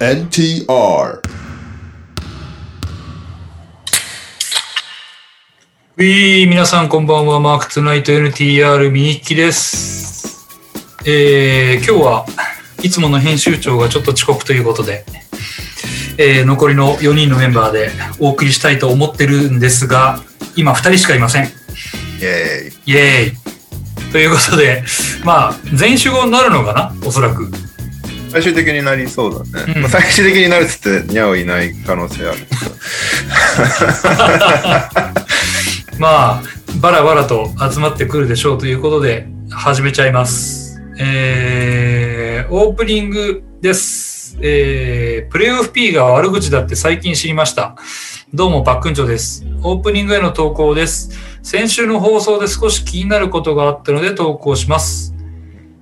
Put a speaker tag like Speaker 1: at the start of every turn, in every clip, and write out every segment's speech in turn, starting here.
Speaker 1: NTR
Speaker 2: ウィー皆さんこんばんは、マークツナイト NTR ミニッキです。えー、今日はいつもの編集長がちょっと遅刻ということで、えー、残りの4人のメンバーでお送りしたいと思ってるんですが、今2人しかいません。
Speaker 1: イエーイ
Speaker 2: イエーイということで、まあ、全員集合になるのかなおそらく。
Speaker 1: 最終的になりそうだね、
Speaker 2: うん
Speaker 1: まあ、最終的になるっつってにゃおいない可能性ある
Speaker 2: まあ、バラバラと集まってくるでしょうということで、始めちゃいます。えー、オープニングです。えー、プレイオフ P が悪口だって最近知りました。どうも、パックンチョです。オープニングへの投稿です。先週の放送で少し気になることがあったので投稿します。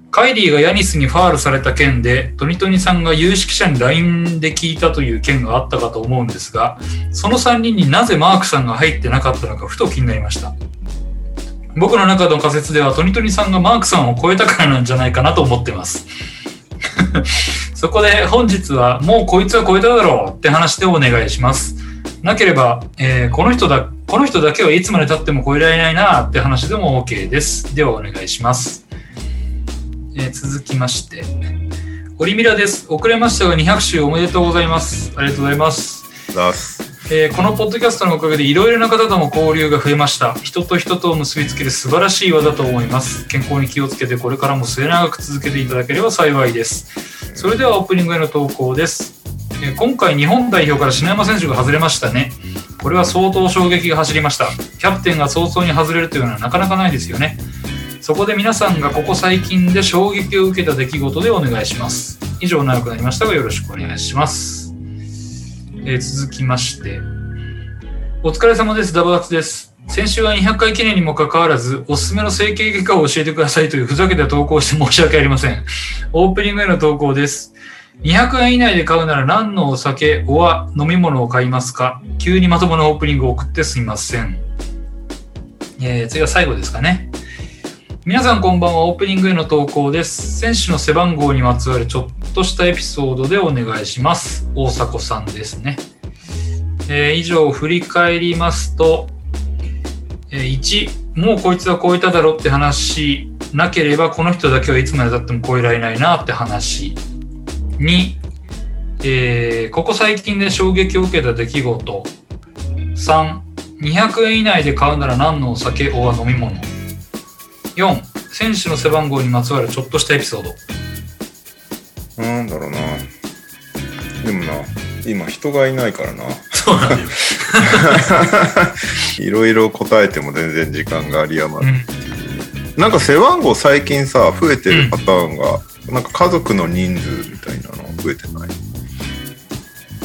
Speaker 2: カイリーがヤニスにファールされた件で、トニトニさんが有識者に LINE で聞いたという件があったかと思うんですが、その3人になぜマークさんが入ってなかったのかふと気になりました。僕の中の仮説ではトニトニさんがマークさんを超えたからなんじゃないかなと思ってます。 そこで本日はもうこいつは超えただろうって話でお願いします。なければ、えーこの人だ、この人だけはいつまで経っても超えられないなって話でも OK です。ではお願いします。えー続きまして、オリミラです。遅れましたが200周おめでとうございます。ありがとうございます。
Speaker 1: 出す
Speaker 2: えーこのポッドキャストのおかげでいろいろな方とも交流が増えました人と人とを結びつける素晴らしい技だと思います健康に気をつけてこれからも末永く続けていただければ幸いですそれではオープニングへの投稿です、えー今回日本代表から篠山選手が外れましたねこれは相当衝撃が走りましたキャプテンが早々に外れるというのはなかなかないですよねそこで皆さんがここ最近で衝撃を受けた出来事でお願いします以上長くなりましたがよろしくお願いしますえー続きましてお疲れ様ですダブアツです先週は200回記念にもかかわらずおすすめの整形外科を教えてくださいというふざけた投稿をして申し訳ありませんオープニングへの投稿です200円以内で買うなら何のお酒おは飲み物を買いますか急にまともなオープニングを送ってすみません、えー次は最後ですかね皆さんこんばんはオープニングへの投稿です選手の背番号にまつわるちょっとしたエピソードでお願いします大迫さんですね、えー以上振り返りますと、えー1もうこいつは超えただろって話なければこの人だけはいつまでたっても超えられないなって話2、えーここ最近で衝撃を受けた出来事3200円以内で買うなら何のお酒おは飲み物4選手の背番号にまつわるちょっとしたエピソード
Speaker 1: なんだろうなでもな今人がいないからな
Speaker 2: そうなんだよ、
Speaker 1: いろいろ答えても全然時間が有り余
Speaker 2: う
Speaker 1: る、
Speaker 2: ん、
Speaker 1: なんか背番号最近さ増えてるパターンが、なんか家族の人数みたいなの増えてない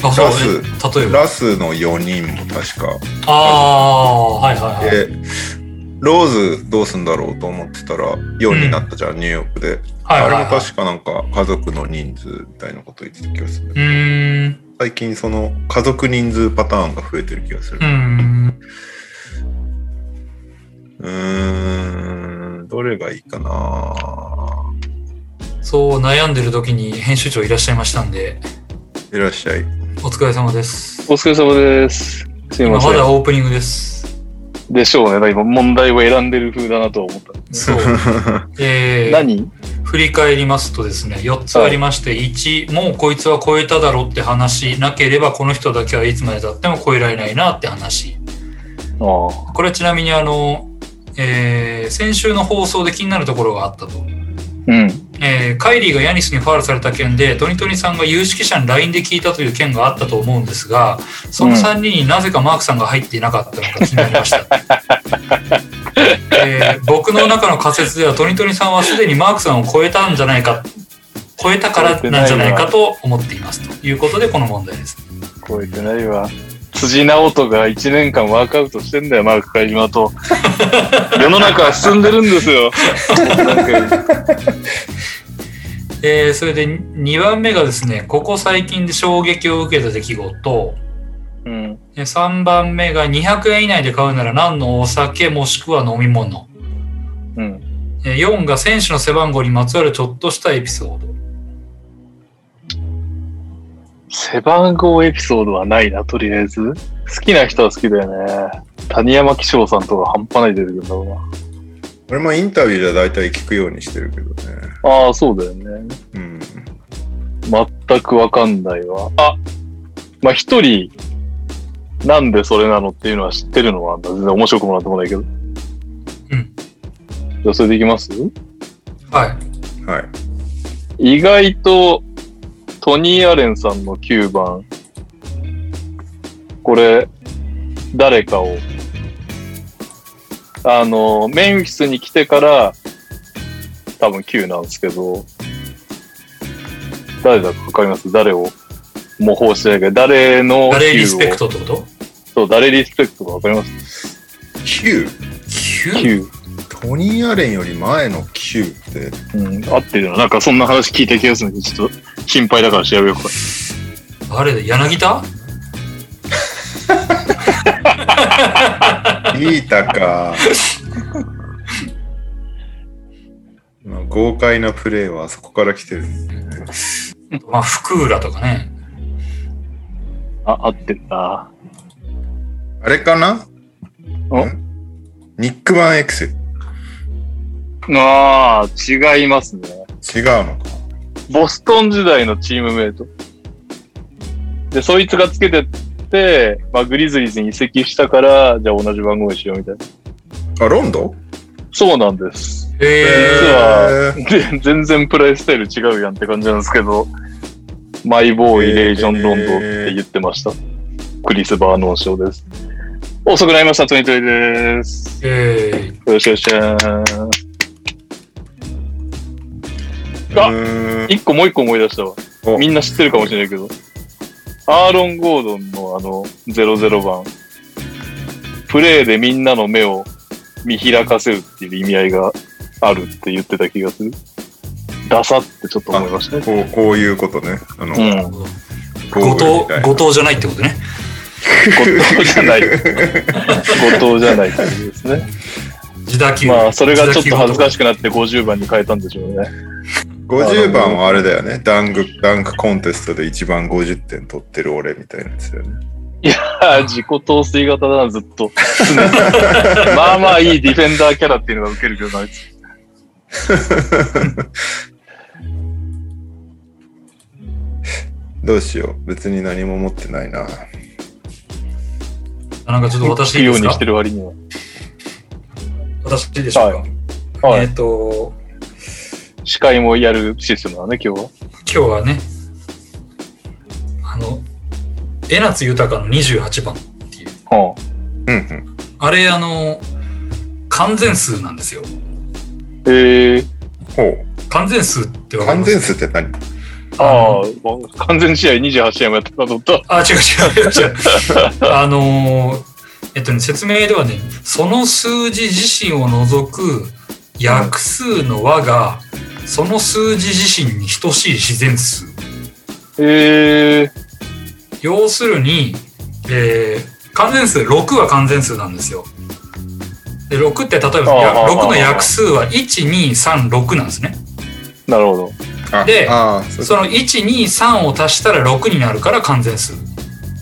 Speaker 2: あそうね例えば
Speaker 1: ラスの4人も確か
Speaker 2: ああはいはいはい、
Speaker 1: でローズどうすんだろうと思ってたら4になったじゃん、ニューヨークで、
Speaker 2: はいはい
Speaker 1: あれも
Speaker 2: はい
Speaker 1: 確かなんか家族の人数みたいなこと言ってた気がする
Speaker 2: うーん
Speaker 1: 最近その家族人数パターンが増えてる気がする
Speaker 2: うーん
Speaker 1: うーんどれがいいかな
Speaker 2: そう悩んでる時に編集長いらっしゃいましたんで
Speaker 1: いらっしゃい
Speaker 2: お疲れ様です
Speaker 3: お疲れ様です。すみ
Speaker 2: 今
Speaker 3: ませ
Speaker 2: ま
Speaker 3: ん。
Speaker 2: だオープニングです
Speaker 3: でしょうね。だから今問題を選んでる風だなとは思った。
Speaker 2: そうえー、
Speaker 3: 何
Speaker 2: 振り返りますとですね4つありまして1もうこいつは超えただろって話なければこの人だけはいつまでたっても超えられないなって話
Speaker 3: ああ。
Speaker 2: これはちなみにあの、えー先週の放送で気になるところがあったと、
Speaker 3: うん。
Speaker 2: えーカイリーがヤニスにファールされた件でトニトニさんが有識者に LINE で聞いたという件があったと思うんですがその3人になぜかマークさんが入っていなかったのか気になりま した、えー僕の中の仮説ではトニトニさんはすでにマークさんを超えたんじゃないか超えたからなんじゃないかと思っていますということでこの問題です
Speaker 3: 超えてないわ。辻直人が1年間ワークアウトしてんだよ、マーク会 島と。世の中は進んでるんですよ。なん か
Speaker 2: えーそれで2番目がですねここ最近で衝撃を受けた出来事
Speaker 3: うん。
Speaker 2: で3番目が200円以内で買うなら何のお酒もしくは飲み物
Speaker 3: うん。
Speaker 2: えー4が選手の背番号にまつわるちょっとしたエピソード
Speaker 3: 背番号エピソードはないな、とりあえず。好きな人は好きだよね。谷山紀章さんとか半端ない出てくるんだろうな。
Speaker 1: 俺もインタビューじゃ大体聞くようにしてるけどね。
Speaker 3: ああ、そうだよね。
Speaker 1: うん。
Speaker 3: 全くわかんないわ。あ、まあ、一人、なんでそれなのっていうのは知ってるのはあんだ。全然面白くもなんともないけど。
Speaker 2: うん。
Speaker 3: じゃあ、それでいきます
Speaker 2: はい。
Speaker 1: はい。
Speaker 3: 意外と、トニー・アレンさんの9番、これ、誰かを、あの、メンフィスに来てから、多分9なんですけど、誰だかわかります誰を模倣してないけど、誰の9を。
Speaker 2: 誰リスペクトってこと
Speaker 3: そう、誰リスペクトかわかります
Speaker 1: 9。
Speaker 2: ?9?
Speaker 3: 9。
Speaker 1: トニー・アレンより前の9って、
Speaker 3: うん、合ってるよな。なんかそんな話聞いた気がするんで、ちょっと心配だから調べようか。
Speaker 2: 誰だ柳田
Speaker 1: リータ か。まあ豪快なプレーはあそこから来てる。
Speaker 2: まあ、福浦とかね。
Speaker 3: あ、合ってるな。
Speaker 1: あれかな
Speaker 3: お
Speaker 1: んニックマン X。違う
Speaker 3: ああ、違いますね。
Speaker 1: のか。
Speaker 3: ボストン時代のチームメイト。で、そいつがつけてって、まあ、グリズリーズに移籍したから、じゃあ同じ番号にしようみたいな。
Speaker 1: あ、ロンド
Speaker 3: そうなんです。
Speaker 2: え
Speaker 3: ーは
Speaker 1: えー
Speaker 3: で、全然プレイスタイル違うやんって感じなんですけど、マイボーイ、レイジョン・ロンドンって言ってました。クリス・バーノン賞です。遅くなりました、トニトリです。
Speaker 2: ー、え
Speaker 3: よろしくお願いします。あ
Speaker 1: うーん
Speaker 3: 一個もう一個思い出したわ
Speaker 1: お。
Speaker 3: みんな知ってるかもしれないけど。アーロン・ゴードンのあの、00番。プレーでみんなの目を見開かせるっていう意味合いがあるって言ってた気がする。ダサってちょっと思いましたね。
Speaker 1: こう、こういうことね。あの、
Speaker 3: うん。
Speaker 2: ー、
Speaker 1: ゴ
Speaker 2: 後
Speaker 1: ーグルみた
Speaker 2: 藤、
Speaker 1: いな
Speaker 2: 後藤じゃないってことね。
Speaker 3: 後藤じゃない。後藤じゃないっていうですね。
Speaker 2: 自打球。
Speaker 3: まあ、それがちょっと恥ずかしくなって50番に変えたんでしょうね。
Speaker 1: 50番はあれだよね。ダンク、ダンクコンテストで一番50点取ってる俺みたいなやつだよね。
Speaker 3: あー自己陶酔型だな、ずっと。まあまあいいディフェンダーキャラっていうのが受けるけどな、あいつ。
Speaker 1: どうしよう。別に何も持ってないな。
Speaker 2: く。なんかちょっと私
Speaker 3: 聞
Speaker 2: いい
Speaker 3: くよ
Speaker 2: です
Speaker 3: うに
Speaker 2: か
Speaker 3: してる割には。
Speaker 2: 私いいでしょうか、
Speaker 3: は
Speaker 2: えっ、
Speaker 3: い。
Speaker 2: と、
Speaker 3: 司会もやるシステムだね、今日は。
Speaker 2: 今日はね、あの、江夏豊の28番っていう。
Speaker 3: は
Speaker 1: うんうん。
Speaker 2: あれ、あの、完全数なんですよ。
Speaker 3: あ、えー、
Speaker 1: ほう。
Speaker 2: 完全数ってわかり
Speaker 1: 完
Speaker 2: ます
Speaker 1: 全数って何
Speaker 3: ああ、完全試合28試合もやってたと思った。
Speaker 2: あ、違う違う違う違 う。あのーえっとね、説明ではね、その数字自身を除く約数の和が、その数字自身に等しい自然数。
Speaker 3: えー、
Speaker 2: 要するに、えー完全数、6は完全数なんですよ。で6って例えば、や
Speaker 3: あー
Speaker 2: 6の約数は1、2、3、6なんですね。
Speaker 3: なるほど。
Speaker 1: あ
Speaker 2: で
Speaker 1: あー
Speaker 2: そ
Speaker 1: そう
Speaker 2: の1、2、3を足したら6になるから完全数。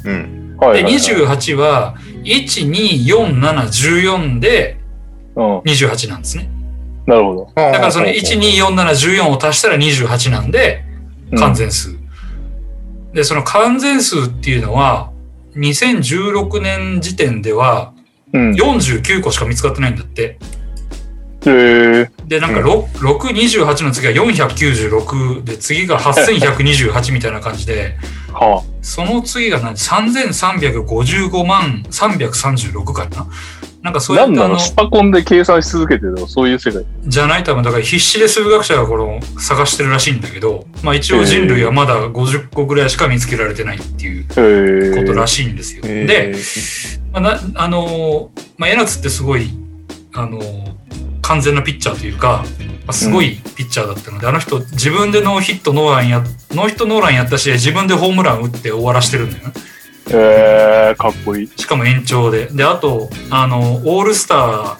Speaker 1: うん。
Speaker 3: はい
Speaker 2: で、
Speaker 3: はい、はい。
Speaker 2: 28は、1、2、4、7、14で、
Speaker 3: うん、
Speaker 2: 28なんですね。
Speaker 3: なるほど。
Speaker 1: だ
Speaker 2: だからその
Speaker 1: うん
Speaker 2: 12474を足したら28なんで
Speaker 3: うん
Speaker 2: 完全数。で、その完全数っていうのは2016年時点では
Speaker 3: うん。え
Speaker 2: 49個しか見つかってないんだって。
Speaker 3: ー、
Speaker 2: で、なんか628の次は496で次が8128みたいな感じで、
Speaker 3: は
Speaker 2: その次が何 ?3355 万336かななんか
Speaker 3: あ。
Speaker 2: そうい
Speaker 3: なん
Speaker 2: った
Speaker 3: な
Speaker 2: あの
Speaker 3: の、スパコンで計算し続けてるのそういう世界。
Speaker 2: じゃない多分だから必死で数学者がこの探してるらしいんだけど、まあ、一応人類はまだ50個ぐらいしか見つけられてないっていう
Speaker 3: えー、
Speaker 2: ことらしいんですよ。
Speaker 1: えー
Speaker 2: で、まあ、なあのーまあ、エナツってすごい、あのー完全なピッチャーというか、まあ、すごいピッチャーだったので、あの人自分でノーヒットノーランやノーヒットノーランやったし自分でホームラン打って終わらしてるんだよね。
Speaker 3: えー、かっこいい。
Speaker 2: しかも延長で。で、あと、あの、オールスター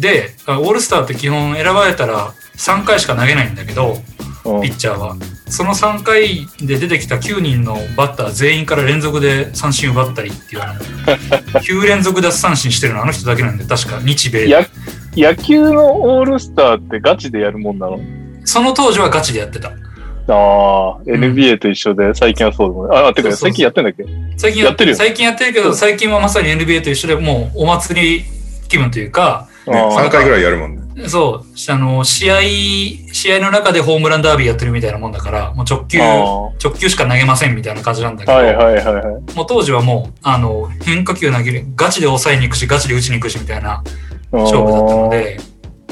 Speaker 2: で、あオールスターって基本選ばれたら3回しか投げないんだけど、
Speaker 3: うん
Speaker 2: ピッチャーは。その3回で出てきた9人のバッター全員から連続で三振奪ったりっていうあの、9連 続奪三振してるのあの人だけなんで、確か日米で。
Speaker 3: や野球のオールスターってガチでやるもんなの
Speaker 2: その当時はガチでやってた。
Speaker 3: ああ、NBA と一緒で、最近はそうでもない。ああ、てか、
Speaker 2: そうそうそう
Speaker 3: 最近やってんだっけ
Speaker 2: 最近
Speaker 3: やってるよ
Speaker 2: 最近やってるけど、最近はまさに NBA と一緒でもうお祭り気分というか、
Speaker 3: あー
Speaker 1: 3回ぐらいやるもんね。
Speaker 2: そう、あの、試合、試合の中でホームランダービーやってるみたいなもんだから、もう直球、直
Speaker 3: あ
Speaker 2: 球しか投げませんみたいな感じなんだけ
Speaker 3: ー
Speaker 2: ど、
Speaker 3: はいはいはいはい。
Speaker 2: もう当時はもう、あの、変化球投げる、ガチで抑えに行くし、ガチで打ちに行くしみたいな勝負だったので、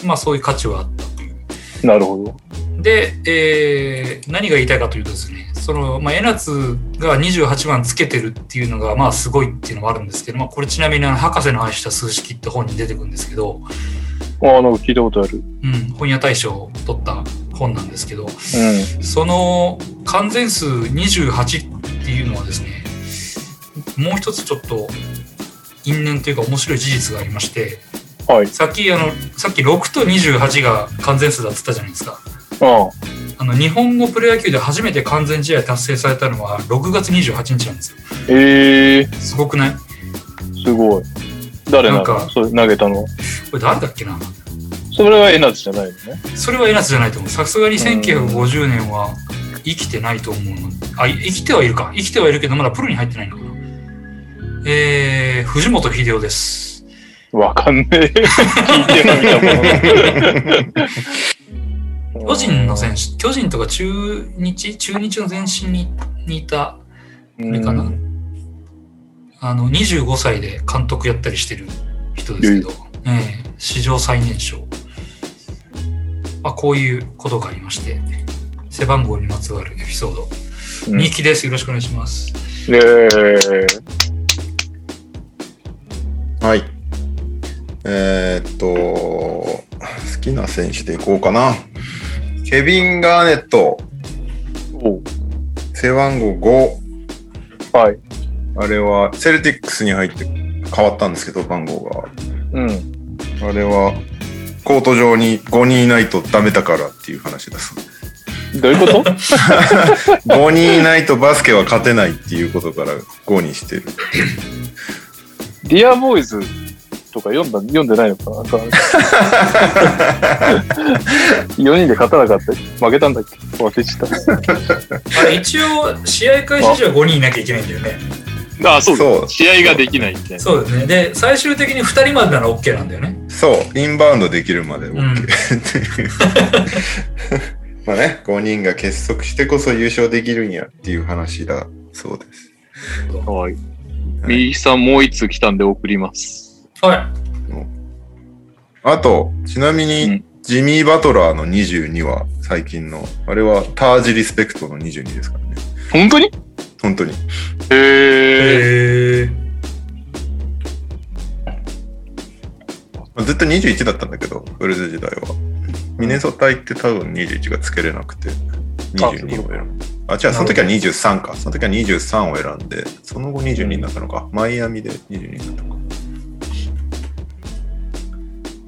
Speaker 2: まあそういう価値はあったという。
Speaker 3: あーなるほど。
Speaker 2: で、えー何が言いたいかというとですね、その、まあ、江夏が28番つけてるっていうのが、まあ、すごいっていうのもあるんですけど、まあ、これちなみに、あの、博士の愛した数式って本に出てくるんですけど、
Speaker 3: ああ、なんか聞いたことある。
Speaker 2: うん、本屋大賞を取った本なんですけど、その完全数28っていうのはですねもう一つちょっと因縁というか面白い事実がありまして
Speaker 3: うん。はい。
Speaker 2: さっきあのさっき6と28が完全数だって言ったじゃないですか
Speaker 3: あ
Speaker 2: あの日本のプロ野球で初めて完全試合達成されたのは6月28日なんですよ
Speaker 3: あ。ええ
Speaker 2: すごくないこ
Speaker 3: ー、すごい。誰な
Speaker 2: なん
Speaker 3: の
Speaker 2: か
Speaker 3: それ投げたのは。
Speaker 2: れ誰だっけな
Speaker 3: それはエナツじゃないのね。
Speaker 2: それは江夏じゃないと思うさすがに1950年は生きてないと思うのあい生きてはいるか生きてはいるけどまだプロに入ってないのかなえー、藤本秀夫です
Speaker 3: わかん ねえ。聞いてなみたも
Speaker 2: 巨人の選手、巨人とか中日、中日の前身ににいた、
Speaker 3: 手
Speaker 2: れかなあの、25歳で監督やったりしてる人ですけど、ええ史上最年少。まあ、こういうことがありまして、背番号にまつわるエピソード。
Speaker 3: うん
Speaker 2: 二、木です。よろしくお願いします。
Speaker 3: ええ
Speaker 1: はい。えーっと、好きな選手でいこうかな。ケビン・ガーネット、
Speaker 3: おう
Speaker 1: 背番号
Speaker 3: はい。
Speaker 1: 5。あれは、セルティックスに入って変わったんですけど、番号が。
Speaker 3: うん。
Speaker 1: あれは、コート上に5人いないとダメだからっていう話だそうです。
Speaker 3: どういう こと
Speaker 1: 5人いないとバスケは勝てないっていうことから5にしてる。
Speaker 3: ディアボーイズとか読んだ、読んでないのかななんか4人で勝たなかった負けたんだっけ忘れちゃっ
Speaker 2: あれ、一応、試合開始時は5人いなきゃいけないんだよね。
Speaker 3: た。あ、そう
Speaker 1: そう
Speaker 3: 試合ができないみたいな。
Speaker 2: そうですね。で、最終的に2人までなら OK なんだよね。
Speaker 1: そう、インバウンドできるまで OK
Speaker 2: う ん
Speaker 1: っていう。まあね、5人が結束してこそ優勝できるんやっていう話だそうです。
Speaker 3: はい。右さんもう一通来たんで送ります。
Speaker 2: はい。
Speaker 1: あと、ちなみ
Speaker 3: う
Speaker 1: に
Speaker 3: ん、
Speaker 1: ジミー・バトラーの22は最近の、あれはタージ・リスペクトの22ですからね。
Speaker 3: 本当に
Speaker 1: 本当に。
Speaker 3: へえ。
Speaker 2: え
Speaker 1: まあずっと21だったんだけど、ブルーズ時代は。ミネソタ行って多分21がつけれなくて、22を選ぶ。あ、違う、その時は23か。その時は23を選んで、その後22になったのか。マイアミで22になったのか。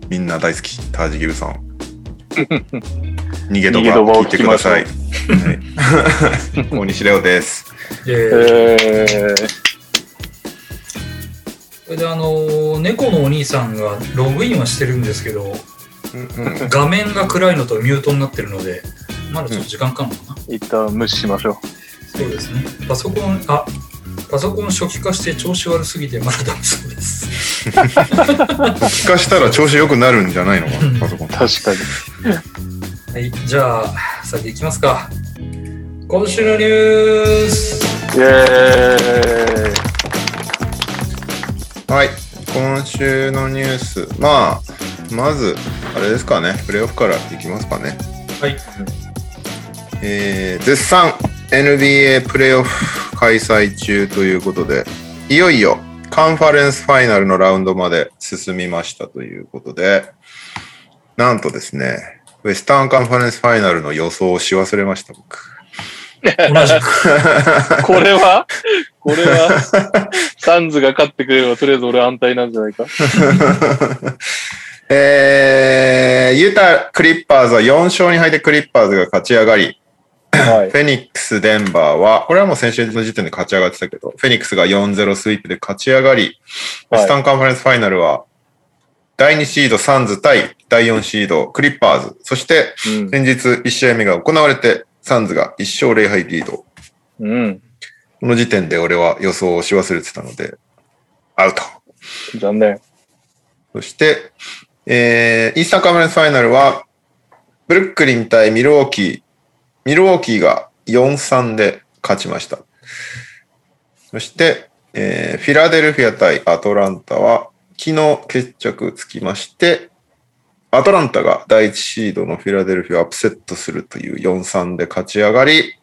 Speaker 1: みんな大好き、タージ・ギブソン。逃げと
Speaker 3: 逃げ
Speaker 1: ば
Speaker 3: 飛ばを
Speaker 1: 聞いてください。
Speaker 3: 聞
Speaker 1: はい、 大西レオです。
Speaker 2: ー。えー
Speaker 3: へ
Speaker 2: それであの猫のお兄さんがログインはしてるんですけど画面が暗いのとミュートになってるのでまだちょっと時間かかるのかな、
Speaker 3: え。一旦無視しましょ
Speaker 2: そうですねパソコンあパソコン初期化して調子悪すぎてまだダメそうです
Speaker 1: 聞かしたら調子良くなるんじゃないのかな、パソコン
Speaker 3: う。。確かに。
Speaker 2: はいじゃあ先行きますか今週のニュース
Speaker 3: イェーイ。
Speaker 1: はい、今週のニュース、まあ、まず、あれですかね、プレーオフからいきますかね。
Speaker 2: はい
Speaker 1: えー絶賛 NBA プレーオフ開催中ということで、いよいよカンファレンスファイナルのラウンドまで進みましたということで、なんとですね、ウェスタンカンファレンスファイナルの予想をし忘れました、僕。
Speaker 2: 同じく
Speaker 3: これはこれは、サンズが勝ってくれれば、とりあえず俺安泰なんじゃないか。
Speaker 1: えー、ユタ・クリッパーズは4勝に入ってクリッパーズが勝ち上がり、
Speaker 3: はい。
Speaker 1: フェニックス、デンバーは、これはもう先週の時点で勝ち上がってたけど、フェニックスが4-0スイープで勝ち上がり、
Speaker 3: はい
Speaker 1: スタンカンファレンスファイナルは、第2シードサンズ対第4シードクリッパーズ、そして
Speaker 3: うん
Speaker 1: 先日1試合目が行われて、サンズが1勝0敗リード。
Speaker 3: うん。
Speaker 1: この時点で俺は予想をし忘れてたので、アウト。
Speaker 3: 残念。
Speaker 1: そして、えー、イースタンカンファレンスファイナルは、ブルックリン対ミルウォーキー。ミルウォーキーが4-3で勝ちました。そして、えーフィラデルフィア対アトランタは、昨日決着つきまして、アトランタが第1シードのフィラデルフィアをアップセットするという4-3で勝ち上がり、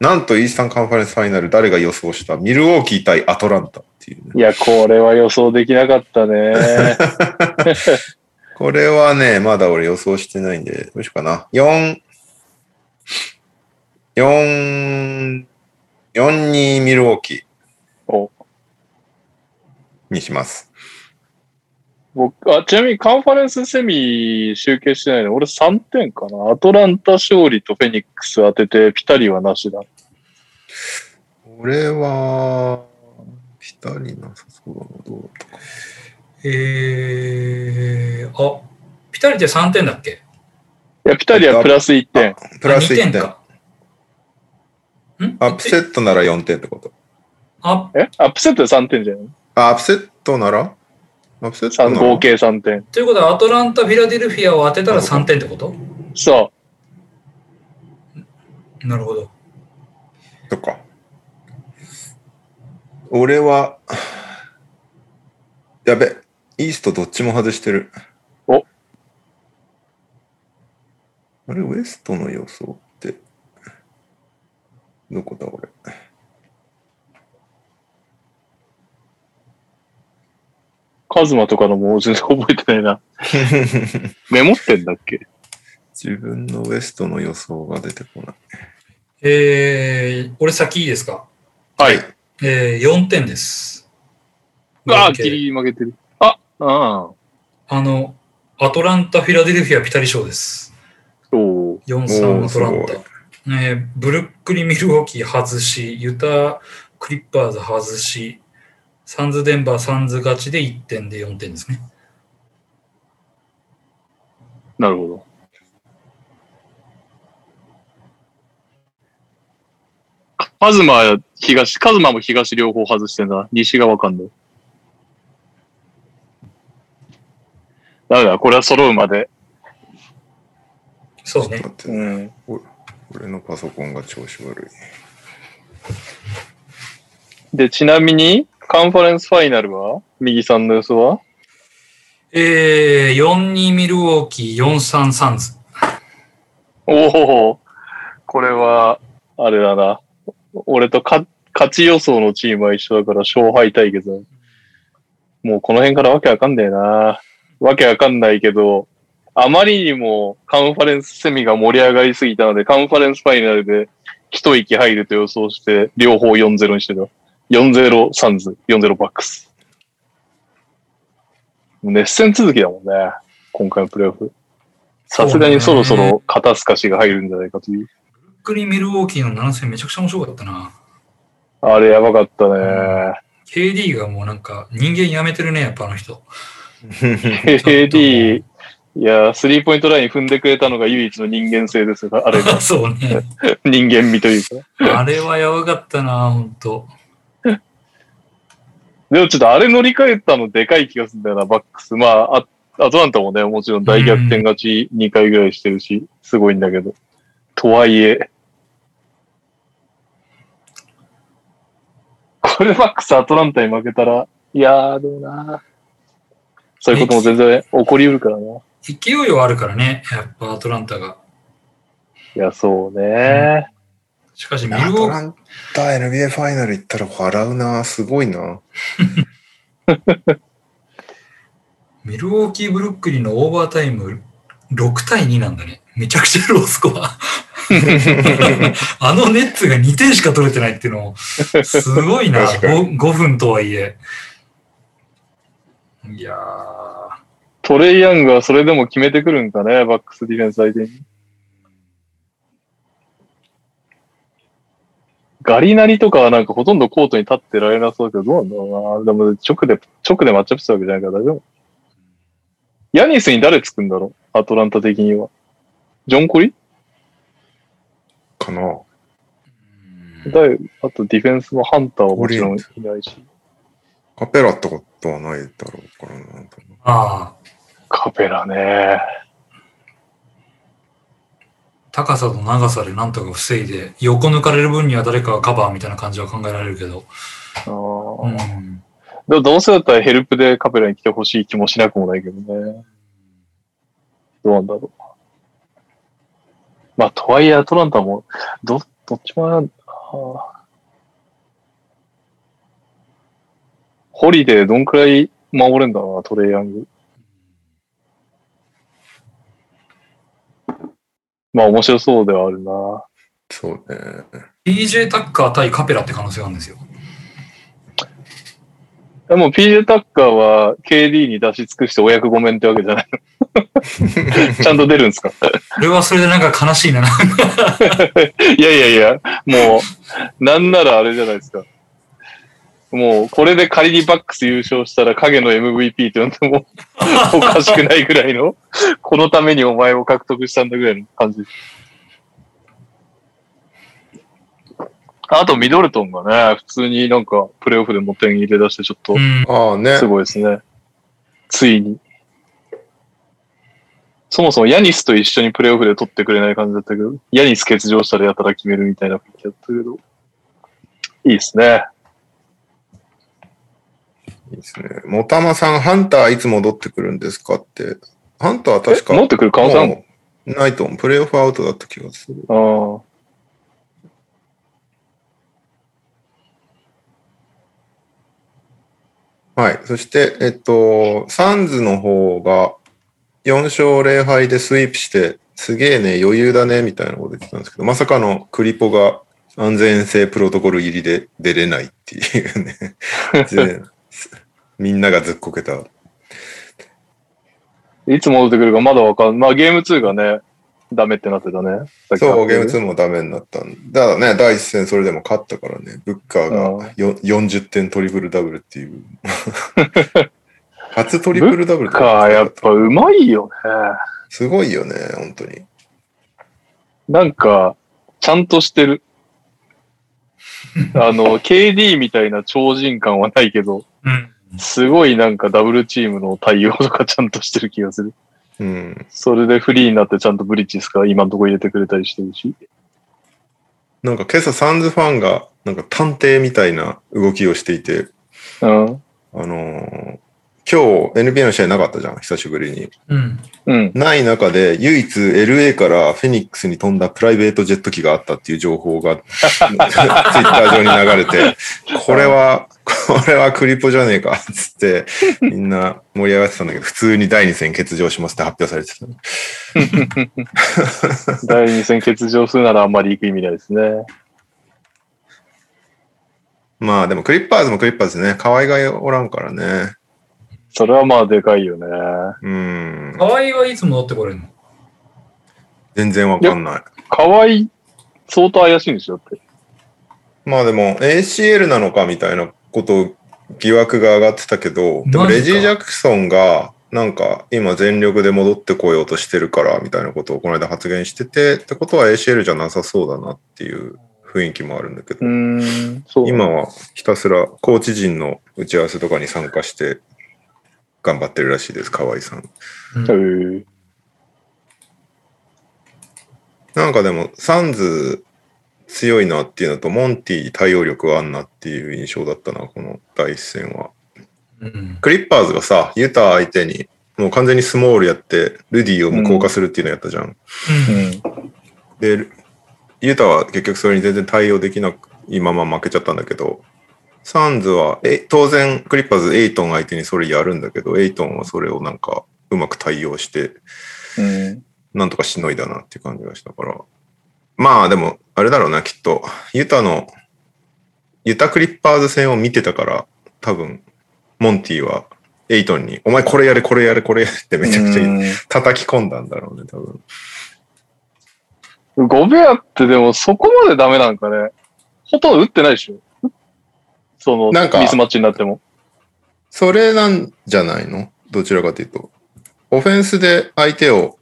Speaker 1: なんとイースタンカンファレンスファイナル誰が予想したミルウォーキー対アトランタっていうね
Speaker 3: いや、これは予想できなかったね。
Speaker 1: これはね、まだ俺予想してないんで、どうしようかな。4、4、4-2ミルウォーキー
Speaker 3: お
Speaker 1: にします。
Speaker 3: 僕あちなみにカンファレンスセミ集計してないの俺3点かな。アトランタ勝利とフェニックス当ててピタリはなしだ。
Speaker 1: これは、ピタリなさそうだな、どうだったか。
Speaker 2: えー、あ、ピタリって3点だっけ
Speaker 3: いや、ピタリはプラス1点。
Speaker 1: プラス
Speaker 2: あ
Speaker 1: 1点。
Speaker 2: か。ん
Speaker 1: アップセットなら4点ってこと。
Speaker 2: あ、
Speaker 3: えアップセットで3点じゃない
Speaker 1: あ、アップセットならアップセット
Speaker 3: 三
Speaker 1: な
Speaker 3: 合
Speaker 1: ら
Speaker 3: 計3点。
Speaker 2: ということはアトランタ、フィラデルフィアを当てたら3点ってこと
Speaker 3: そ
Speaker 2: なるほど。
Speaker 1: とか。俺は、やべ、イーストどっちも外してる。
Speaker 3: お
Speaker 1: あれ、ウエストの予想って、どこだ、俺。
Speaker 3: う。カズマとかのも全然覚えてないな。メモってんだっけ
Speaker 1: 自分のウエストの予想が出てこない。
Speaker 2: えー、俺先いいですか
Speaker 3: はい。
Speaker 2: えー、4点です。
Speaker 3: ああ、
Speaker 2: 合計
Speaker 3: ギリギリ負けてる。あ、ああ。
Speaker 2: あの、アトランタ、フィラデルフィア、ピタリ賞です。
Speaker 3: おー
Speaker 2: 4-3
Speaker 1: おー
Speaker 2: アトランタ
Speaker 1: す。
Speaker 2: えーブルックリン・ミルウォーキー外し、ユタ・クリッパーズ外し、サンズ・デンバー、サンズ勝ちで1点で4点ですね。
Speaker 3: なるほど。カズマは東、カズマも東両方外してんだ。西がわかんない。ダメだ、これは揃うまで。
Speaker 2: そうです
Speaker 1: ちょ
Speaker 2: ね。
Speaker 1: っと待って
Speaker 3: うん。
Speaker 1: 俺のパソコンが調子悪い。
Speaker 3: で、ちなみに、カンファレンスファイナルは右さんの予想は
Speaker 2: えー、4-2ミルウォーキー、4-3サンズ。
Speaker 3: おおこれは、あれだな。俺とか勝ち予想のチームは一緒だから勝敗対決だもうこの辺からわけわかんねえな。わけわかんないけど、あまりにもカンファレンスセミが盛り上がりすぎたので、カンファレンスファイナルで一息入ると予想して、両方4-0にしてる。4-0サンズ、4-0バックス。熱戦続きだもんね。今回のプレーオフ。さすがにそろそろ肩透かしが入るんじゃないかという。
Speaker 2: ブルックリン・ミルウォーキーの7戦めちゃくちゃ面白かったな。
Speaker 3: あれやばか ったね。
Speaker 2: KD がもうなんか人間やめてるね、やっぱあの人。
Speaker 3: KD、いや、スリーポイントライン踏んでくれたのが唯一の人間性ですが、あれ が
Speaker 2: そうね。
Speaker 3: 人間味というか。
Speaker 2: あれはやばかったな、ほんと。
Speaker 3: でもちょっとあれ乗り換えたのでかい気がするんだよな、バックス。まあ、アアトランタもね、もちろん大逆転勝ち2回ぐらいしてるし、すごいんだけど。とはいえ、これバックスアトランタに負けたら、いやー、でもなそういうことも全然起こりうるからな。い
Speaker 2: 勢いはあるからね、やっぱアトランタが。
Speaker 3: や、そうね。
Speaker 2: しかし、ミルウ
Speaker 1: ア
Speaker 2: ォ
Speaker 1: ト
Speaker 2: ー
Speaker 1: ランタ NBA ファイナル行ったら笑うな、すごいな。
Speaker 2: キー、ミルウォーキーブルックリンのオーバータイム6対2なんだね。めちゃくちゃロースコ ア。あのネッツが2点しか取れてないっていうのも、すごいな。
Speaker 1: 確か
Speaker 2: 5, 分とはいえ。いやー、
Speaker 3: トレイヤングはそれでも決めてくるんかね、バックスディフェンス相手に。ガリナリとかはなんかほとんどコートに立ってられなそうだけど、どうなんだろうな。でも直で、直でマッチアップしたわけじゃないから大丈夫。ヤニスに誰つくんだろうアトランタ的には。ジョン・コリ
Speaker 1: かな。
Speaker 3: だいあとディフェンスのハンターはもちろんいないし。
Speaker 1: カペラってことはないだろうからな。
Speaker 2: ああ、
Speaker 3: カペラね。
Speaker 2: 高さと長さでなんとか防いで、横抜かれる分には誰かがカバーみたいな感じは考えられるけど。
Speaker 3: あー
Speaker 2: うん。
Speaker 3: でもどうせだったらヘルプでカペラに来てほしい気もしなくもないけどね。どうなんだろう。まあ、とはいえアトランタも、ど、どっちもな、あーホリデーどんくらい守れんだろうな、トレイヤング。まあ、面白そうではあるな。
Speaker 1: そうね。
Speaker 2: PJ タッカー対カペラって可能性があるんですよ。
Speaker 3: でも PJ タッカーは KD に出し尽くしてお役ごめんってわけじゃないの ちゃんと出るんですか
Speaker 2: それはそれでなんか悲しいな。
Speaker 3: いやいやいや、もう、なんならあれじゃないですか。もう、これで仮にバックス優勝したら影の MVP って呼んでもおかしくないぐらいの、このためにお前を獲得したんだぐらいの感じ。あと、ミドルトンがね、普通になんかプレイオフでも点入れ出してちょっと
Speaker 2: う、ん。
Speaker 1: ああね
Speaker 3: す。ごいですね。ついに。そもそもヤニスと一緒にプレーオフで取ってくれない感じだったけど、ヤニス欠場したらやたら決めるみたいな雰囲気だったけど、いいですね。
Speaker 1: いいですね。もたまさん、ハンターいつ戻ってくるんですかって。ハンターは確か。
Speaker 3: 持ってくる可能性あるの
Speaker 1: もうないと思う。プレイオフアウトだった気がする。
Speaker 3: ああ。
Speaker 1: はい。そして、えっと、サンズの方が4勝0敗でスイープして、すげえね、余裕だね、みたいなこと言ってたんですけど、まさかのクリポが安全性プロトコル入りで出れないっていうね。でみんながずっこけた。
Speaker 3: いつ戻ってくるかまだわかんない。まあ、ゲーム2がね、ダメってなってたね。さっき
Speaker 1: そう、ゲーム2もダメになったんだ。だからね、第一戦それでも勝ったからね、ブッカー
Speaker 3: うん
Speaker 1: がよ40点トリプルダブルって いう。初トリプルダブルって
Speaker 3: か、やっぱうまいよね。
Speaker 1: すごいよね、本当に。
Speaker 3: なんか、ちゃんとしてる。あの、KD みたいな超人感はないけど、
Speaker 2: うん。
Speaker 3: すごいなんかダブルチームの対応とかちゃんとしてる気がする。
Speaker 1: うん。
Speaker 3: それでフリーになってちゃんとブリッジスが今のとこ入れてくれたりしてるし。
Speaker 1: なんか今朝サンズファンが、なんか探偵みたいな動きをしていて、
Speaker 3: うん。
Speaker 1: あのー今日 NBA の試合なかったじゃん、久しぶりに。
Speaker 2: うん。
Speaker 3: うん。
Speaker 1: ない中で、唯一 LA からフェニックスに飛んだプライベートジェット機があったっていう情報が、 ツイッター上に流れて、これは、これはクリポじゃねえか、つって、みんな盛り上がってたんだけど、普通に第2戦欠場しますって発表されてた。
Speaker 3: 第2戦欠場するならあんまり行く意味ないですね。
Speaker 1: まあでもクリッパーズもクリッパーズね、可愛がいおらんからね。
Speaker 3: それはまあでかいよね。
Speaker 1: うん。
Speaker 2: 河合はいつ戻ってこれるの
Speaker 1: 全然わかんない。
Speaker 3: 河合、相当怪しいんでしょだって。
Speaker 1: まあでも ACL なのかみたいなこと疑惑が上がってたけど、でも
Speaker 2: マジか
Speaker 1: レジー・ジャクソンがなんか今全力で戻ってこようとしてるからみたいなことをこの間発言してて、ってことは ACL じゃなさそうだなっていう雰囲気もあるんだけ
Speaker 3: う
Speaker 1: ど、
Speaker 3: ーん。そう。
Speaker 1: 今はひたすらコーチ陣の打ち合わせとかに参加して頑張ってるらしいです、河合さん。
Speaker 2: うん
Speaker 3: へー
Speaker 1: なんかでもサンズ強いなっていうのと、モンティ対応力はあんなっていう印象だったな、この第一戦は。
Speaker 2: うん。
Speaker 1: クリッパーズがさ、ユタ相手に、もう完全にスモールやって、ルディを無効化するっていうのやったじゃん。
Speaker 3: うん。
Speaker 1: で、ユタは結局それに全然対応できなく、今まま負けちゃったんだけど、サンズは、え、当然、クリッパーズ、エイトン相手にそれやるんだけど、エイトンはそれをなんか、うまく対応して、
Speaker 3: うん。
Speaker 1: なんとかしのいだなっていう感じがしたから。まあでも、あれだろうな、きっと。ユタの、ユタクリッパーズ戦を見てたから、多分、モンティはエイトンに、お前これやれ、これやれ、これやれってめちゃくちゃ
Speaker 3: ゃ
Speaker 1: 叩き込んだんだろうね、多分。
Speaker 3: ゴベアってでもそこまでダメなんかね。ほとんど打ってないでしょその、
Speaker 1: なんか
Speaker 3: ミスマッチになっても。
Speaker 1: それなんじゃないのどちらかというと。オフェンスで相手を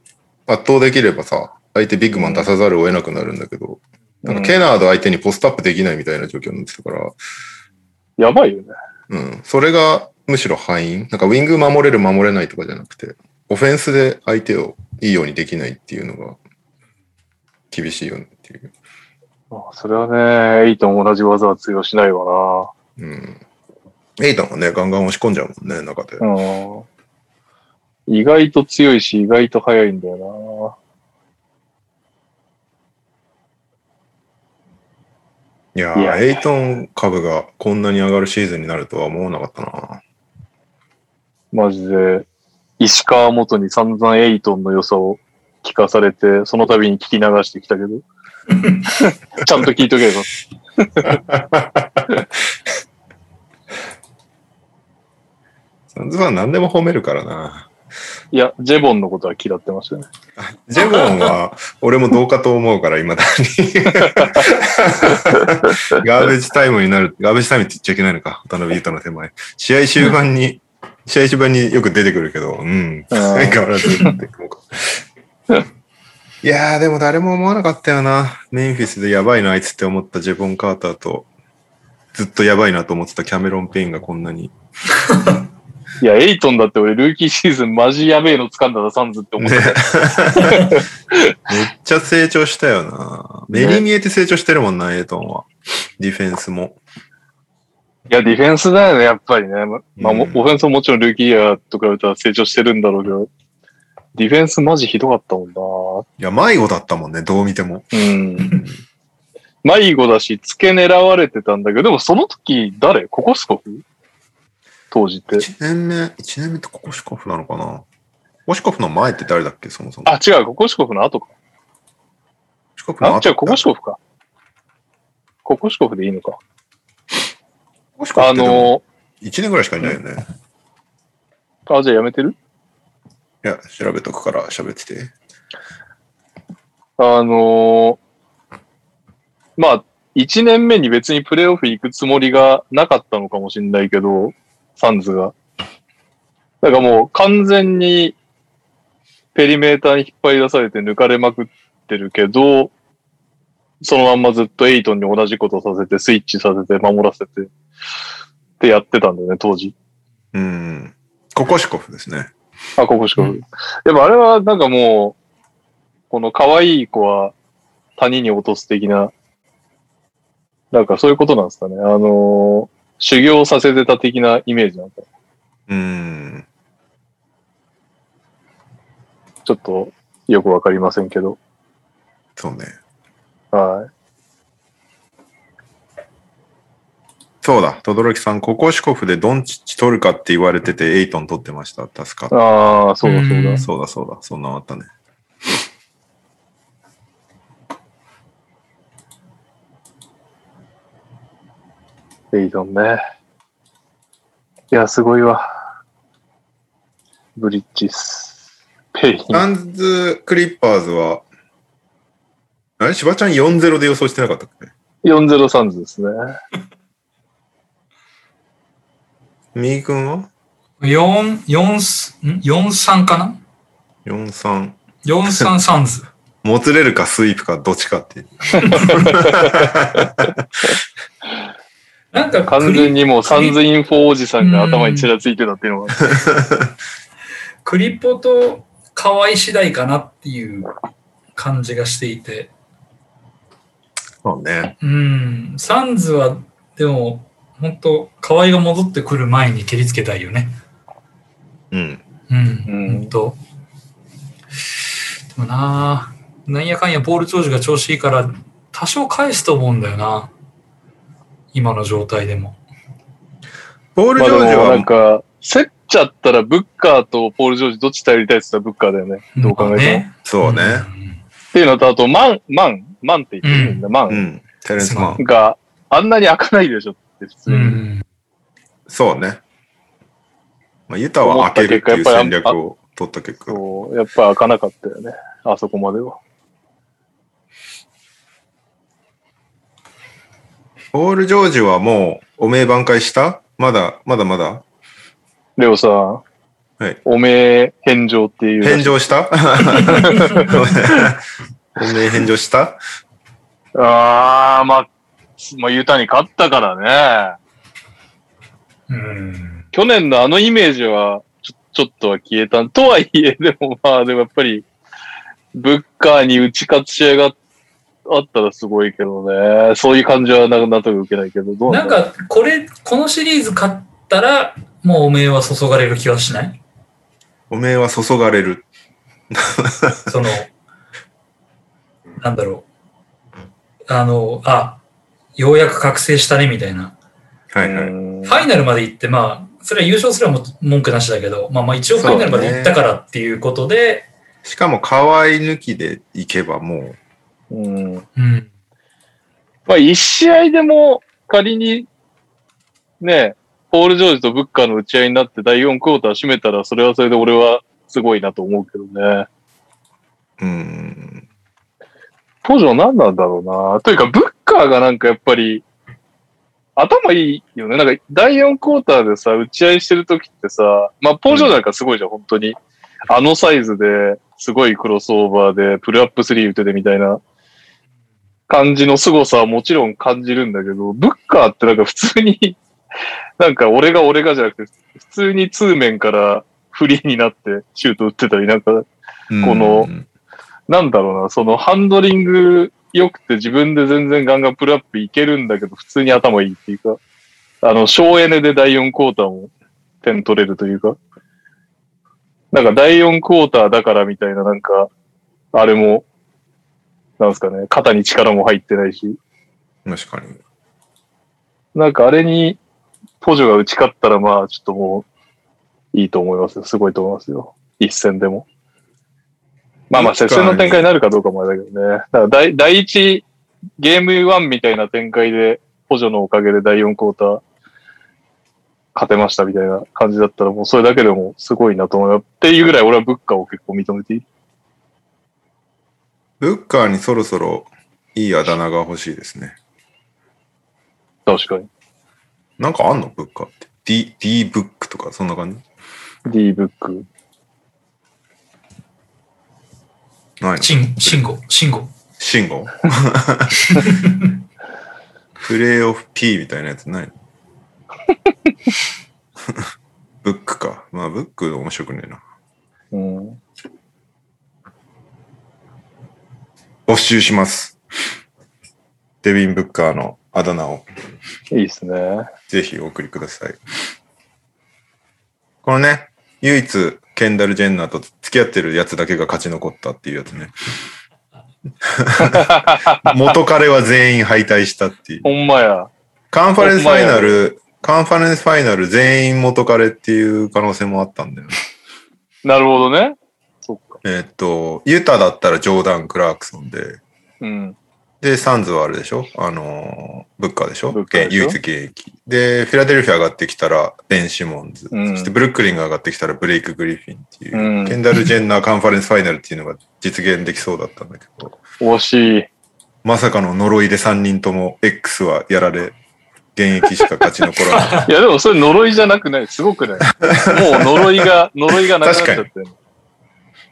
Speaker 1: 圧倒できればさ、相手ビッグマン出さざるを得なくなるんだけど、なんかケナード相手にポストアップできないみたいな状況になってたから、
Speaker 3: やばいよね。
Speaker 1: うん。それがむしろ敗因。なんかウィング守れる守れないとかじゃなくて、オフェンスで相手をいいようにできないっていうのが厳しいよねっていう。
Speaker 3: あそれはね、エイトも同じ技は通用しないわ
Speaker 1: うん。エイトンがね、ガンガン押し込んじゃうもんね、中で。
Speaker 3: な。うん。意外と強いし、意外と速いんだよ
Speaker 1: いや
Speaker 3: いや
Speaker 1: ー、エイトン株がこんなに上がるシーズンになるとは思わなかったな。
Speaker 3: な。マジで、石川元に散々エイトンの良さを聞かされて、その度に聞き流してきたけど。ちゃんと聞いとけば。
Speaker 1: サンズは何でも褒めるからな。
Speaker 3: いや、ジェボンのことは嫌ってましたね。
Speaker 1: ジェボンは俺もどうかと思うから、いまだに。ガーベージタイムになる、ガーベージタイムって言っちゃいけないのか、渡辺裕太の手前。試合終盤に、試合終盤によく出てくるけど、うん。
Speaker 3: うん
Speaker 1: 相変わらず出てくるか。いやー、でも誰も思わなかったよな。メンフィスでやばいな、あいつって思ったジェボン・カーターと、ずっとやばいなと思ってたキャメロン・ペインがこんなに。
Speaker 3: いや、エイトンだって俺、ルーキーシーズンマジやべえの掴んだな、サンズって思っ
Speaker 1: ね、
Speaker 3: て。
Speaker 1: めったちゃ成長したよな。目に見えて成長してるもんな、エイトンは。ディフェンスも。
Speaker 3: いや、ディフェンスだよね、やっぱりね。ままあ、も
Speaker 1: うん
Speaker 3: オフェンスももちろんルーキーイヤーと比べたら成長してるんだろうけど、ディフェンスマジひどかったもん
Speaker 1: いや、迷子だったもんね、どう見ても。
Speaker 3: な。うん。迷子だし、付け狙われてたんだけど、でもその時誰、ココスコフ当時って。
Speaker 1: 1年目、1年目ってココシコフなのかなココシコフの前って誰だっけ、そもそも。
Speaker 3: あ、違う、ココスコフの後か。
Speaker 1: ココシコフの
Speaker 3: あ、
Speaker 1: 後
Speaker 3: 違う、ココシコフか。ココシコフでいいのか。
Speaker 1: ココシコフ
Speaker 3: あ
Speaker 1: ってでも
Speaker 3: の、
Speaker 1: 1年ぐらいしかいないよね。
Speaker 3: あ、じゃあやめてる
Speaker 1: いや、調べとくから喋ってて。
Speaker 3: あのーまあ、一年目に別にプレイオフ行くつもりがなかったのかもしれないけど、サンズが。だからもう完全にペリメーターに引っ張り出されて抜かれまくってるけど、そのまんまずっとエイトンに同じことさせて、スイッチさせて、守らせて、ってやってたんだよね、当時。
Speaker 1: うん。ココシコフですね。
Speaker 3: あ、ここしか。
Speaker 2: うん
Speaker 3: でもあれはなんかもう、この可愛い子は谷に落とす的な、なんかそういうことなんですかね。あのー修行させてた的なイメージなんか。
Speaker 1: うん。
Speaker 3: ちょっとよくわかりませんけど。
Speaker 1: そうね。
Speaker 3: はい。
Speaker 1: そうだ、轟さん、ココシコフでドンチッチ取るかって言われてて、エイトン取ってました、確か。
Speaker 3: ああ、そうだそうだ
Speaker 2: うん。
Speaker 1: そうだそうだ、そんなのあったね。
Speaker 3: レイドンね。いや、すごいわ。ブリッジス。ペイン。
Speaker 1: サンズ・クリッパーズは、あれ、しばちゃん4-0で予想してなかったっけ
Speaker 3: 403ズですね。
Speaker 1: 右君は
Speaker 2: 4、4す、ん ?43 かな
Speaker 1: ?4-3。
Speaker 2: ?43 サンズ。
Speaker 1: もつれるかスイープかどっちかっていう。
Speaker 2: なんか
Speaker 3: 完全
Speaker 2: に
Speaker 3: にもうサンズインフォおじさんが頭にちらついてたっていうのが
Speaker 2: クリポと河合次第かなっていう感じがしていて。
Speaker 1: そうね。
Speaker 2: うん、サンズは、でも、本当河合が戻ってくる前に蹴りつけたいよね。
Speaker 1: うん。
Speaker 2: うん、
Speaker 3: うん
Speaker 2: ほんと。でもなあ、なんやかんやボール長寿が調子いいから、多少返すと思うんだよな。今の状態でも。
Speaker 1: ポール・
Speaker 3: ま
Speaker 1: ジ
Speaker 3: あ
Speaker 1: ョージ
Speaker 3: でも
Speaker 1: は、
Speaker 3: なんか、競っちゃったらブッカーとポール・ジョージどっち頼りたいって言ったらブッカーだよね。どう考えても。
Speaker 1: そうね。
Speaker 3: っていうのと、あと、マン、マン、マンって言ってるんだ、マ
Speaker 1: う
Speaker 3: ン
Speaker 1: ん。テレンス・マン。
Speaker 3: があんなに開かないでしょって普通
Speaker 2: う
Speaker 3: に。
Speaker 2: ん。
Speaker 1: そうね。まあ、ユタは開けるっていう戦略を取った結果。
Speaker 3: そう、やっぱ開かなかったよね。あそこまでは。
Speaker 1: ポール・ジョージはもう、おめえ挽回したまだ、まだまだ
Speaker 3: レオさん、
Speaker 1: はい
Speaker 3: おめえ返上っていう。
Speaker 1: 返上したお めえ返上した
Speaker 3: ああ、まあ、まあ、ユタに勝ったから
Speaker 2: う
Speaker 3: ね。
Speaker 2: ん。
Speaker 3: 去年のあのイメージはちょ、ちょっとは消えた。とはいえ、でもまあ、でもやっぱり、ブッカーに打ち勝つ試合があったらすごいけどね。そういう感じはなんなんとか受けないけど、どう
Speaker 2: なん
Speaker 3: だろう
Speaker 2: か、これ、このシリーズ勝ったら、もうおめえは注がれる気はしない
Speaker 1: おめえは注がれる。
Speaker 2: その、なんだろう。あの、あ、ようやく覚醒したね、みたいな。
Speaker 1: はいはい。
Speaker 3: うん
Speaker 2: ファイナルまで行って、まあ、それは優勝すらも文句なしだけど、まあまあ一応ファイナルまで行ったからっていうことで、
Speaker 1: しかも、可愛抜きでいけばも
Speaker 3: うん
Speaker 2: うん。
Speaker 3: まあ、一試合でも仮に、ね、ポール・ジョージとブッカーの打ち合いになって第4クォーター締めたら、それはそれで俺はすごいなと思うけどね。
Speaker 1: う、うん、
Speaker 3: 当時は何なんだろうな。というか、ブッカーがなんかやっぱり、頭いいよね。なんか、第4クォーターでさ、打ち合いしてる時ってさ、まあ、ポール・ジョージなんかすごいじゃん、本当に。あのサイズで、すごいクロスオーバーで、プルアップ3打ててみたいな感じの凄さはもちろん感じるんだけど、ブッカーってなんか普通に、 なんか俺が俺がじゃなくて、普通に通面からフリーになってシュート打ってたり、なんか
Speaker 1: うん
Speaker 3: この、なんだろうな、そのハンドリング良くて自分で全然ガンガンプルアップいけるんだけど、普通に頭いいっていうか、あの、省エネで第4クォーターも点取れるというか、なんか第4クォーターだからみたいな、なんか、あれも、なんですかね、肩に力も入ってないし、
Speaker 1: 確かに。
Speaker 3: なんかあれに、ポジョが打ち勝ったら、まあ、ちょっともう、いいと思いますよ。すごいと思いますよ。一戦でも。まあまあ、接戦の展開になるかどうかもあれだけどね。だから第、第一、ゲーム1みたいな展開で、ポジョのおかげで第4クォーター、勝てましたみたいな感じだったら、もうそれだけでもすごいなと思うよっていうぐらい、俺はブッカーを結構認めている。
Speaker 1: ブッカーにそろそろいいあだ名が欲しいですね。
Speaker 3: 確かに。
Speaker 1: なんかあんのブッカーって。D、D ブックとか、そんな感じ
Speaker 3: D ブック。
Speaker 1: ないの
Speaker 2: シン、シンゴ、シンゴ。
Speaker 1: シンゴプレイオフ P みたいなやつないのブックか。まあ、ブック面白くねえな。
Speaker 3: うん。
Speaker 1: 募集します。デビン・ブッカーのあだ名を
Speaker 3: いいですね。
Speaker 1: ぜひお送りください。このね、唯一ケンダル・ジェンナーと付き合ってるやつだけが勝ち残ったっていうやつね。元彼は全員敗退したっていう。
Speaker 3: ほんまや。
Speaker 1: カンファレンスファイナル、カンファレンスファイナル全員元彼っていう可能性もあったんだよね。
Speaker 3: なるほどね。そっか。
Speaker 1: えーっと、ユタだったらジョーダン・クラークソンで、
Speaker 3: うん。
Speaker 1: で、サンズはあれでしょあのー、ブッカーでしょ
Speaker 3: ブッカーでしょ
Speaker 1: 唯一現役。で、フィラデルフィア上がってきたら、ベン・シモンズ、
Speaker 3: うん
Speaker 1: そしてブルックリンが上がってきたら、ブレイク・グリフィンっていう、
Speaker 3: うん
Speaker 1: ケンダル・ジェンナーカンファレンスファイナルっていうのが実現できそうだったんだけど、
Speaker 3: 惜しい。
Speaker 1: まさかの呪いで3人とも X はやられ、現役しか勝ち残らない。
Speaker 3: いや、でもそれ呪いじゃなくないすごくないもう呪いが、呪いがなくなっちゃってる。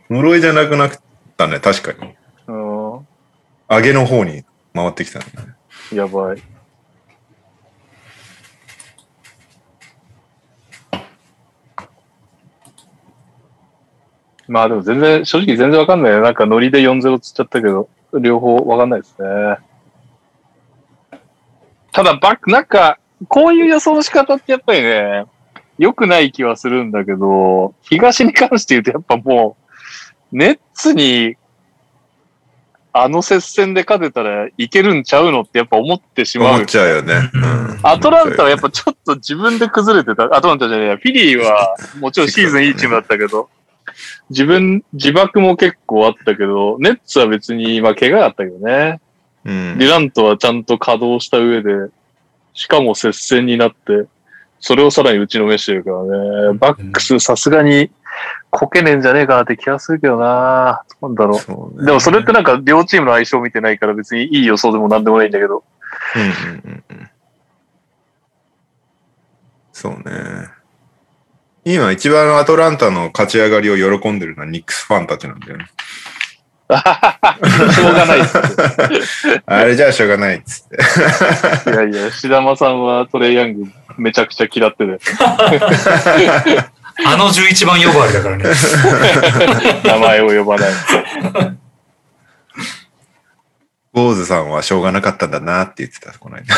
Speaker 1: 呪いじゃなくなったね、確かに。
Speaker 3: うん。
Speaker 1: 上げの方に回ってきたね。
Speaker 3: やばい。まあでも全然、正直全然わかんないよ。なんかノリで4-0つっちゃったけど、両方わかんないですね。ただ、バック、なんか、こういう予想の仕方ってやっぱりね、良くない気はするんだけど、東に関して言うとやっぱもう、ネッツにあの接戦で勝てたらいけるんちゃうのってやっぱ思ってしまう
Speaker 1: 思っちゃうよね。うん
Speaker 3: アトランタはやっぱちょっと自分で崩れてた。アトランタじゃないや、フィリーはもちろんシーズンいいチームだったけど、自分、自爆も結構あったけど、ネッツは別に、まあ怪我があったけどね。
Speaker 1: うん
Speaker 3: デュラントはちゃんと稼働した上で、しかも接戦になって、それをさらに打ちのめしてるからね。バックスさすがにこけねえんじゃねえかなって気がするけどな。なんだろ
Speaker 1: そう
Speaker 3: う。
Speaker 1: ね
Speaker 3: でもそれってなんか両チームの相性見てないから別にいい予想でもなんでもないんだけ
Speaker 1: う
Speaker 3: ど。
Speaker 1: んうんうんうん。そうね。今一番アトランタの勝ち上がりを喜んでるのはニックスファンたちなんだよね。
Speaker 3: しょうがないっす。
Speaker 1: あれじゃあしょうがないっつって。
Speaker 3: いやいや、志田間さんはトレイヤングめちゃくちゃ嫌っ てて、
Speaker 2: あの11番呼ばわりだからね。
Speaker 3: 名前を呼ばない。
Speaker 1: 坊主さんはしょうがなかったんだなって言ってた、この間。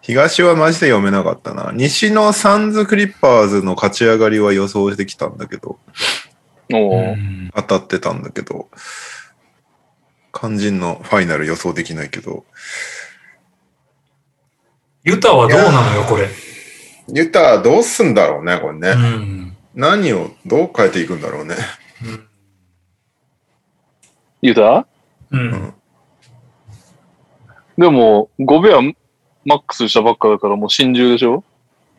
Speaker 1: 東はマジで読めなかったな。西のサンズ・クリッパーズの勝ち上がりは予想してきたんだけど、
Speaker 3: も
Speaker 2: うん
Speaker 1: 当たってたんだけど、肝心のファイナル予想できないけど、
Speaker 2: ユタはどうなのよ、これ。
Speaker 1: ユタどうすんだろうね、これね。
Speaker 2: うん。
Speaker 1: 何をどう変えていくんだろうね。
Speaker 3: う、ユダ
Speaker 2: うん。
Speaker 3: でも、ゴベアマックスしたばっかだからもう心中でしょ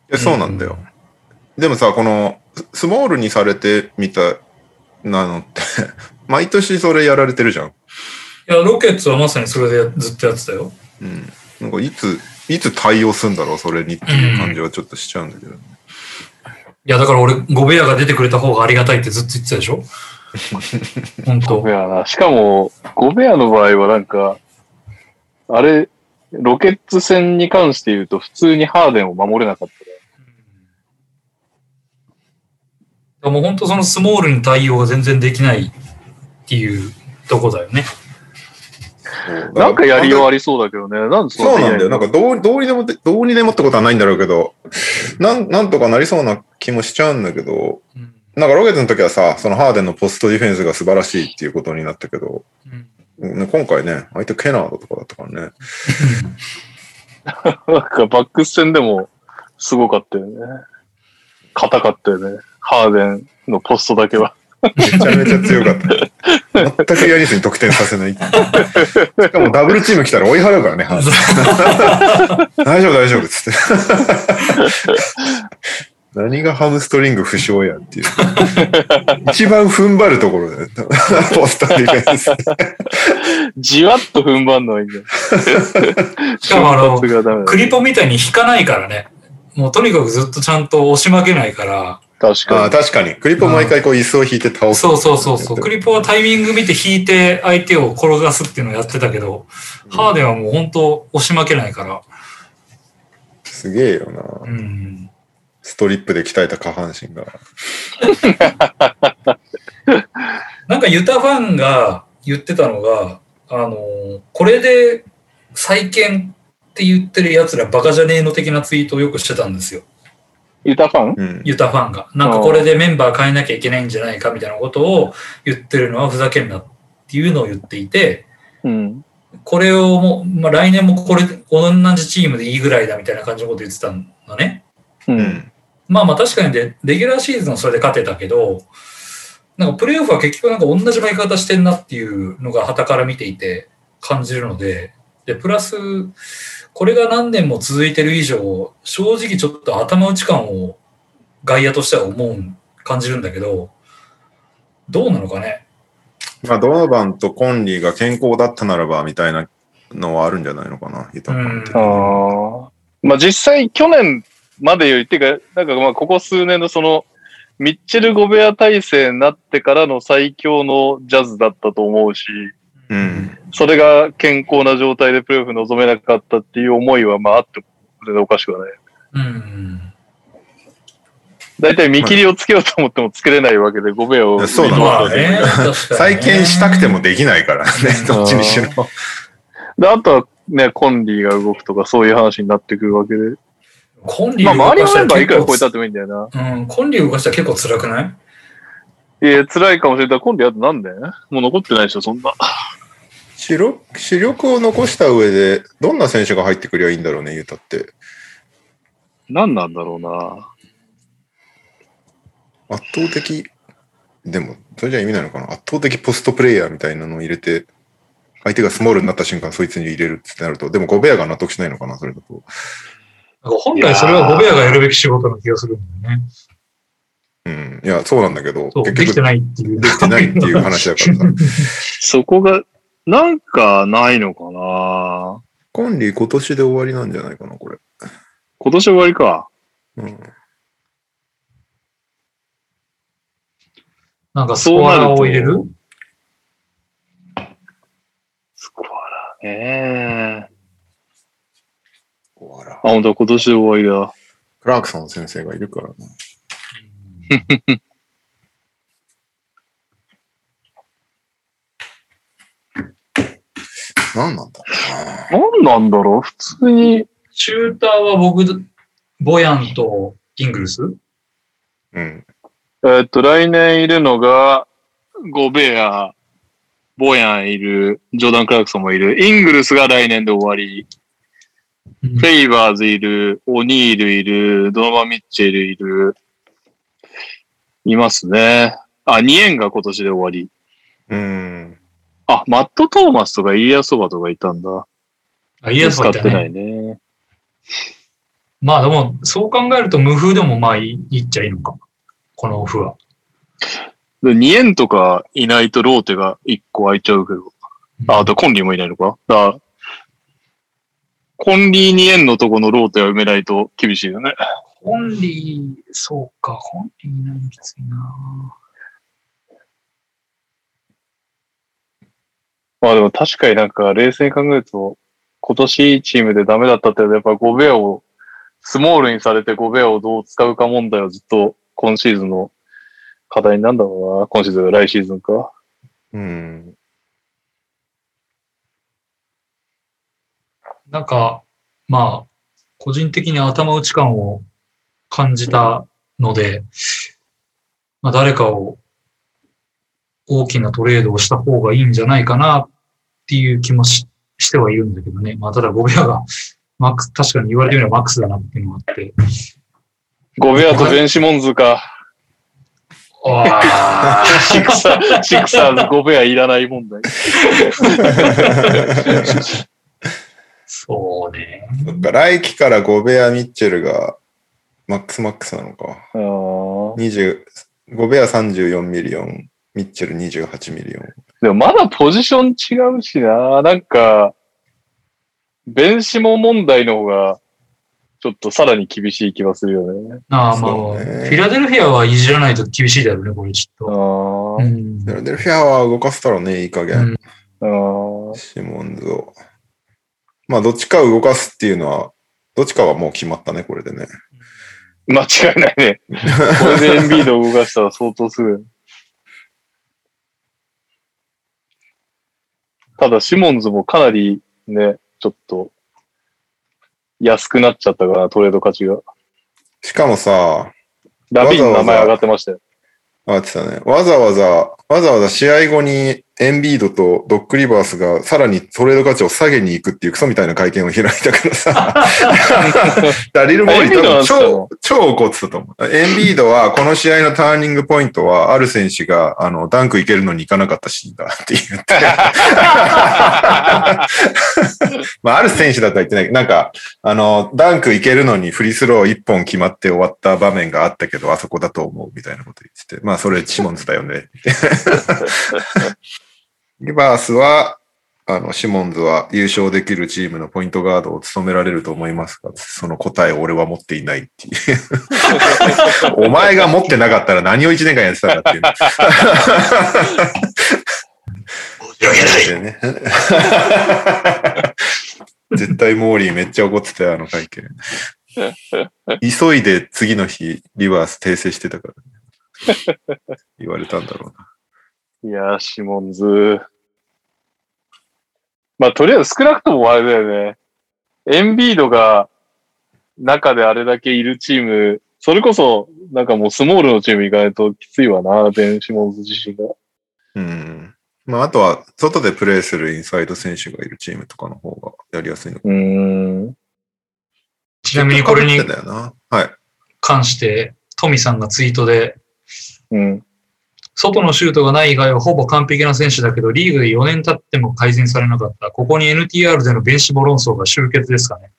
Speaker 1: えそうなんだよ。でもさ、このススモールにされてみたいなのって、 毎年それやられてるじゃん。
Speaker 2: いや、ロケッツはまさにそれでずっとやってたよ。
Speaker 1: うん。なんかいつ、いつ対応するんだろう、それにっていう感じはちょっとしちゃうんだけど。
Speaker 2: いや、だから俺、ゴベアが出てくれた方がありがたいってずっと言ってたでし ょ本
Speaker 3: ゴ
Speaker 2: 当
Speaker 3: ベアな。しかも、ゴベアの場合はなんか、あれ、ロケッツ戦に関して言うと普通にハーデンを守れなかったね。
Speaker 2: もう本当そのスモールに対応が全然できないっていうとこだよね。
Speaker 3: なんかやりよう
Speaker 1: う
Speaker 3: ありそうだけどね。なんで
Speaker 1: そうなんだよ。
Speaker 3: な
Speaker 1: なんんかどうどうにでもで、どうにでもってことはないんだろうけど、なんなんとかなりそうな気もしちゃうんだけど、
Speaker 2: うん
Speaker 1: なんかロケットの時はさ、そのハーデンのポストディフェンスが素晴らしいっていうことになったけど、
Speaker 2: うん
Speaker 1: ね今回ね、相手ケナードとかだったからね。
Speaker 3: かバックス戦でもすごかったよね。硬かったよね。ハーデンのポストだけは。
Speaker 1: めちゃめちゃ強かった。全くヤニスに得点させない。しかもダブルチーム来たら追い払うからね、ハーデン大丈夫、大丈夫、つって。 何がハムストリング不詳やっていう。一番踏ん張るところだよ。ポストディフェンス。
Speaker 3: じわっと踏ん張んのはいいんだよ。
Speaker 2: しかもあの
Speaker 3: 瞬発がダメだ
Speaker 2: クリポみたいに引かないからね。もうとにかくずっとちゃんと押し負けないから。
Speaker 3: 確
Speaker 1: あ
Speaker 3: か
Speaker 1: あ、
Speaker 3: に。
Speaker 1: 確かに。クリップを毎回こう椅子を引いて倒す。
Speaker 2: そうそうそうそう。クリポはタイミング見て引いて相手を転がすっていうのをやってたけど、ハーデンはもう本当押し負けないから。
Speaker 1: すげえよな。
Speaker 2: うん。
Speaker 1: ストリップで鍛えた下半身が。
Speaker 2: なんかユタファンが言ってたのが、あの、これで再建って言ってる奴らバカじゃねえの的なツイートをよくしてたんですよ。
Speaker 3: ユタファン
Speaker 1: うん。
Speaker 2: ユタファンが。なんかこれでメンバー変えなきゃいけないんじゃないかみたいなことを言ってるのはふざけんなっていうのを言っていて、
Speaker 3: うん。
Speaker 2: これをもう、まあ、来年もこれ、同じチームでいいぐらいだみたいな感じのこと言ってたのね。
Speaker 3: う。
Speaker 1: うんん。
Speaker 2: まあまあ確かにで、レギュラーシーズンはそれで勝てたけど、なんかプレーオフは結局なんか同じ負け方してんなっていうのが旗から見ていて感じるので、で、プラス、これが何年も続いてる以上、正直ちょっと頭打ち感を外野としては思う、感じるんだけど、どうなのかね。
Speaker 1: まあ、ドノバンとコンリーが健康だったならば、みたいなのはあるんじゃないのかな、ユタファンって
Speaker 2: う
Speaker 3: ああ。まあ実際去年までより、っていうか、なんかまあここ数年のその、ミッチェル・ゴベア体制になってからの最強のジャズだったと思うし、
Speaker 1: うん。
Speaker 3: それが健康な状態でプレーオフ望めなかったっていう思いはまああっても、それでおかしくはない。
Speaker 2: うん。
Speaker 3: 大体見切りをつけようと思ってもつけれないわけで、ゴベアを。
Speaker 1: そうだな
Speaker 2: まあね、確かにね
Speaker 1: 再建したくてもできないからね
Speaker 2: うん、
Speaker 1: どっちにしろ。
Speaker 3: で、あとはね、コンリーが動くとかそういう話になってくるわけで。
Speaker 2: コンリ
Speaker 3: まあ
Speaker 2: ー
Speaker 3: 周り
Speaker 2: 動かし
Speaker 3: の
Speaker 2: た
Speaker 3: メンバーいくら
Speaker 2: ら
Speaker 3: 超えた
Speaker 2: 結
Speaker 3: ってもいいんだよな。
Speaker 2: 構、うん、コンリー動かしたら結構辛くない
Speaker 3: いや、辛いかもしれない。コンリーあと何年もう残ってないでしょ、そんな。
Speaker 1: 主力、主力を残した上で、どんな選手が入ってくりゃいいんだろうね、ユタって。
Speaker 3: 何なんだろうな。
Speaker 1: 圧倒的、でも、それじゃ意味ないのかな。圧倒的ポストプレイヤーみたいなのを入れて、相手がスモールになった瞬間、そいつに入れるってなると、でもゴベアが納得しないのかな、それだと。
Speaker 2: なんか本来それはゴベアがやるべき仕事な気がするんだよね。
Speaker 1: うん。いや、そうなんだけど、
Speaker 2: そう、できてないっていう。
Speaker 1: できてないっていう話だから さ。
Speaker 3: そこが、なんかないのかな
Speaker 1: コンリー今年で終わりなんじゃないかな、これ。
Speaker 3: 今年終わりか。
Speaker 1: うん。
Speaker 2: なんかスコアラーを入れる
Speaker 3: スコアラね。
Speaker 1: 終わら
Speaker 3: あ、本当だ今年で終わりだ。
Speaker 1: クラークソン先生がいるからな。何なんだろうな。
Speaker 3: なんなんだろう普通に。
Speaker 2: シューターは僕、ボヤンとイングルス
Speaker 1: うん。
Speaker 3: えーっと、来年いるのが、ゴベア、ボヤンいる、ジョーダン・クラークソンもいる、イングルスが来年で終わり、
Speaker 2: うん
Speaker 3: フェイバーズいる、オニールいる、ドノバン・ミッチェルいる、いますね。あ、ニエンが今年で終わり。
Speaker 1: うん。
Speaker 3: あ、マット・トーマスとかイーヤソバとかいたんだ。
Speaker 2: あ、イエス
Speaker 3: 使
Speaker 2: だ
Speaker 3: っ
Speaker 2: った
Speaker 3: てな
Speaker 2: ね。
Speaker 3: いね。
Speaker 2: まあでも、そう考えると無風でもまあいいいっちゃいいのか。このオフは。
Speaker 3: でニエンとかいないとローテが1個空いちゃうけど。あ、あとコンリーもいないのかだからコンリー2円のとこのローテは埋めないと厳しいよね。
Speaker 2: コンリー、そうか、コンリーいないのきついな
Speaker 3: まあでも確かになんか冷静に考えると、今年いいチームでダメだったってやっぱゴベアを、スモールにされてゴベアをどう使うか問題はずっと今シーズンの課題なんだろうな。今シーズン、来シーズンか。
Speaker 1: うん。
Speaker 2: なんか、まあ、個人的に頭打ち感を感じたので、まあ誰かを大きなトレードをした方がいいんじゃないかなっていう気もししてはいるんだけどね。まあただゴベアが、マックス、確かに言われてみればマックスだなっていうのがあって。
Speaker 3: ゴベアとベンシモンズか。
Speaker 2: あ
Speaker 3: シクサー、シクサーズゴベアいらない問題。
Speaker 2: そうね。
Speaker 1: そっか、来季からゴベア・ミッチェルがマックスマックスなのか。
Speaker 3: あー
Speaker 1: 20ゴベア34ミリオン、ミッチェル28ミリオン。
Speaker 3: でもまだポジション違うしな。なんか、ベンシモン問題の方が、ちょっとさらに厳しい気はするよね。
Speaker 2: ああまあ、
Speaker 1: そうね
Speaker 2: フィラデルフィアはいじらないと厳しいだろうね、これち
Speaker 3: あ
Speaker 2: ょっと。
Speaker 3: ー
Speaker 2: うん
Speaker 1: フィラデルフィアは動かせたらね、いい加減、
Speaker 3: あー
Speaker 1: シモンズを。まあ、どっちかを動かすっていうのは、どっちかはもう決まったね、これでね。
Speaker 3: 間違いないね。これでエンビードを動かしたら相当すぐ。ただ、シモンズもかなりね、ちょっと、安くなっちゃったから、トレード価値が。
Speaker 1: しかもさ、
Speaker 3: ラビーンの名
Speaker 1: わざわ
Speaker 3: 前
Speaker 1: ざ
Speaker 3: 上がってましたよ。
Speaker 1: あってたね。わざわざ、わざわざ試合後にエンビードとドックリバースがさらにトレード価値を下げに行くっていうクソみたいな会見を開いたからさ。ダリル・モーリー多分超、超怒ってたと思う。エンビードはこの試合のターニングポイントはある選手があのダンク行けるのに行かなかったシーンだって言って。 まあ、ある選手だとは言ってないけど、なんか、あの、ダンクいけるのにフリースロー1本決まって終わった場面があったけど、あそこだと思うみたいなこと言ってて、まあ、それシモンズだよね。リバースは、あの、シモンズは優勝できるチームのポイントガードを務められると思いますが、その答えを俺は持っていないっていう。 お前が持ってなかったら何を1年間やってたんだっていう。
Speaker 2: 申し訳ない。
Speaker 1: でね 絶対モーリーめっちゃ怒ってたよ、あの会見。急いで次の日、リバース訂正してたから、ね、言われたんだろうな。
Speaker 3: いやー、シモンズ。まあ、とりあえず少なくともあれだよね。エンビードが中であれだけいるチーム、それこそ、なんかもうスモールのチーム行かないときついわな、ベン・シモンズ自身が。
Speaker 1: うん。まあ、あとは、外でプレーするインサイド選手がいるチームとかの方がやりやすいのか。
Speaker 3: うーん。
Speaker 2: ちなみにこれに
Speaker 1: だよな。はい。
Speaker 2: 関して、トミさんがツイートで、
Speaker 3: うん。
Speaker 2: 外のシュートがない以外はほぼ完璧な選手だけど、リーグで4年経っても改善されなかった。ここに NTR でのベンシボ論争が集結ですかね。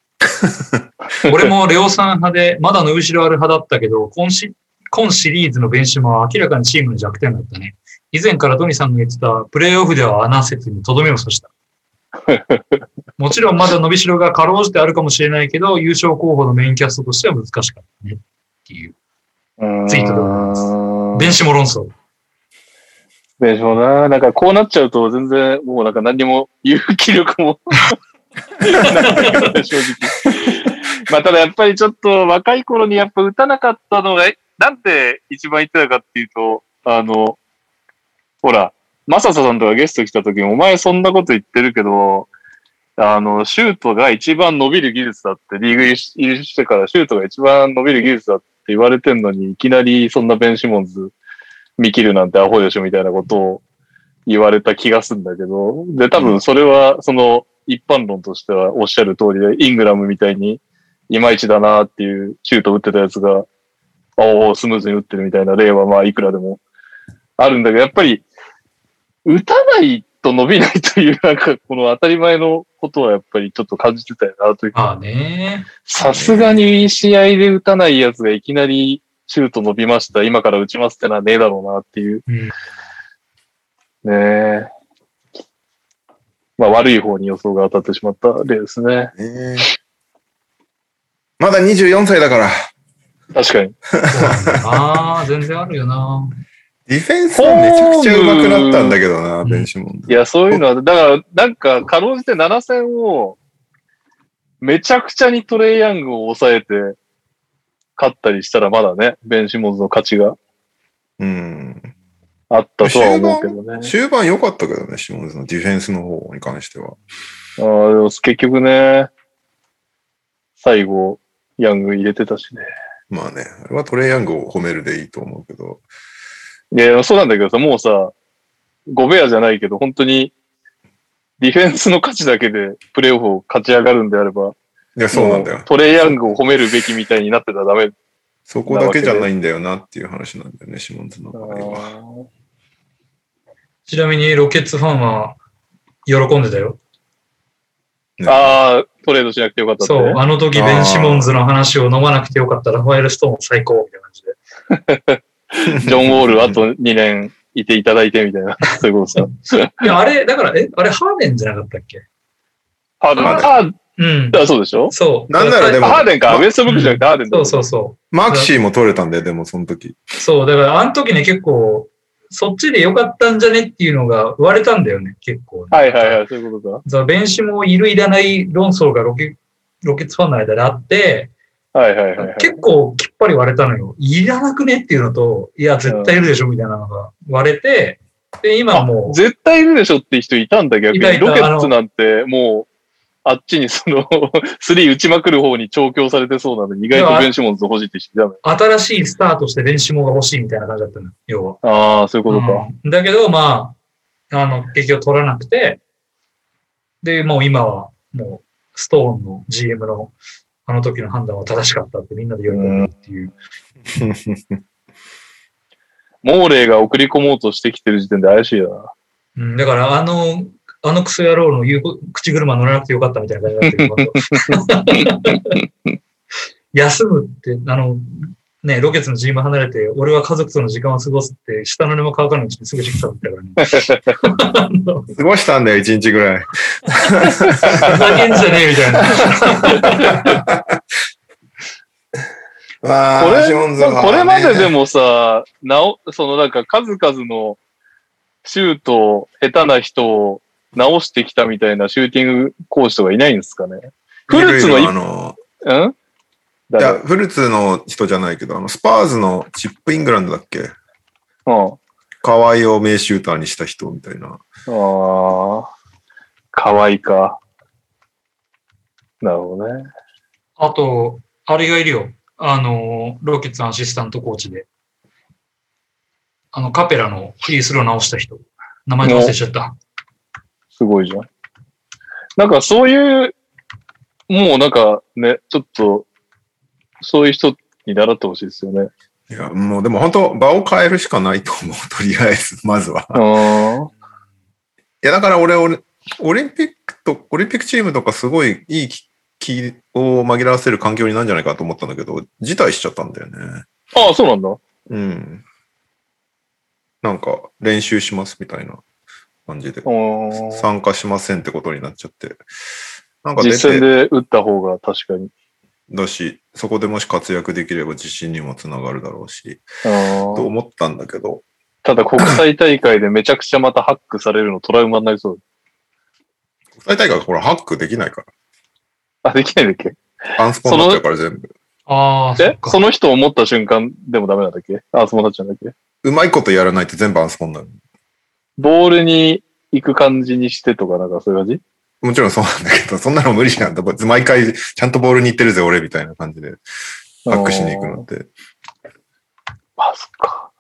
Speaker 2: 俺もレオさん派で、まだ伸びしろある派だったけど、今シ今シリーズのベンシモは明らかにチームの弱点だったね。以前からトニさんが言ってた、プレイオフでは穴説にとどめを刺した。もちろんまだ伸びしろがかろうじてあるかもしれないけど、優勝候補のメインキャストとしては難しかったね。っていう。ツイートでございますベンシモ論争。
Speaker 3: でしょうな。なんかこうなっちゃうと全然もうなんか何にも勇気力もなくなるから正直。まあただやっぱりちょっと若い頃にやっぱ打たなかったのが、えなんて一番言ってたかっていうと、あの、ほら、マササさんとかゲスト来た時にお前そんなこと言ってるけど、あの、シュートが一番伸びる技術だって、リーグ入りし入りしてからシュートが一番伸びる技術だって言われてんのに、いきなりそんなベンシモンズ見切るなんてアホでしょみたいなことを言われた気がするんだけど、で、多分それは、その、一般論としてはおっしゃる通りで、イングラムみたいに、いまいちだなっていうシュート打ってたやつが、おお、スムーズに打ってるみたいな例は、まあ、いくらでもあるんだけど、やっぱり、打たないと伸びないという、なんか、この当たり前のことはやっぱりちょっと感じてたよなという
Speaker 2: まあね。
Speaker 3: さすがに試合で打たないやつがいきなりシュート伸びました、今から打ちますってのはねえだろうなっていう。
Speaker 2: うん
Speaker 3: ねえ。まあ悪い方に予想が当たってしまった例ですね。
Speaker 1: ねえまだ24歳だから、
Speaker 3: 確かに。
Speaker 2: そうなんだよな全然あるよな
Speaker 1: ディフェンスはめちゃくちゃ上手くなったんだけどな、
Speaker 2: うん
Speaker 1: ベンシモンズ
Speaker 3: い。や、そういうのは、だから、なんか、かろうじて7戦を、めちゃくちゃにトレイヤングを抑えて、勝ったりしたらまだね、ベンシモンズの価値が
Speaker 1: うん。
Speaker 3: あったとは思うけどね。
Speaker 1: 終盤良かったけどね、シモンズのディフェンスの方に関しては。
Speaker 3: ああ、でも結局ね、最後、ヤング入れてたしね。
Speaker 1: まあね、あれはトレイヤングを褒めるでいいと思うけど。
Speaker 3: いやいや、そうなんだけどさ、もうさ、ゴベアじゃないけど、本当に、ディフェンスの価値だけでプレイオフを勝ち上がるんであれば、
Speaker 1: いや、そうなんだ
Speaker 3: も
Speaker 1: よ。
Speaker 3: トレイヤングを褒めるべきみたいになってたらダメ。
Speaker 1: そこだけじゃないんだよなっていう話なんだよね、シモンズの場合は。
Speaker 2: ちなみにロケッツファンは喜んでたよ。
Speaker 1: ね
Speaker 3: ああ、トレードしなくてよかったって。
Speaker 2: そう、あの時ベン・シモンズの話を飲まなくてよかったラファエル・ストーン最高みたいな感じで。
Speaker 3: ジョン・ウォールあと2年いていただいてみたいな、 そういうことさ。
Speaker 2: いや、あれ、だから、え、あれ、ハーデンじゃなかったっけ
Speaker 3: ハーデンあ
Speaker 2: うん。
Speaker 3: あ、そうでしょ
Speaker 2: そう。
Speaker 1: なんならでも
Speaker 3: ハーデンか、ウェストブックじゃなくてハーデンだ
Speaker 2: そうそうそ
Speaker 1: マクシーも取れたんだよ、でもその時。
Speaker 2: う。そう、だから、あの時ね、結構、そっちでよかったんじゃねっていうのが割れたんだよね、結構、
Speaker 3: はいはいはい、そういうこと
Speaker 2: ザ・ベンシモンいるいらない論争がロケロケッツファンの間であって、
Speaker 3: か。はいはいはい、はい。
Speaker 2: 結構きっぱり割れたのよ。いらなくねっていうのと、いや、絶対いるでしょみたいなのが割れて、で、今もう、
Speaker 3: 絶対いるでしょって人いたんだ、逆に。
Speaker 2: いたいた
Speaker 3: ロケッツなんて、もう、あっちにその、 スリー打ちまくる方に調教されてそうなのに、意外とベンシモンズ欲しいって人いたの。
Speaker 2: 新しいスターとしてベンシモンが欲しいみたいな感じだったのよ、要は。
Speaker 3: ああ、そういうことか。
Speaker 2: うんだけど、まあ、あの、結局取らなくて、で、もう今は、もう、ストーンの GM の、あの時の判断は正しかったってみんなで言われたっていう。
Speaker 3: モーレーが送り込もうとしてきてる時点で怪しいよ
Speaker 2: うん、だから、あの、あのクソ野郎の言うこ口車乗らなくてよかったみたいな感じになってる。 休むって、あの、ね、ロケツの GM 離れて、俺は家族との時間を過ごすって、下の根も乾かないうちにすぐ実家だったからね。あの
Speaker 1: 過ごしたんだよ、1日ぐ らい。
Speaker 2: ふざけんじゃねえみたいな。
Speaker 3: な。
Speaker 1: わ
Speaker 3: こ
Speaker 1: ー
Speaker 3: れ、
Speaker 1: シモンズはね
Speaker 3: これまででもさ、なお、そのなんか数々のシュートを下手な人を直してきたみたいなシューティング講師とかいないんですかね。フルーツの
Speaker 1: いるいる
Speaker 3: 一
Speaker 1: あの、
Speaker 3: うん
Speaker 1: い
Speaker 3: 誰
Speaker 1: や、フルーツの人じゃないけど、あの、スパーズのチップイングランドだっけ
Speaker 3: うん。
Speaker 1: 河合を名シューターにした人みたいな。
Speaker 3: ああ、かわいいか。なるほどね。
Speaker 2: あと、あれがいるよ。あの、ロケッツのアシスタントコーチで。あの、カペラのフリースロー直した人。名前忘れちゃった。
Speaker 3: すごいじゃん。なんかそういう、もうなんかね、ちょっと、そういう人に習ってほしいですよね。
Speaker 1: いや、もうでも本当、場を変えるしかないと思う。とりあえず、まずは。
Speaker 3: あー
Speaker 1: いや、だから俺、俺、オリンピックと、オリンピックチームとかすごいいい気気を紛らわせる環境になるんじゃないかと思ったんだけど、辞退しちゃったんだよね。
Speaker 3: あー、そうなんだ。
Speaker 1: うん。なんか、練習しますみたいな感じで、
Speaker 3: あー
Speaker 1: 参加しませんってことになっちゃって。なんか
Speaker 3: 実
Speaker 1: 出
Speaker 3: 戦
Speaker 1: て
Speaker 3: で打った方が確かに。
Speaker 1: だし、そこでもし活躍できれば自信にもつながるだろうし、
Speaker 3: あ
Speaker 1: と
Speaker 3: ー
Speaker 1: 思ったんだけど、
Speaker 3: ただ国際大会でめちゃくちゃまたハックされるのトラウマになりそう。
Speaker 1: 国際大会はほら、ハックできないか
Speaker 3: あ、できないんだっけ
Speaker 1: ら。アンスポになっちゃうから全部。
Speaker 2: ああ、そ
Speaker 3: え
Speaker 2: っか
Speaker 3: その人を思った瞬間でもダメなんだっけあ、そうなっちゃうんだっけ
Speaker 1: うまいことやらないと全部アンスポになる。
Speaker 3: ボールに行く感じにしてとか、なんかそういう感じ
Speaker 1: もちろんそうなんだけど、そんなの無理じゃん。だから毎回、ちゃんとボールに行ってるぜ、俺、みたいな感じで、ハックしに行くのって。
Speaker 3: あーあ、そっか。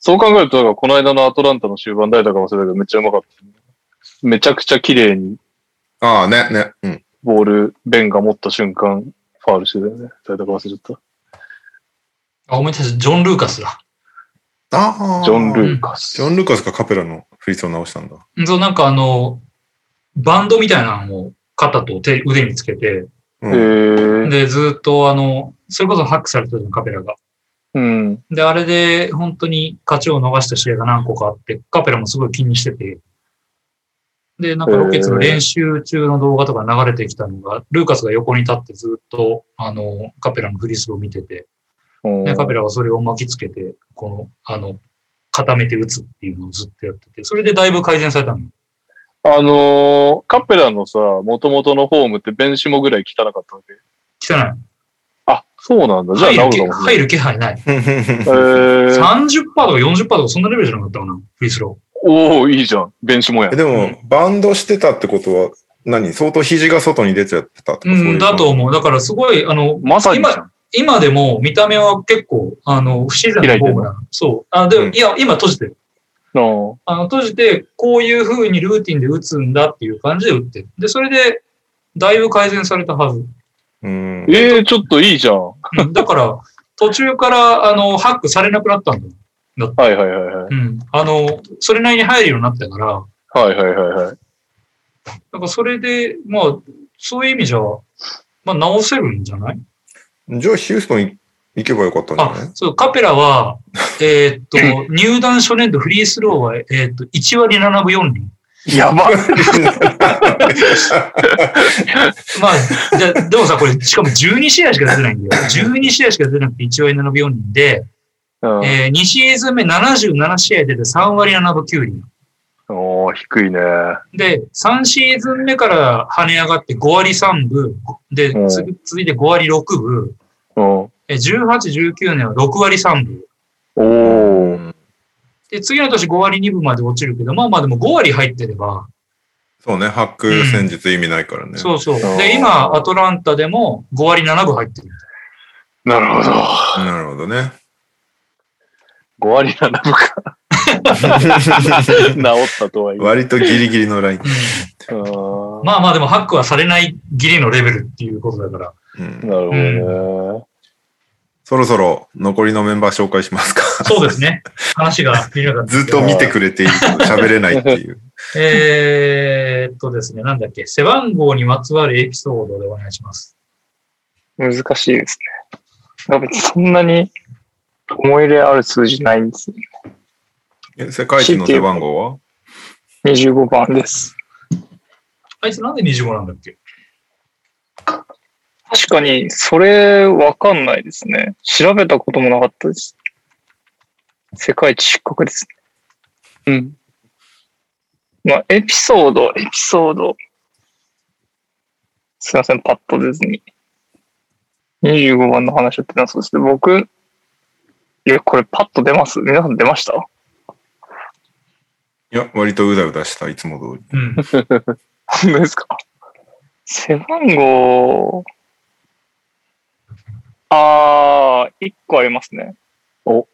Speaker 3: そう考えると、だからこの間のアトランタの終盤誰だか忘れたけど、めっちゃうまかった。めちゃくちゃ綺麗に
Speaker 1: ああ、ね、ね。うん。
Speaker 3: ボール、ベンが持った瞬間、ファールしてたよね。誰だか忘れちゃった。
Speaker 2: あ、思い出した。ジョン・ルーカスだ。
Speaker 1: ああ。
Speaker 3: ジョン・ルーカス。
Speaker 1: ジョン・ルーカスがカペラの振り付けを直したんだ。
Speaker 2: そう、なんかあの、バンドみたいなのを肩と手、腕につけて、
Speaker 1: う
Speaker 3: え
Speaker 1: ん
Speaker 3: ー、
Speaker 2: で、ずっとあの、それこそハックされてたの、カペラが。
Speaker 3: うん。
Speaker 2: で、あれで本当に勝ちを逃した試合が何個かあって、カペラもすごい気にしてて、で、なんかロケッツの練習中の動画とか流れてきたのが、ルーカスが横に立ってずっと、あの、カペラのフリスを見てて、
Speaker 3: うん
Speaker 2: でカペラはそれを巻きつけて、この、あの、固めて打つっていうのをずっとやってて、それでだいぶ改善されたの。
Speaker 3: あのーカペラのさ、元々のフォームってベンシモぐらい汚かったわけ。
Speaker 2: 汚い。
Speaker 3: あ、そうなんだ。じゃあ
Speaker 2: 入る
Speaker 3: 直
Speaker 2: 気
Speaker 3: るかもしれ
Speaker 2: 入る気配ない。
Speaker 3: ない。えー、
Speaker 2: 30%とか40%とかそんなレベルじゃなかったかな、フリースロ
Speaker 3: おおいいじゃん。ベンシモや
Speaker 1: え。でも、バンドしてたってことは、何相当肘が外に出ちゃってたとか、
Speaker 2: ー。
Speaker 1: そう
Speaker 2: う
Speaker 1: い
Speaker 2: ん、
Speaker 1: う
Speaker 2: だと思う。だからすごい、あの、
Speaker 3: まさにじゃん。
Speaker 2: 今でも見た目は結構、あの、不自然なフォームなの。そう。あ、でも、
Speaker 1: うん
Speaker 2: いや、今閉じてる。
Speaker 3: の
Speaker 2: あの、閉じて、こういう風にルーティンで打つんだっていう感じで打ってる。で、それで、だいぶ改善されたはず。
Speaker 1: うん。
Speaker 3: ええー、ちょっといいじゃん。は
Speaker 2: うんだから、途中から、あの、ハックされなくなったんだよ。
Speaker 3: いはいはいは
Speaker 2: う
Speaker 3: い。
Speaker 2: ん。あの、それなりに入るようになったから、
Speaker 3: はいはいはいはい。
Speaker 2: だからそれで、まあ、そういう意味じゃ、まあ、直せるんじゃない
Speaker 1: じゃあ、ヒューストン行けばよかったんじゃない
Speaker 2: あ、そう、カペラ は、えーっと、入団初年度フリースローは、えーっと、1割7分4厘。
Speaker 3: やば
Speaker 2: まあ、じゃあでもさ、これ、しかも12試合しか出てないんだよ。12試合しか出てなくて1割7分4人で、
Speaker 3: うん
Speaker 2: えー、2シーズン目77試合出て3割7分9厘。
Speaker 3: おお低いね。
Speaker 2: で、3シーズン目から跳ね上がって5割3分、で、
Speaker 3: うん
Speaker 2: つ続いて5割6分、
Speaker 3: うん。お
Speaker 2: えー18、19年は6割3分。
Speaker 1: う
Speaker 3: お
Speaker 1: ん
Speaker 2: で、次の年5割2分まで落ちるけど、まあまあでも5割入ってれば、
Speaker 1: そうね、ハック戦術意味ないからね。
Speaker 2: そうそう。
Speaker 3: うん
Speaker 2: で、今、アトランタでも5割7分入ってる。
Speaker 3: なるほど。
Speaker 1: なるほどね。
Speaker 3: 5割7分か。 治ったとはいえ。
Speaker 1: 割とギリギリのライン。
Speaker 3: うん
Speaker 2: まあまあでもハックはされないギリのレベルっていうことだから。
Speaker 1: うん、
Speaker 3: なるほどね。
Speaker 1: そろそろ残りのメンバー紹介しますか。
Speaker 2: そうですね。話が見えなかった
Speaker 1: ずっと見てくれているけど喋れないっていう。
Speaker 2: えーっとですね、なんだっけ、背番号にまつわるエピソードでお願いします。
Speaker 4: 難しいですね。なんかそんなに思い入れある数字ないんですね。
Speaker 1: え世界一の背番号は
Speaker 4: 25番です。
Speaker 2: あいつなんで25なんだっけ
Speaker 4: 確かに、それわかんないですね。調べたこともなかったです。世界一失格ですね。うん。まあ、エピソード、エピソード。すいません、パッと出ずに。25番の話をってのはそうですね。僕、いや、これパッと出ます皆さん出ました
Speaker 1: いや、割とうだうだした、いつも通り。
Speaker 2: うん。
Speaker 4: 本当ですか背番号、あー、1個ありますね。
Speaker 3: お。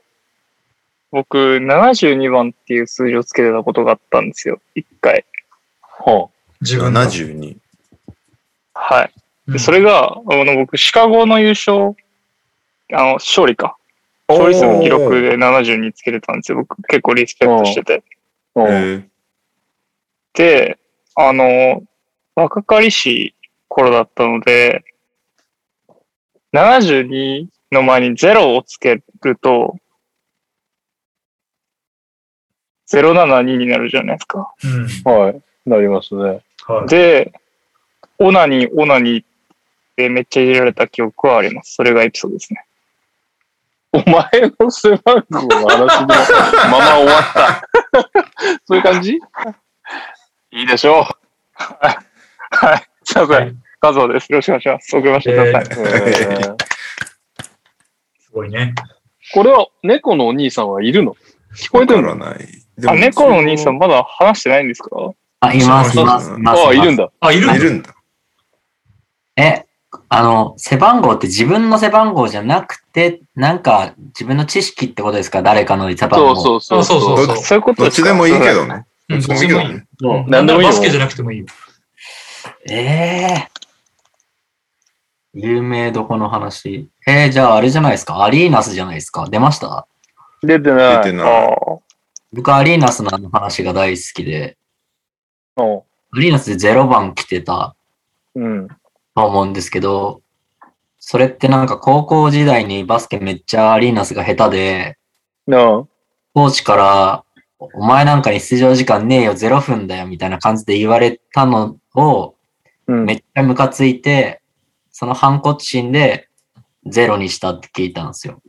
Speaker 4: 僕、72番っていう数字をつけてたことがあったんですよ。1回。
Speaker 3: は
Speaker 2: 自分の。
Speaker 1: 72。
Speaker 4: はい。
Speaker 2: うん
Speaker 4: でそれが、あの、僕、シカゴの優勝、あの、勝利か。勝利数の記録で70につけてたんですよ。僕結構リスペクトしてて。
Speaker 1: え
Speaker 3: うん。
Speaker 1: ー
Speaker 4: で、あの、若かりし頃だったので、72の前に0をつけると、072になるじゃないですか。
Speaker 2: うん。
Speaker 3: はい。なりますね。
Speaker 2: はい。
Speaker 4: で、オナニー、オナニーってめっちゃいじられた記憶はあります。それがエピソードですね。
Speaker 3: お前の背番号の話のまま終わった。 そういう感じいいでしょ
Speaker 4: はい。すいませ
Speaker 2: はい
Speaker 4: ん。画像です。よろしくお願いします。送りましてください。
Speaker 3: う。えー
Speaker 2: すごいね。
Speaker 3: これは猫のお兄さんはいるの聞こえ
Speaker 1: わ
Speaker 3: て
Speaker 1: か
Speaker 3: るの
Speaker 1: らない。で
Speaker 4: あ、猫のお兄さん
Speaker 1: も
Speaker 4: まだ話してないんですか
Speaker 5: あ、います、います、います。
Speaker 3: ああ、いるん
Speaker 5: だ。
Speaker 3: だ。
Speaker 2: あ、いる
Speaker 1: いるんだ。
Speaker 5: え、あの、背番号って自分の背番号じゃなくて、なんか自分の知識ってことですか誰かの背番
Speaker 3: そ
Speaker 5: 号。
Speaker 3: うそう
Speaker 2: そ
Speaker 3: そう
Speaker 2: うそうそうそう。
Speaker 4: そういうこと
Speaker 1: どっ
Speaker 4: です
Speaker 1: ち
Speaker 4: か
Speaker 1: でもいいけどね。
Speaker 2: うん、
Speaker 1: ど
Speaker 2: ど
Speaker 1: っ
Speaker 2: っ
Speaker 1: ち
Speaker 2: ち
Speaker 1: で
Speaker 2: で
Speaker 1: も
Speaker 2: も
Speaker 1: いい
Speaker 2: いいよ。
Speaker 1: けどね。
Speaker 5: そう
Speaker 2: な
Speaker 3: 何
Speaker 2: ん
Speaker 3: で
Speaker 2: なら
Speaker 3: もいいよ
Speaker 2: バスケじゃなくてもいいよ。
Speaker 5: ええ有名どこの話。えー、じゃああれじゃないですか。アリーナスじゃないですか。出ました
Speaker 3: 出てない。
Speaker 1: 出てない。
Speaker 4: あ
Speaker 5: 僕アリーナスのあの話が大好きで、
Speaker 3: うん
Speaker 5: アリーナスで0番来てた
Speaker 3: うん。
Speaker 5: と思うんですけど、それってなんか高校時代にバスケめっちゃアリーナスが下手で、
Speaker 3: なあ。
Speaker 5: コーチから、お前なんかに出場時間ねえよ、0分だよ、みたいな感じで言われたのを、
Speaker 3: うん
Speaker 5: めっちゃムカついて、その反骨心で、ゼロにしたって聞いたんですよ。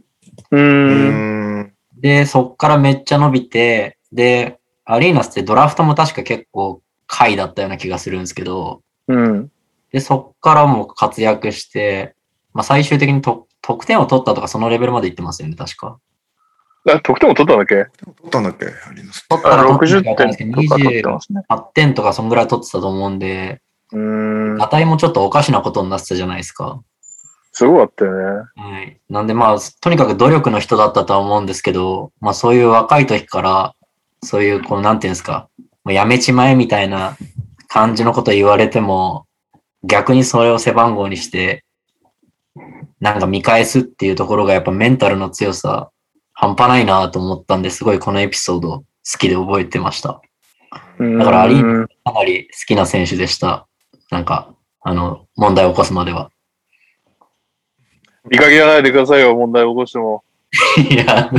Speaker 3: う
Speaker 1: うー
Speaker 3: ん。
Speaker 1: ん。
Speaker 5: で、そっからめっちゃ伸びて、で、アリーナスってドラフトも確か結構下位だったような気がするんですけど、
Speaker 3: うん。
Speaker 5: で、そっからも活躍して、まあ最終的にと得点を取ったとかそのレベルまで行ってますよね、確か。
Speaker 3: あ、得点も取ったんだっけ
Speaker 1: 取ったんだっけあります
Speaker 5: 取った
Speaker 4: あ
Speaker 5: ら
Speaker 4: 60
Speaker 5: 取ったのか
Speaker 4: 点とか取って
Speaker 5: 28
Speaker 4: ますね。
Speaker 5: 点とかそんぐらい取ってたと思うんで、
Speaker 3: うーん。
Speaker 5: 値もちょっとおかしなことになってたじゃないですか。
Speaker 3: すごかったよね。
Speaker 5: はい。なんでまあ、とにかく努力の人だったとは思うんですけど、まあそういう若い時から、そういう、こう、なんていうんですか、もうやめちまえみたいな感じのこと言われても、逆にそれを背番号にして、なんか見返すっていうところがやっぱメンタルの強さ、半端ないなと思ったんですごいこのエピソード好きで覚えてました。
Speaker 3: うん
Speaker 5: だからアリーかなり好きな選手でした。なんか、あの、問題を起こすまでは。
Speaker 3: 見かけらないでくださいよ、問題起こしても。
Speaker 5: い や、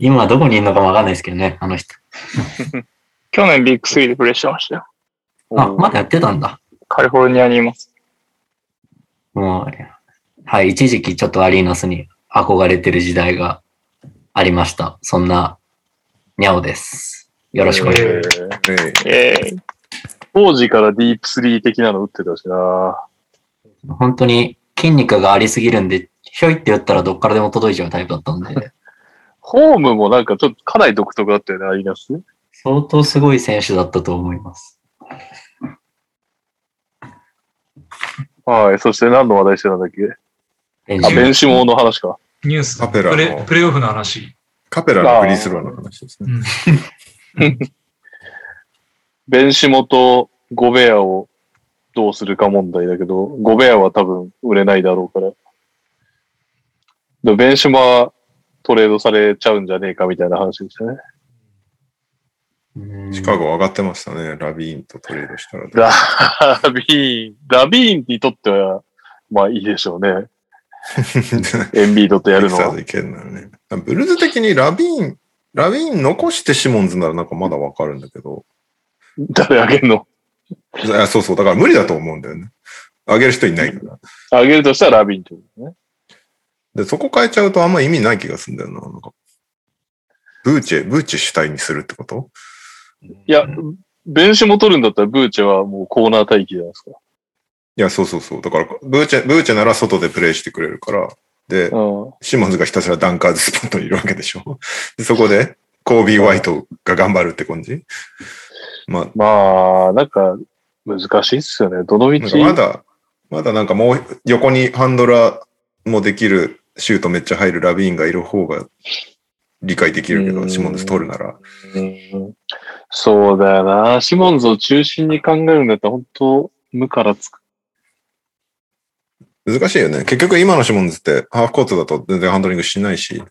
Speaker 5: 今どこにいるのかもわかんないですけどね、あの人。
Speaker 4: 去年ビッグ3でプレイしてましたよ。
Speaker 5: あ、
Speaker 3: うん
Speaker 5: まだやってたんだ。
Speaker 4: カリフォルニアにいます。
Speaker 5: もう、はい、一時期ちょっとアリーナスに憧れてる時代がありました。そんな、にゃおです。よろしくお願いし
Speaker 3: えー
Speaker 1: ええ
Speaker 4: えー、
Speaker 3: 当時からディープスリー的なの打ってたしな。
Speaker 5: ます。本当に筋肉がありすぎるんで、ひょいって打ったらどっからでも届いちゃうタイプだったん で、
Speaker 3: ホームもなんかちょっとかなり独特だったよね、アリーナス。
Speaker 5: 相当すごい選手だったと思います。
Speaker 3: はい。そして何の話題してたんだっけ
Speaker 5: 練
Speaker 3: あ、
Speaker 5: 習
Speaker 3: ベンシモンの話か。
Speaker 2: ニュース。
Speaker 1: カペラ
Speaker 2: プ
Speaker 1: の
Speaker 2: レプレイオフの話。
Speaker 1: カペラのフリースローの話です
Speaker 2: う
Speaker 1: ね。
Speaker 2: ん。
Speaker 3: ベンシモとゴベアをどうするか問題だけど、ゴベアは多分売れないだろうから。でベンシモはトレードされちゃうんじゃねえかみたいな話でしたね。
Speaker 5: うん
Speaker 1: シカゴ上がってましたね。ラビーンとトレードしたら。
Speaker 3: ラビーン、ラビーンにとっては、まあいいでしょうね。エンビードとや
Speaker 1: や
Speaker 3: る
Speaker 1: る
Speaker 3: の
Speaker 1: の
Speaker 3: は。
Speaker 1: でいけるならね。ブルーズ的にラビーン、ラビーン残してシモンズならなんかまだわかるんだけど。
Speaker 3: 誰あげるの
Speaker 1: あそうそう。だから無理だと思うんだよね。上げる人いないから。
Speaker 3: あげるとしたらラビンってことね。
Speaker 1: で、そこ変えちゃうとあんま意味ない気がするんだよな。なんかブーチェ、ブーチェ主体にするってこと
Speaker 3: いや、ベンシも取るんだったらブーチェはもうコーナー待機じゃないですか。
Speaker 1: いや、そうそうそう。だから、ブーチェ、ブーチェなら外でプレイしてくれるから。で、
Speaker 3: うん。
Speaker 1: シモンズがひたすらダンカーズスポットにいるわけでしょ。でそこで、コービー・ホワイトが頑張るって感じまあ、
Speaker 3: まあ、なんか難しいっすよね。どの
Speaker 1: なんかま
Speaker 3: 道
Speaker 1: だ、まだなんかもう横にハンドラーもできる、シュートめっちゃ入るラビーンがいる方が理解できるけ
Speaker 3: う
Speaker 1: ど、
Speaker 3: ん
Speaker 1: シモンズ取るなら。
Speaker 3: うんそうだよな。シモンズを中心に考えるんだったら、本当無からつく。
Speaker 1: 難しいよね。結局今のシモンズってハーフコートだと全然ハンドリングしないし、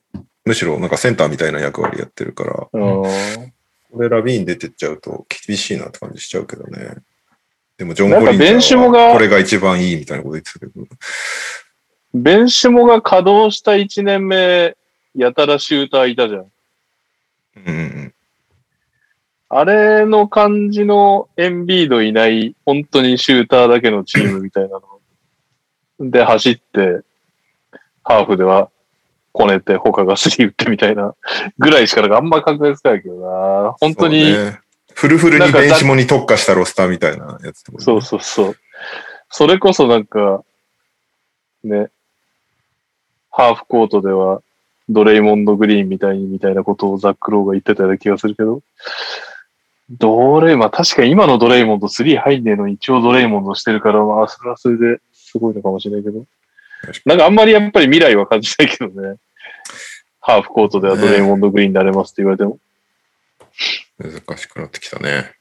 Speaker 1: むしろなんかセンターみたいな役割やってるから、これラビーン出てっちゃうと厳しいなって感じしちゃうけどね。でもジョン・
Speaker 3: なん
Speaker 1: ホ
Speaker 3: か
Speaker 1: リン
Speaker 3: ベンシ
Speaker 1: ちゃん
Speaker 3: モが
Speaker 1: はこれが一番いいみたいなこと言ってたけど。
Speaker 3: ベンシモが稼働した1年目、やたらシューターいたじゃ
Speaker 1: う
Speaker 3: ん。
Speaker 1: んうんうん。
Speaker 3: あれの感じのエンビードいない、本当にシューターだけのチームみたいなの。で、走って、ハーフではこねて、他がスリー打ってみたいなぐらいしかなんかあんま考えつかないけどな。本当に、
Speaker 1: そうねフルフルにベンシモに特化したロスターみたいなやつってこと
Speaker 3: そうそうそう。それこそなんか、ね、ハーフコートではドレイモンド・グリーンみたいにみたいなことをザック・ローが言ってたような気がするけど、ドレイ、まあ確かに今のドレイモンド3入んねえのに一応ドレイモンドしてるから、まあそれはそれですごいのかもしれないけど
Speaker 1: 確か、
Speaker 3: なんかあんまりやっぱり未来は感じないけどね。ハーフコートではドレイモンド・グリーンになれますって言われても。
Speaker 1: 難しくなってきたね。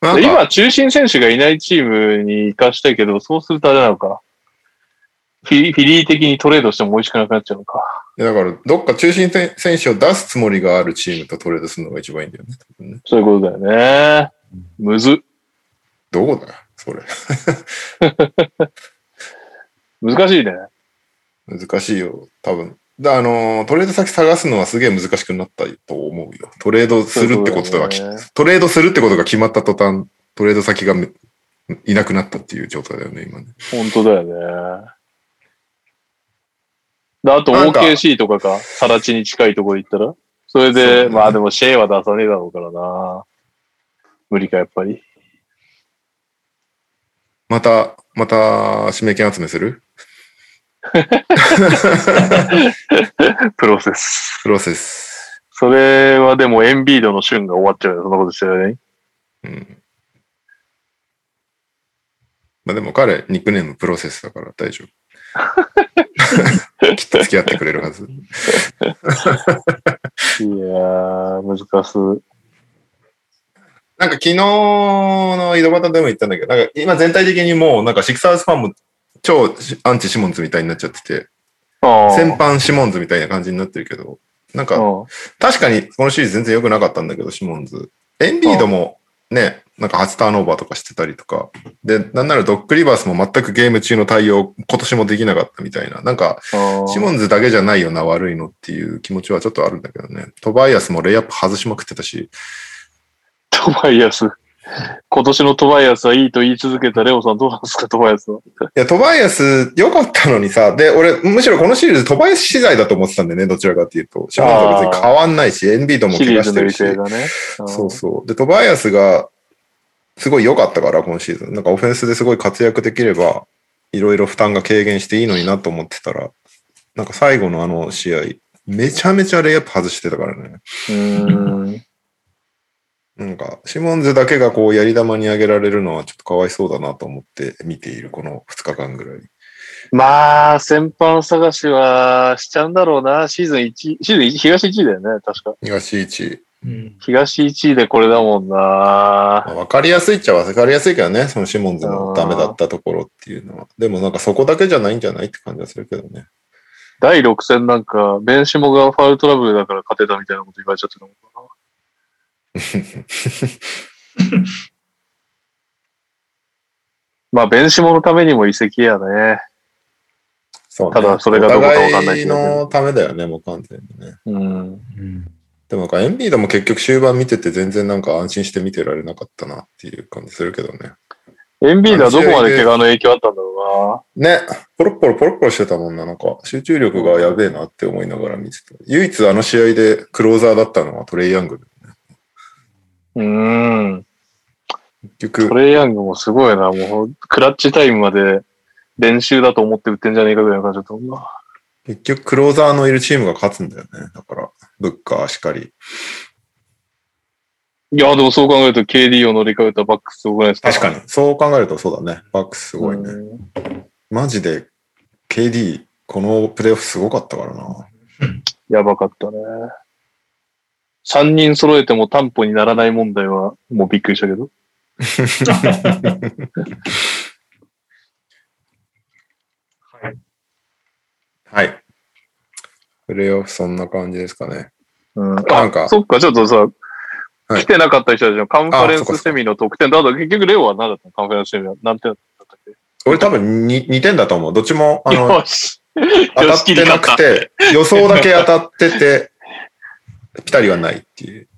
Speaker 3: で
Speaker 1: なんか
Speaker 3: 今、中心選手がいないチームに活かしたいけど、そうするとあれなのか。フィフィリー的にトレードしても美味しくなくなっちゃうのか。
Speaker 1: いやだから、どっか中心選手を出すつもりがあるチームとトレードするのが一番いいんだよね。多分ね
Speaker 3: そういうことだよね。むず。
Speaker 1: どうだそれ。
Speaker 3: 難しいね。
Speaker 1: 難しいよ、多分。だあのートレード先探すのはすげえ難しくなったと思うよ。トレードするってことだわ、き
Speaker 3: そういうことだよね
Speaker 1: トレードするってことが決まった途端、トレード先がめいなくなったっていう状態だよね、今ね。
Speaker 3: 本当だよね。であと
Speaker 1: なんか
Speaker 3: OKC とかか。さら地に近いところ行ったら。それ
Speaker 1: そうだ
Speaker 3: で、
Speaker 1: ね
Speaker 3: まあでもシェイは出さねえだろうからな。無理か、やっぱり。
Speaker 1: また、また、指名権集めす る
Speaker 3: プロセス。
Speaker 1: プロセス。
Speaker 3: それはでもエンビードの旬が終わっちゃうよ。そんなことしてらね。
Speaker 1: うん。まあでも彼、ニックネームプロセスだから大丈夫。きっと付き合ってくれるはず。
Speaker 3: いやー、難しい。
Speaker 1: なんか昨日の井戸端でも言ったんだけど、なんか今全体的にもうなんかシクサーズファンも超アンチシモンズみたいになっちゃってて、
Speaker 3: ああ
Speaker 1: 先般シモンズみたいな感じになってるけど、なんか
Speaker 3: うん
Speaker 1: 確かにこのシリーズ全然良くなかったんだけど、シモンズ。エンビードもね、なんか初ターンオーバーとかしてたりとか、で、なんならドックリバースも全くゲーム中の対応今年もできなかったみたいな、なんかシモンズだけじゃないよな、悪いのっていう気持ちはちょっとあるんだけどね。トバイアスもレイアップ外しまくってたし、
Speaker 3: トバイアス。今年のトバイアスはいいと言い続けたレオさんどうなんですか、トバイアスは。
Speaker 1: いや、トバイアス良かったのにさ、で、俺、むしろこのシリーズトバイアス資材だと思ってたんでね、どちらかっていうと。シモンズは別に変わんないし、エンビードも
Speaker 3: シ
Speaker 1: 怪
Speaker 3: リ
Speaker 1: 我
Speaker 3: ーズ
Speaker 1: して
Speaker 3: の
Speaker 1: る
Speaker 3: 理
Speaker 1: し。
Speaker 3: 性がね。うん
Speaker 1: そうそう。で、トバイアスが、すごい良かったから、今シーズン。なんかオフェンスですごい活躍できれば、いろいろ負担が軽減していいのになと思ってたら、なんか最後のあの試合、めちゃめちゃレイアップ外してたからね。
Speaker 3: うーん。
Speaker 1: なんか、シモンズだけがこう、やり玉に上げられるのはちょっとかわいそうだなと思って見ている、この2日間ぐらい。
Speaker 3: まあ、先般探しはしちゃうんだろうな。シーズン1、シーズン1東1位だよね、確か。
Speaker 1: 東一
Speaker 2: うん。
Speaker 3: 東1位でこれだもんな。
Speaker 1: まあわかりやすいっちゃわかりやすいけどね、そのシモンズのダメだったところっていうのは。でもなんかそこだけじゃないんじゃないって感じはするけどね。
Speaker 3: 第6戦なんか、ベンシモがファウルトラブルだから勝てたみたいなこと言われちゃってたもんな。 まあ、ベンシモのためにも移籍やね。
Speaker 1: そうね
Speaker 3: ただそれがどうかわかんないけど
Speaker 1: お互いのためだよね、もう完全にね。
Speaker 3: うん。
Speaker 2: うん
Speaker 1: でもなんかエンビードも結局終盤見てて全然なんか安心して見てられなかったなっていう感じするけどね。
Speaker 3: エンビーダはどこまで怪我の影響あったんだろ
Speaker 1: ね、ポロッポロポロッポロしてたもんな、なんか集中力がやべえなって思いながら見てた。唯一あの試合でクローザーだったのはトレイヤングル。
Speaker 3: うな。うん。
Speaker 1: 結
Speaker 3: ト
Speaker 1: 局、
Speaker 3: レイヤングもすごいな。もう、クラッチタイムまで練習だと思って売ってんじゃねえかぐらいの感じだったもんな。
Speaker 1: 結局クローザーのいるチームが勝つんだよね。だから、ブッカーしかり、
Speaker 3: いや、でもそう考えると KD を乗り換えたバックスすごくないですか
Speaker 1: 確かに。そう考えるとそうだね。バックスす
Speaker 3: す
Speaker 1: ごいね。マジで KD、このプレイオフすごかったからな。
Speaker 3: やばかったね。三人揃えても担保にならない問題は、もうびっくりしたけど。
Speaker 1: はい。プレイオフそんな感じですかね。
Speaker 3: うん、
Speaker 1: なんか
Speaker 3: あそっか、ちょっとさ、
Speaker 1: はい
Speaker 3: 来てなかった人たちのカンファレン
Speaker 1: あそっかそっ
Speaker 3: ス
Speaker 1: か
Speaker 3: セミの得点。だから結局、レオは何だったのカンファレンスセミは何点だったっけ
Speaker 1: 俺多分 2, 2点だと思う。どっちもあの
Speaker 3: よし。
Speaker 1: 当たってなくて、予想だけ当たってて、ピタリはないっていう。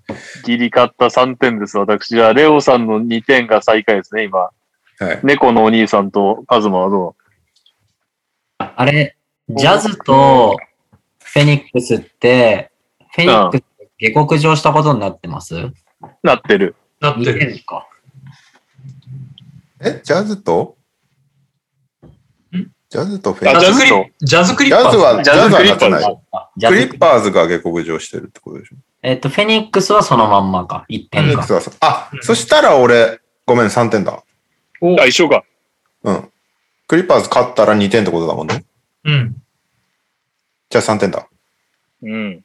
Speaker 3: ギリ勝った3点です。私は、レオさんの2点が最下位ですね、今。
Speaker 1: はい。
Speaker 3: 猫のお兄さんとカズマはど
Speaker 5: あれ、ジャズとフェニックスって、フェニックス下克上したことになってます
Speaker 3: うなってる。
Speaker 2: なって
Speaker 5: ?2
Speaker 2: る。
Speaker 5: 点か。
Speaker 1: え、ジャズと
Speaker 2: ん
Speaker 1: ジャズとフェ
Speaker 3: あ
Speaker 1: イ
Speaker 3: ジ
Speaker 1: ス
Speaker 3: ャズ
Speaker 2: クリ
Speaker 3: と
Speaker 2: ジャズクリッ
Speaker 1: ジ
Speaker 2: パ
Speaker 1: ャ
Speaker 2: ー
Speaker 1: ズ
Speaker 2: ズ
Speaker 1: は、ジ
Speaker 3: ジ
Speaker 1: ャ
Speaker 3: ャ
Speaker 1: ズ
Speaker 3: ズ
Speaker 1: は
Speaker 3: クリ
Speaker 1: な
Speaker 3: ッ
Speaker 1: っ
Speaker 3: パ
Speaker 1: て
Speaker 3: ーズ
Speaker 1: ない。
Speaker 5: ジャ
Speaker 1: クリ
Speaker 5: ズ
Speaker 1: ッパーズが下克上してるってことでしょ。
Speaker 5: えっと、フェニックスはそのまんまか。1
Speaker 1: フェニ
Speaker 5: 点
Speaker 1: ック
Speaker 5: か
Speaker 1: ス。はそうあ、そしたら俺、ごめん、3点だ。
Speaker 2: お
Speaker 3: あ、一緒か。
Speaker 1: うん。クリッパーズ勝ったら2点ってことだもんね。
Speaker 2: うん。
Speaker 1: じゃあ3点だ。
Speaker 3: うん。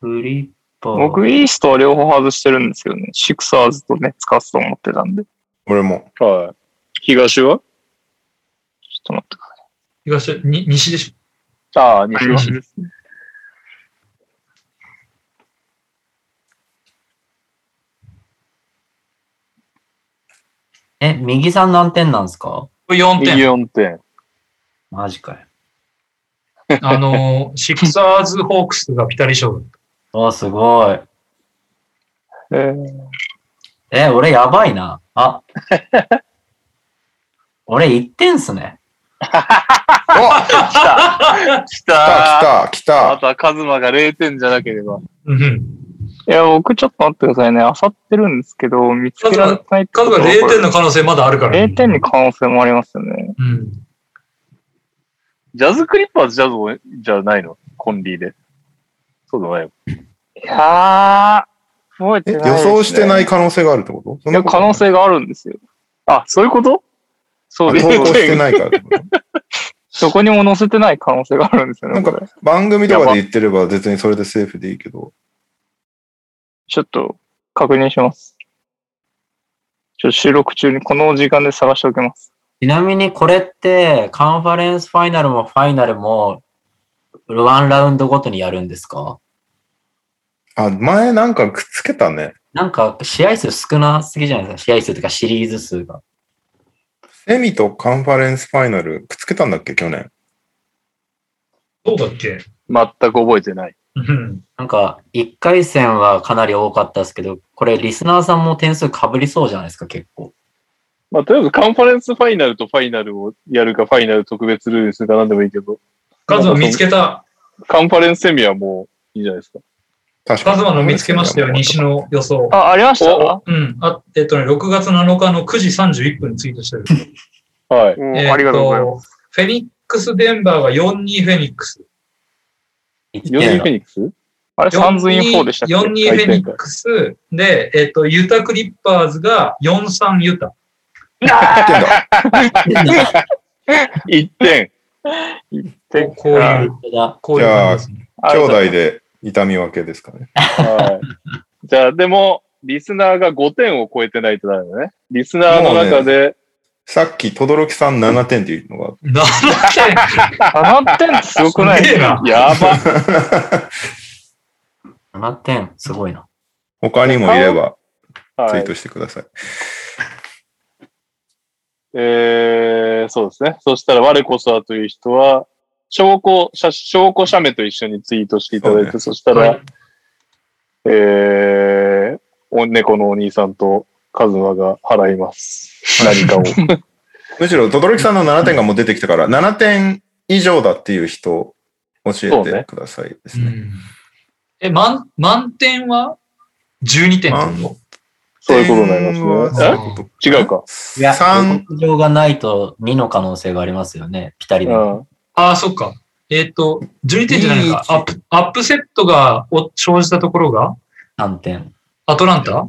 Speaker 5: クリッパー。
Speaker 4: 僕、イーストは両方外してるんですけどね。シクサーズとネッツ勝つと思ってたんで。ちょ
Speaker 1: 俺も。
Speaker 3: はい。東は
Speaker 4: っと待ってくだ
Speaker 2: 東、に西でし
Speaker 3: ああ、西は
Speaker 2: 西
Speaker 4: ですね。
Speaker 5: え、右さん何点なんですか
Speaker 2: ょ。4点。
Speaker 3: 4点。
Speaker 5: マジかよ。
Speaker 2: あのー、シクサーズ・ホークスがピタリ賞だった。
Speaker 5: おーすごい。
Speaker 4: えー
Speaker 5: え、俺やばいな。 あ。俺1点っすね。
Speaker 1: お来
Speaker 3: 来た来た
Speaker 1: た来た
Speaker 3: あ
Speaker 1: 来
Speaker 3: とはカズマが0点じゃなければ。
Speaker 2: うん。
Speaker 4: いや、僕ちょっと待ってくださいね。漁ってるんですけど、見つけられないってこ
Speaker 2: 数
Speaker 4: と
Speaker 2: が
Speaker 4: は
Speaker 2: 0点の可能性まだあるから。
Speaker 4: 0点に可能性もありますよね。
Speaker 2: うん。
Speaker 3: ジャズクリッパーズジャズじゃないのコンリーで。そうでもないよ。
Speaker 4: いやー、覚え
Speaker 1: た。え、
Speaker 4: て
Speaker 1: 予
Speaker 4: ないですね、
Speaker 1: 想してない可能性があるってことそ
Speaker 4: い
Speaker 1: ん
Speaker 4: や、
Speaker 1: なこと
Speaker 4: 可能性があるんですよ。
Speaker 3: あ、そういうことそう
Speaker 1: あ
Speaker 3: です
Speaker 1: 投稿して
Speaker 3: ね。
Speaker 1: ないからってこと
Speaker 4: どこにも載せてない可能性があるんですよね。
Speaker 1: なん
Speaker 4: これ
Speaker 1: か番組とかで言ってれば別にそれでセーフでいいけど。
Speaker 4: ちょっと確認します。ちょっと収録中にこの時間で探しておきます。
Speaker 5: ちなみにこれって、カンファレンスファイナルもファイナルも、ワンラウンドごとにやるんですか
Speaker 1: あ、前なんかくっつけたね。
Speaker 5: なんか、試合数少なすぎじゃないですか試合数とかシリーズ数が。
Speaker 1: セミとカンファレンスファイナルくっつけたんだっけ去年。
Speaker 2: どうだっけ
Speaker 3: 全く覚えてない。
Speaker 2: うん。
Speaker 5: なんか、1回戦はかなり多かったですけど、これ、リスナーさんも点数かぶりそうじゃないですか、結構。
Speaker 3: まあ、とりあえずカンファレンスファイナルとファイナルをやるか、ファイナル特別ルールにするかなんでもいいけど、
Speaker 2: カズマ見つけた。
Speaker 3: カンファレンスセミはもういいんじゃないですか。
Speaker 1: 確か
Speaker 2: カ
Speaker 1: に。
Speaker 2: ズマの見つけましたよ、西の予想。
Speaker 4: あ、ありました
Speaker 3: お
Speaker 2: うん。あ、えっとね、6月7日の9時31分にツイートしてる。
Speaker 3: はい。
Speaker 4: うん
Speaker 2: えっ
Speaker 4: ありがとうございます。
Speaker 2: す。フェニックス・デンバーが4-2フェニックス。
Speaker 5: 1
Speaker 3: ヨニ
Speaker 5: 点
Speaker 3: ーフェニックス
Speaker 4: あれ、サンズイン4でしたっけ
Speaker 2: ?4-2 フェニックスで、えっと、ユタ・クリッパーズが4-3ユタ。
Speaker 1: 言ってんだ
Speaker 5: だ。
Speaker 3: ?1 点。
Speaker 2: こうこういう、こういう感じですね。
Speaker 1: 兄弟で痛み分けですかね。
Speaker 3: はい。じゃあ、でも、リスナーが5点を超えてないとダメだね。リスナーの中で、
Speaker 1: さっき、轟さん7点っていうのがあっ
Speaker 2: 7点
Speaker 4: 7点ってすごくない
Speaker 2: すげえな。
Speaker 3: やば。
Speaker 5: 7点、すごいな。
Speaker 1: た 他にもいればツ
Speaker 3: は
Speaker 1: イ
Speaker 3: い
Speaker 1: ー。トしてください。
Speaker 3: えー、そうですね。そしたら、我こそはという人は、証拠、写証拠写メと一緒にツイートしていただい
Speaker 1: そ
Speaker 3: て、
Speaker 1: う
Speaker 3: そ,、
Speaker 1: ね
Speaker 3: したら、
Speaker 2: はい
Speaker 3: えー、お猫のお兄さんとカズマが払います。何かを。
Speaker 1: むしろ、轟さんの7点がもう出てきたから、7点以上だっていう人、教
Speaker 3: そ
Speaker 1: え
Speaker 3: う
Speaker 1: て
Speaker 3: ね
Speaker 1: くださいです
Speaker 2: う
Speaker 1: ね。
Speaker 2: んえ、満、満点は ?12 点ってこ
Speaker 3: そういうことになります
Speaker 2: 点
Speaker 3: ね
Speaker 2: は。
Speaker 3: え違うか。
Speaker 5: いや、
Speaker 1: 3、
Speaker 5: 下克上がないと2の可能性がありますよね、ピタリ
Speaker 3: う
Speaker 5: で。
Speaker 3: ん。
Speaker 2: とああ、そっか。えっ、と、12点じゃないのか。
Speaker 1: いい
Speaker 2: アップ、アップセットがお生じたところが、
Speaker 5: 3点。
Speaker 2: アトランタ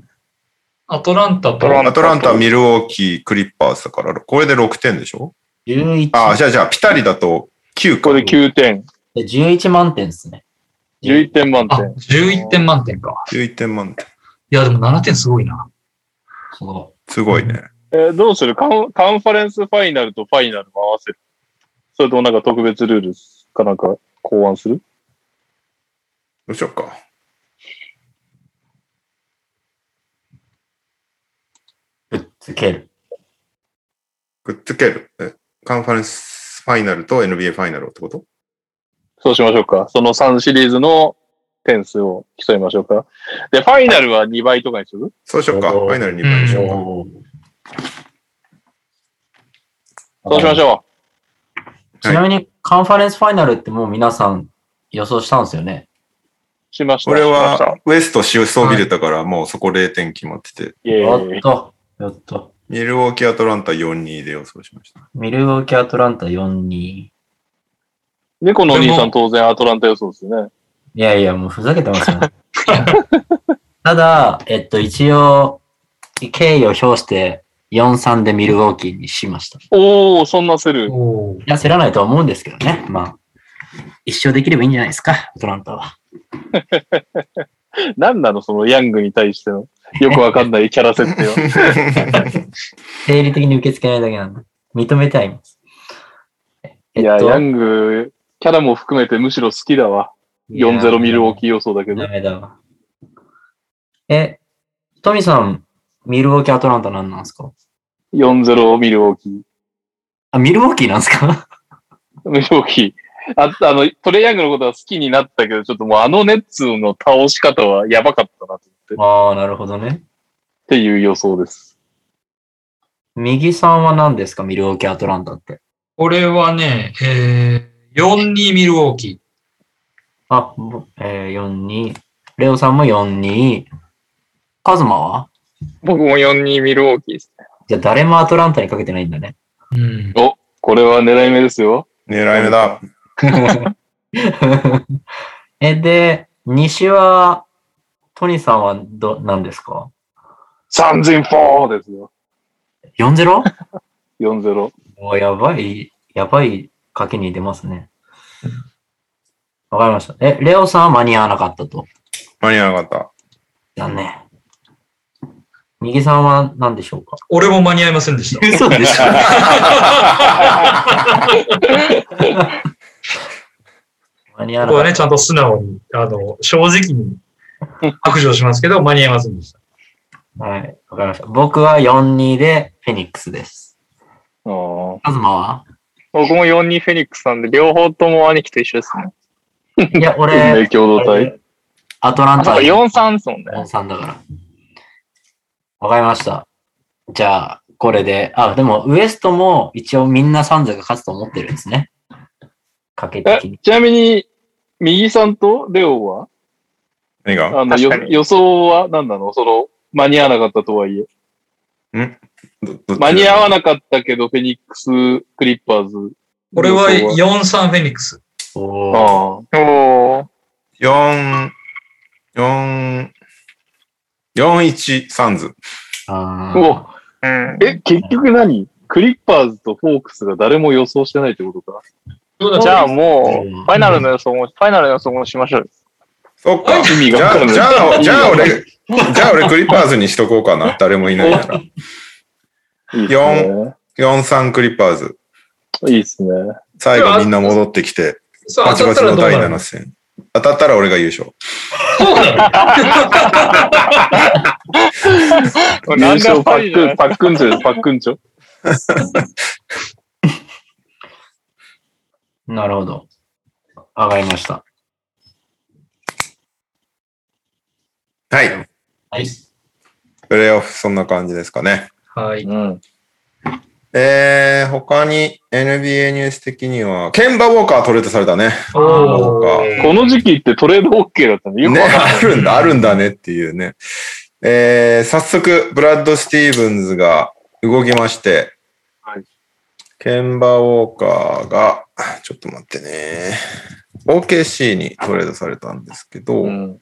Speaker 2: アトランタと、
Speaker 1: アトランタ、ミルウォーキー、クリッパーズだから、これで6点でしょ
Speaker 5: 11、
Speaker 1: ああ、じゃあじゃあ、ピタリだと9か
Speaker 3: こ。れ9点。
Speaker 5: 11万点ですね。
Speaker 3: 11点満
Speaker 2: あ、
Speaker 3: 点。
Speaker 2: 11点満点か。
Speaker 1: 11点満点。
Speaker 2: いや、でも7点すごいな。
Speaker 5: すご
Speaker 1: すごいね。
Speaker 3: えーどうするカンカンファレンスファイナルとファイナルも合わせる。それともなんか特別ルールかなんか考案する
Speaker 1: どうしようか。
Speaker 5: ぶっつける。
Speaker 1: くっつける。えカンファレンスファイナルと NBA ファイナルをってこと
Speaker 3: そうしましょうか。その3シリーズの点数を競いましょうか。で、ファイナルは2倍とかにする
Speaker 1: そうしようか。
Speaker 5: な
Speaker 1: フ
Speaker 5: るほど
Speaker 1: ァイナル2倍でしょうか。
Speaker 5: おー
Speaker 3: そうしましょ
Speaker 5: ちなみにカンファレンスファイナルってもう皆さん予想したんですよね。
Speaker 3: う。しました。
Speaker 1: 俺
Speaker 3: しました
Speaker 1: は、ウエスト収装ビルだから、もうそこ0点決まってて、
Speaker 3: イエ
Speaker 5: お
Speaker 3: ー
Speaker 5: っ
Speaker 3: イ。
Speaker 5: と、おっと。
Speaker 1: ミルウォーキーアトランタ4-2で予想しました。
Speaker 5: ミルウォーキーアトランタ4-2。い
Speaker 3: 猫のお兄さん当然アトランタ予想ですよね。
Speaker 5: やいや、もうふざけてま すよ。ただ、えっと、一応、敬意を表して4-3でミルウォーキーにしました。い
Speaker 3: おー、そんなセル。
Speaker 2: おー
Speaker 5: や、焦らないとは思うんですけどね。まあ、一生できればいいんじゃないですか、アトランタは。
Speaker 3: なんなのそのヤングに対しての。よくわかんないキャラ設定は。
Speaker 5: 生理的に受け付けないだけなんで。認めてはいます。
Speaker 3: いや、ヤング、キャラも含めてむしろ好きだわ。4-0ミル大
Speaker 5: ー
Speaker 3: きい予想だけど
Speaker 5: ダ。メだわ。え、トミさん、ミルウォーキーアトランタなんなんですか
Speaker 3: 4-0ミル大きい。
Speaker 5: あ、ミルウォーキーなんです か
Speaker 3: ミル大きい。ああの、トレイヤングのことは好きになったけど、ちょっともうあのネッツの倒し方はやばかったなと思って。っ
Speaker 5: ああ、なるほどね。
Speaker 3: ていう予想です。
Speaker 5: 右さんは何ですかミルウォーキーアトランタって。
Speaker 2: これはね、えー、4-2ミルウォーキ
Speaker 5: あ、ぼえー、42。レオさんも42。カズマは
Speaker 4: 僕も4-2ミルウォーキーですね。
Speaker 5: じゃあ誰もアトランタにかけてないんだね。
Speaker 2: ー。うん。
Speaker 3: これは狙い目ですよ。
Speaker 1: 狙い目だ。
Speaker 5: え、で、西は、トニさんはど、何ですか
Speaker 3: 3004ですよ。
Speaker 5: 4-0?
Speaker 3: 40。
Speaker 5: もうやばい、やばい賭けに出ますね。わかりました。え、レオさんは間に合わなかったと。
Speaker 1: 間に合わなかっ
Speaker 5: 残念。右さんは何でしょうか
Speaker 2: 俺も間に合いませんでした。
Speaker 5: 嘘でしょ 間に合わ
Speaker 2: こ
Speaker 5: な
Speaker 2: こは
Speaker 5: かった。
Speaker 2: ね、ちゃんと素直に、あの、正直に白状しますけど、間に合いませんでした。
Speaker 5: はい、わかりました。僕は4-2でフェニックスです。
Speaker 3: あー
Speaker 5: カズマは
Speaker 4: 僕も4-2フェニックスなんで、両方とも兄貴と一緒ですね。
Speaker 5: いや、
Speaker 3: 運命
Speaker 5: 俺、
Speaker 3: 共同体。
Speaker 5: アトラ
Speaker 4: あ、
Speaker 5: ン
Speaker 4: そ
Speaker 5: タ
Speaker 4: うか、4-3ですもんね。
Speaker 5: 4-3だから。わかりました。じゃあ、これで、あ、でも、ウエストも一応みんなサンズが勝つと思ってるんですね。賭け的に
Speaker 3: え、。ちなみに、右さんとレオは
Speaker 1: た。何が
Speaker 3: あのよ
Speaker 4: 確かに
Speaker 3: 予想は何なのその、間に合わなかったとはいえ。間に合わ
Speaker 1: な
Speaker 3: なかったけど、フェニックス・クリッパーズ。
Speaker 2: これは
Speaker 3: 予想
Speaker 2: 4-3フェニックス。
Speaker 5: おー
Speaker 3: ああ。
Speaker 4: おー。
Speaker 1: 4、4、4-1サンズ。
Speaker 5: あ
Speaker 3: う
Speaker 5: ー
Speaker 3: お
Speaker 4: うん。
Speaker 3: え、結局何クリッパーズとフォークスが誰も予想してないってことか。
Speaker 4: じゃあ
Speaker 5: う
Speaker 4: もう、
Speaker 5: ん
Speaker 4: ファイナルの予想も、ファイナルの予想もしましょう。
Speaker 1: そっか。
Speaker 3: 意味
Speaker 1: じ
Speaker 3: がわ
Speaker 1: ゃ
Speaker 3: か
Speaker 1: あ、
Speaker 3: んない
Speaker 1: じゃ あ、じゃあ
Speaker 3: 意
Speaker 1: 俺、じゃあ俺クリッパーズにしとこうかな。誰もいないなら。
Speaker 3: いいで
Speaker 1: 4-3クリッパーズ。
Speaker 3: すね。いいですね。
Speaker 1: 最後みんな戻ってきて、
Speaker 2: そう、
Speaker 1: バチ
Speaker 2: 当た
Speaker 1: バ
Speaker 2: ったらど
Speaker 1: チの
Speaker 2: うな
Speaker 1: 第
Speaker 2: る
Speaker 1: 7戦。当たったら俺が優勝。
Speaker 2: そうだよ。
Speaker 3: 優勝パ
Speaker 4: なんだファイナ
Speaker 3: ック
Speaker 4: ル
Speaker 3: ン、パックンチョです、パックンチョ。
Speaker 5: なるほど。わかりました。
Speaker 1: はい。
Speaker 5: はい。
Speaker 1: プレイオフ、そんな感じですかね。
Speaker 2: はい。
Speaker 3: うん。
Speaker 1: えー、他に NBA ニュース的には、ケンバウォーカートレードされたね。
Speaker 2: お
Speaker 1: ー
Speaker 3: この時期ってトレード OK だったのよく
Speaker 1: ね、
Speaker 3: わかんない。
Speaker 1: あるんだ、あるんだねっていうね。えー、早速、ブラッド・スティーブンズが動きまして、
Speaker 3: はい
Speaker 1: ケンバウォーカーが、ちょっと待ってね、OKC にトレードされたんですけど、
Speaker 3: うん。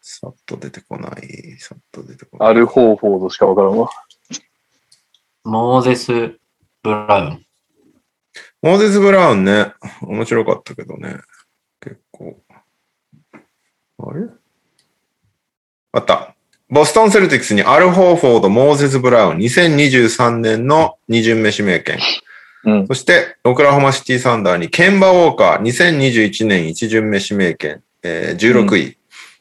Speaker 1: さっと出てこない、さっと出てこない。
Speaker 3: アルホーフォードしかわからんわ。
Speaker 5: モーゼス・ブラウン。
Speaker 1: モーゼス・ブラウンね、面白かったけどね、結構。あれあった。ボストン・セルティックスにアル・ホーフォード、モーゼス・ブラウン、2023年の2巡目指名権。
Speaker 3: うん
Speaker 1: そして、オクラホマシティサンダーにケンバウォーカー、2021年1巡目指名権、えー16位、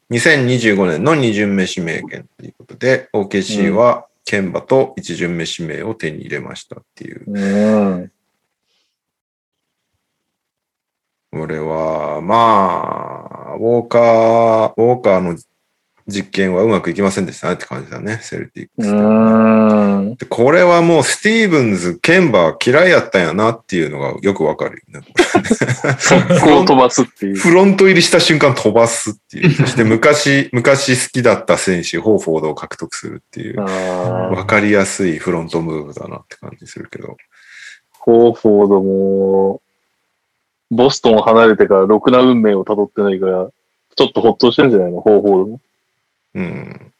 Speaker 1: 2025年の2巡目指名権ということで、OKC はケンバと1巡目指名を手に入れましたっていう。
Speaker 3: うん。
Speaker 1: これは、まあ、ウォーカー、ウォーカーの実験はうまくいきませんでしたねって感じだね、セルティックスで
Speaker 3: うん。
Speaker 1: でこれはもうスティーブンズ、ケンバー嫌いやったんやなっていうのがよくわかるよね。
Speaker 3: 速攻飛ばすっ ていう。
Speaker 1: フロント入りした瞬間飛ばすっていう。そして昔、昔好きだった選手、ホーフォードを獲得するっていう、
Speaker 3: ああ、
Speaker 1: わかりやすいフロントムーブだなって感じするけど。
Speaker 3: ホーフォードも、ボストンを離れてからろくな運命を辿ってないから、ちょっとほっとしてるんじゃないのホーフォードも。
Speaker 1: うん。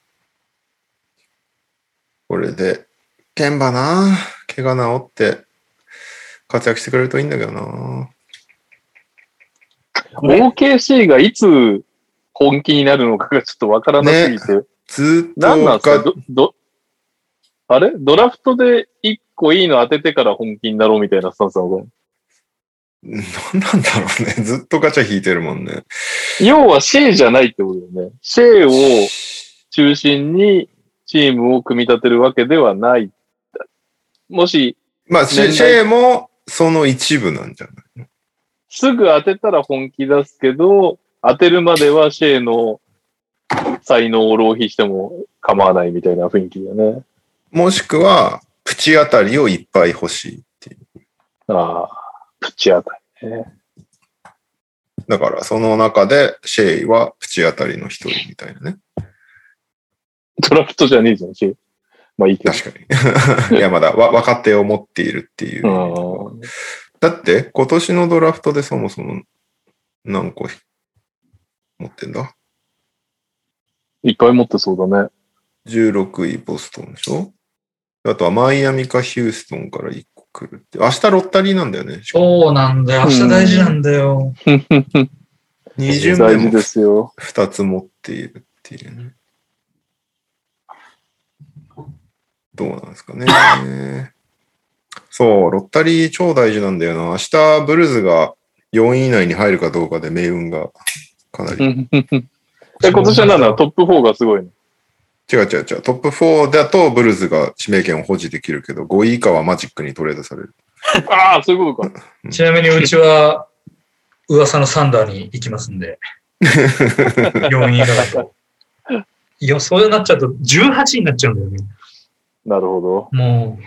Speaker 1: これで、ケンバな、怪我治って、活躍してくれるといいんだけどな。
Speaker 3: OKC がいつ本気になるのかがちょっとわからなすぎて。
Speaker 1: ずっ
Speaker 3: なんなん
Speaker 1: と
Speaker 3: す
Speaker 1: か
Speaker 3: かど、ど、あれドラフトで一個いいの当ててから本気になろうみたいなスタンスなのか
Speaker 1: なんなんだろうね。ずっとガチャ引いてるもんね。
Speaker 3: な要はシェイじゃないってことだよね。シェイを中心にチームを組み立てるわけではない。もし、
Speaker 1: まあ、シェ
Speaker 3: 年代
Speaker 1: シェイもその一部なんじゃない
Speaker 3: すぐ当てたら本気出すけど、当てるまではシェイの才能を浪費しても構わないみたいな雰囲気だよね。
Speaker 1: もしくは、プチあたりをいっぱい欲しいっていう。
Speaker 3: ああ、プチ当たりね。
Speaker 1: だから、その中で、シェイはプチあたりの一人みたいなね。
Speaker 3: ドラフトじゃねえじゃん、シェイ。まあいいけど。
Speaker 1: 確 かに。いや、まだわ若手を持っているっていう。
Speaker 3: うん
Speaker 1: だって、今年のドラフトでそもそも何個持ってんだ
Speaker 3: いっぱい持ってそうだね。
Speaker 1: ?16 位ボストンでしょあとはマイアミかヒューストンから1個来るって。明日ロッタリーなんだよね。しかも
Speaker 2: そうなんだよ。明日大事なんだよ。
Speaker 1: 二巡目
Speaker 3: 大事
Speaker 1: も
Speaker 3: ですよ。
Speaker 1: 2つ持っているっていうね。どうなんですかね。そう、ロッタリー超大事なんだよな。明日ブルーズが4位以内に入るかどうかで命運がかなり
Speaker 3: え、今年はなんだトップ4がすごいね。
Speaker 1: 違う違う違う。トップ4だとブルーズが指名権を保持できるけど、5位以下はマジックにトレードされる。
Speaker 3: ああ、そういうことか。
Speaker 2: ちなみにうちは、噂のサンダーに行きますんで。4位以下だと。いや、そうなっちゃうと18になっちゃうんだよね。
Speaker 3: なるほど。
Speaker 2: もう、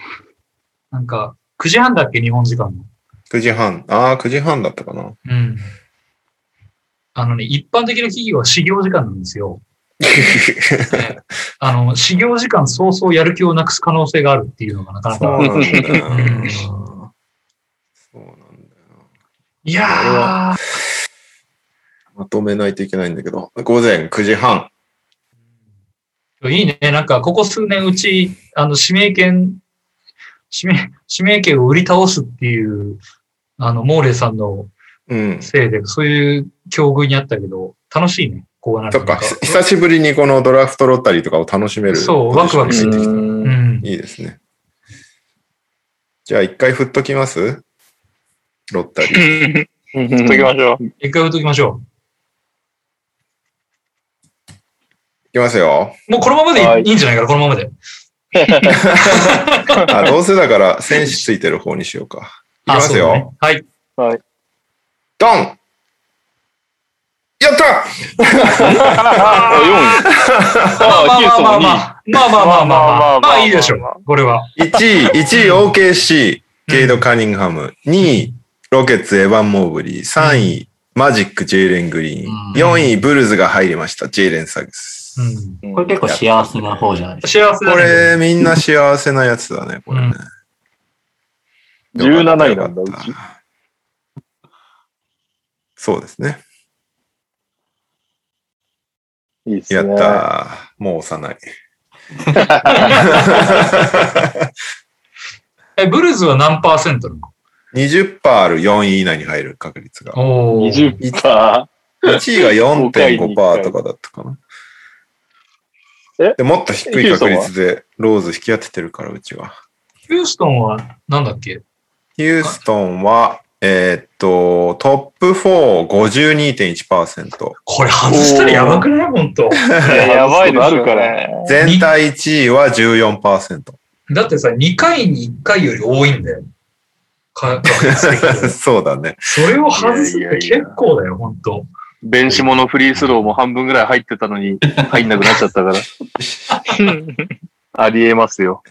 Speaker 2: なんか、9時半だっけ、日本時間の。
Speaker 1: 9時半。ああ、9時半だったかな。
Speaker 2: うん。あのね、一般的な企業は始業時間なんですよ。ねあの、始業時間早々やる気をなくす可能性があるっていうのがなかな
Speaker 1: そ
Speaker 2: か。
Speaker 1: うなんだよ
Speaker 2: うん
Speaker 1: な。そうなんだよ
Speaker 2: いやー、
Speaker 1: な。まとめないといけないんだけど、午前9時半。
Speaker 2: いいね。なんか、ここ数年うち、あの、指名権、指名、指名権を売り倒すっていう、あの、モーレイさんの
Speaker 1: うん。
Speaker 2: せいで、そういう境遇にあったけど、楽しいね。こうなる
Speaker 1: そっか、ひ久しぶりにこのドラフトロッタリーとかを楽しめる。
Speaker 2: そうワクワクす
Speaker 1: ポ
Speaker 2: る
Speaker 1: ジションにつ
Speaker 2: う
Speaker 1: いてき
Speaker 3: うん
Speaker 1: た。いいですね。じゃあ一回振っときますロッタリー。
Speaker 4: ときましょう。
Speaker 2: 一回打っときましょ
Speaker 1: いきますよ。
Speaker 2: う。もうこのままでいい,、
Speaker 3: はい
Speaker 2: い、んじゃないかな、このままで。
Speaker 1: あ、どうせだから選手ついてる方にしようか。いき
Speaker 2: あ
Speaker 1: ますよ。
Speaker 2: そうだねはい。
Speaker 1: ドンやった
Speaker 3: あ、
Speaker 2: まあ
Speaker 3: あヒューストン
Speaker 2: まあ
Speaker 3: も二位
Speaker 2: まあまあまあまあまあまあまあまあいいでしょ
Speaker 4: まあ
Speaker 2: う。これは。
Speaker 1: !1 位、1位 OKC、ケイド・カニングハム。2位、ロケッツ、エヴァン・モーブリー。3位、マジック、ジェイレン・グリー
Speaker 5: うん
Speaker 1: ン。4位、ブルーズが入りました、ジェイレン・サグス。
Speaker 2: うん。
Speaker 3: 4
Speaker 5: これ
Speaker 3: 位。
Speaker 5: 結構幸せな方じゃないです
Speaker 2: 幸せだ
Speaker 1: こ
Speaker 2: ね。
Speaker 1: れ、みんな幸せなやつだね、これね。
Speaker 3: 17位なんだ
Speaker 1: よかった
Speaker 3: うち
Speaker 1: そうですね。
Speaker 3: いいっす
Speaker 1: や
Speaker 3: ね。
Speaker 1: ったー。もう幼 い。
Speaker 2: え、ブルーズは何パーセントなの
Speaker 1: 20%ある4位以内に入る確率が。
Speaker 2: おー。
Speaker 3: 20%パ
Speaker 1: 1位が4.5%とかだったかな。
Speaker 3: え
Speaker 1: でもっと低い確率でローズ引き当ててるから、うちは。
Speaker 2: ヒューストンはなんだっけ
Speaker 1: ヒューストンは、えーっと、トップ4、52.1%。
Speaker 2: これ外したらやばくない本当。
Speaker 4: ややばいですよ、ね。
Speaker 3: あるから。
Speaker 1: 全体1位は14%。
Speaker 2: だってさ、2回に1回より多いんだよ。か、確率的に
Speaker 1: そうだね。
Speaker 2: それを外す
Speaker 3: い
Speaker 2: っ
Speaker 3: やい
Speaker 2: て
Speaker 3: やいや
Speaker 2: 結構だよ、本当。
Speaker 3: 弁士ものフリースローも半分ぐらい入ってたのに、入んなくなっちゃった から。ありえますよ。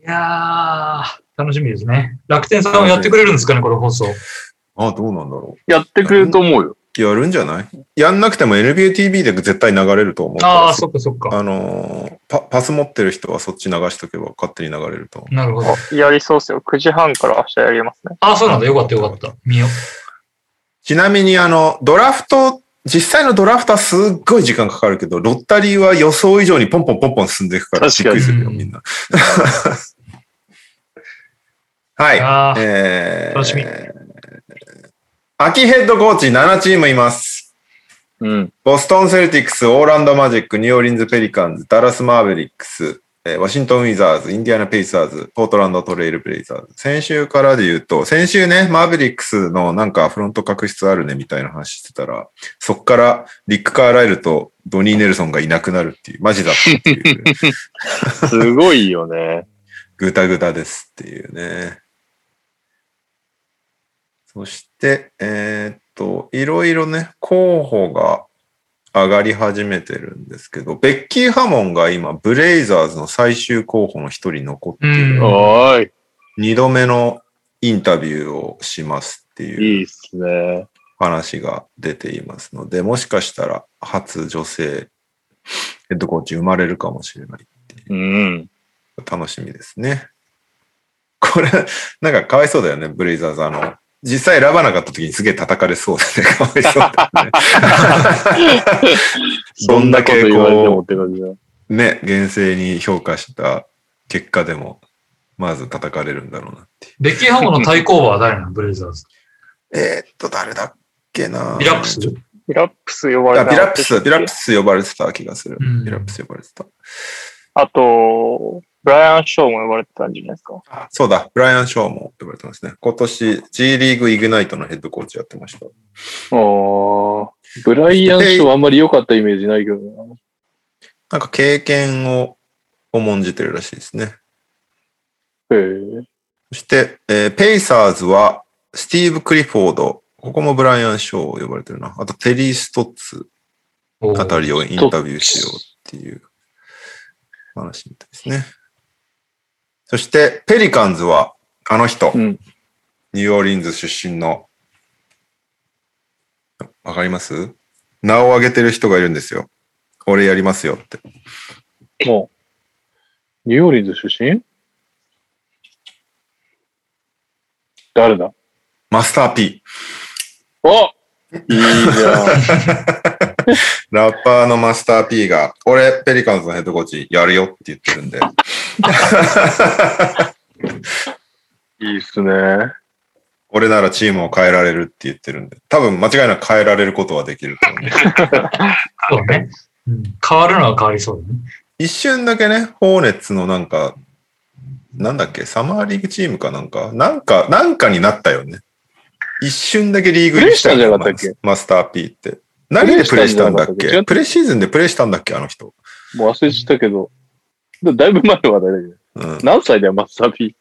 Speaker 2: いやー、楽しみですね。楽天さんはやってくれるんですかね、この放送。
Speaker 1: あ、どうなんだろ
Speaker 3: やってくれると思うよ。
Speaker 1: う。やるんじゃないやんなくても NBA TV で絶対流れると思うから。
Speaker 2: ああ、そっかそっか。
Speaker 1: あのーパ、パス持ってる人はそっち流しとけば勝手に流れると思う。
Speaker 2: なるほど。
Speaker 4: やりそうっすよ。9時半から明日やりますね。
Speaker 2: ああ、そうなんだ。よかったよかった。見よう。
Speaker 1: ちなみにあの、ドラフト、実際のドラフトはすっごい時間かかるけど、ロッタリーは予想以上にポンポンポンポン進んでいくから、び
Speaker 3: 確
Speaker 1: っ
Speaker 3: か
Speaker 1: く
Speaker 3: に
Speaker 1: りするよ、みんな。 はいい。
Speaker 2: やー
Speaker 1: えー、
Speaker 2: 楽しみ
Speaker 1: 秋ヘッドコーチ7チームいます。
Speaker 3: うん。
Speaker 1: ボストン・セルティックス、オーランド・マジック、ニューオーリンズ・ペリカンズ、ダラス・マーベリックス、えーワシントン・ウィザーズ、インディアナ・ペイサーズ、ポートランド・トレイル・ブレイザーズ。先週からで言うと、先週ね、マーベリックスのなんかフロント確執あるねみたいな話してたら、そっからリック・カーライルとドニー・ネルソンがいなくなるっていう、マジだったっていう、
Speaker 3: すごいよね。
Speaker 1: ぐたぐたですっていうね。そして、えーっと、いろいろね、候補が上がり始めてるんですけど、ベッキー・ハモンが今、ブレイザーズの最終候補の一人残っている
Speaker 2: うん
Speaker 3: おーい。
Speaker 1: 二度目のインタビューをしますって
Speaker 3: い
Speaker 1: いう
Speaker 3: いっすね。
Speaker 1: 話が出ていますので、もしかしたら初女性ヘッドコーチ生まれるかもしれない。
Speaker 3: うん。
Speaker 1: 楽しみですね。これ、なんかかわいそうだよね、ブレイザーズ。あの、実際選ばなかった時にすげえ叩かれそうでね、 かわいそうだよね。
Speaker 3: そんなこと言わ れてもって感じだ。
Speaker 1: ね、厳正に評価した結果でも、まず叩かれるんだろうなってい
Speaker 2: ベッキーハモの対抗馬は誰なのブレイザーズ。
Speaker 1: う。えーっと、誰だっけな
Speaker 2: リラップス
Speaker 1: ちょ
Speaker 4: ビラップス呼ばれ
Speaker 1: あ
Speaker 4: て
Speaker 1: ビラップス、ビラップ
Speaker 4: ス。
Speaker 1: ス呼ばれてた気がする。
Speaker 2: うん
Speaker 1: ビラップス呼ばれてた。
Speaker 4: あと、ブライアン・ショーも呼ばれてたんじゃないですか。
Speaker 1: あそうだ、ブライアン・ショーも呼ばれてますね。今年、G リーグイグナイトのヘッドコーチやってました。
Speaker 3: ああ。ブライアンショーあんまり良かったイメージないけどな。
Speaker 1: なんか経験を重んじてるらしいですね。
Speaker 3: へえ。
Speaker 1: そして、えーペイサーズは、スティーブ・クリフォード。ここもブライアン・ショー呼ばれてるな。あと、テリー・ストッツ
Speaker 2: お
Speaker 1: あ
Speaker 2: ー
Speaker 1: たりをインタビューしようっていう話みたいですね。そして、ペリカンズは、あの人、
Speaker 3: うん
Speaker 1: ニューオーリンズ出身の、わかります名を挙げてる人がいるんですよ。俺やりますよって。
Speaker 3: もう。ニューオーリンズ出身誰だ
Speaker 1: マスター・ピー。
Speaker 3: おいいじゃん。
Speaker 1: ラッパーのマスター P が、俺、ペリカンズのヘッドコーチやるよって言ってるんで。
Speaker 3: いいっすね。
Speaker 1: 俺ならチームを変えられるって言ってるんで、多分間違いなく変えられることはできると思う。
Speaker 2: そうね。うん変わるのは変わりそうだね。
Speaker 1: 一瞬だけね、ホーネッツのなんか、なんだっけ、サマーリーグチームかなんか、なんか、なんかになったよね。一瞬だけリーグ入りよね
Speaker 3: プレーしたんじゃなかったっけ
Speaker 1: ママスター P って。何でプレーしたんだっ
Speaker 3: プレーしたんじゃなかったっ
Speaker 1: け
Speaker 3: け
Speaker 1: プレシーズンでプレーしたんだっけあの人。
Speaker 3: もう忘れちゃったけど。だだいぶ前の話題だけど。
Speaker 1: うん。
Speaker 3: 何歳だよ、マスターピ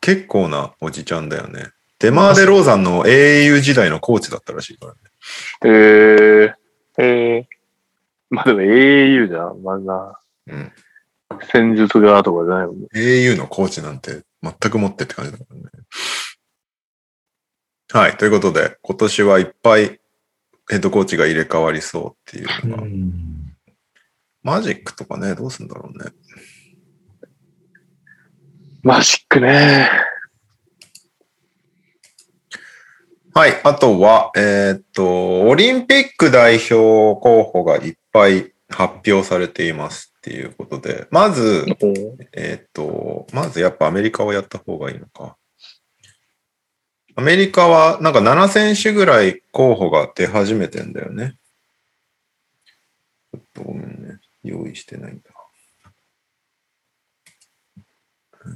Speaker 1: 結構なおじちゃんだよね。デマーデ・ローザンの AAU 時代のコーチだったらしいからね。
Speaker 3: ー。へえ。
Speaker 4: ええ
Speaker 3: まあでも AAU じゃん。まあな。
Speaker 1: うん。
Speaker 3: 戦術側とかじゃないもんね。
Speaker 1: au のコーチなんて全く持ってって感じだからね。はい。ということで、今年はいっぱいヘッドコーチが入れ替わりそうっていうのが、
Speaker 2: うん
Speaker 1: マジックとかね、どうすんだろうね。
Speaker 3: マジックね。
Speaker 1: はい。あとは、えーっと、オリンピック代表候補がいっぱい発表されていますっていうことで、まず、えーっと、まずやっぱアメリカをやった方がいいのか。アメリカはなんか7選手ぐらい候補が出始めてんだよね。ちょっとごめんね。用意してないんだ。えっ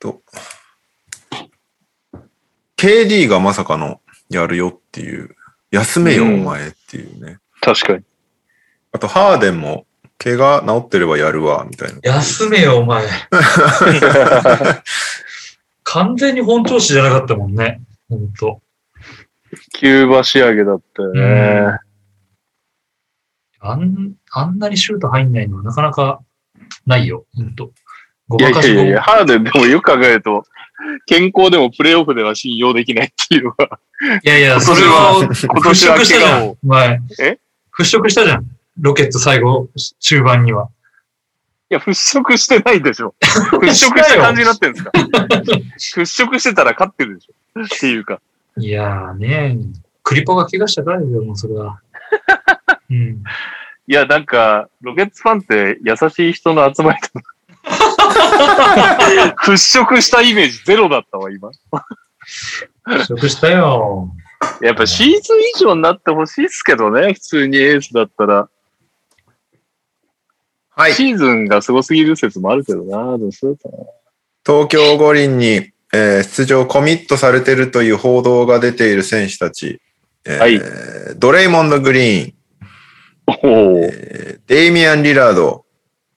Speaker 1: と。 KD がまさかのやるよっていう、休めよお
Speaker 3: うん
Speaker 1: 前っていうね。
Speaker 3: 確かに。
Speaker 1: あと、ハーデンも、怪我治ってればやるわ、みたいな。
Speaker 2: 休めよ、お 前。完全に本調子じゃなかったもんね。ほんと。
Speaker 3: キューバ仕上げだったよね。
Speaker 2: あん、あんなにシュート入んないのはなかなかないよ。ほんと。ご
Speaker 3: いや
Speaker 2: まか
Speaker 3: いや
Speaker 2: し
Speaker 3: い
Speaker 2: も
Speaker 3: やいや、ハーデンでもよく考えると、健康でもプレーオフでは信用できないっていうのは、
Speaker 2: いやいや、そ
Speaker 3: 今
Speaker 2: れ
Speaker 3: 年は
Speaker 2: を
Speaker 3: 今
Speaker 2: 払拭
Speaker 3: 年は
Speaker 2: したじゃ
Speaker 3: 怪我
Speaker 2: ん
Speaker 3: を。。
Speaker 2: 前。
Speaker 3: え
Speaker 2: 払拭したじゃん。ロケット最後、中盤には。
Speaker 3: いや、払拭してないでしょ。払拭した感じになってるんですか払拭してたら勝ってるでしょ。っていうか。
Speaker 2: いやーね、クリポが怪我したからだよ、もうそれは。うん。
Speaker 3: いや、なんか、ロケッツファンって優しい人の集まりだな。払拭したイメージゼロだったわ、今。
Speaker 2: 払拭したよ。
Speaker 3: やっぱシーズン以上になってほしいっすけどね、普通にエースだったら。
Speaker 1: はい。
Speaker 3: シーズンがすごすぎる説もあるけどな、どうするかな。
Speaker 1: 東京五輪に、えー出場コミットされてるという報道が出ている選手たち。えー
Speaker 3: はい
Speaker 1: ドレイモンド・グリーン、
Speaker 3: お
Speaker 1: えーデイミアン・リラード、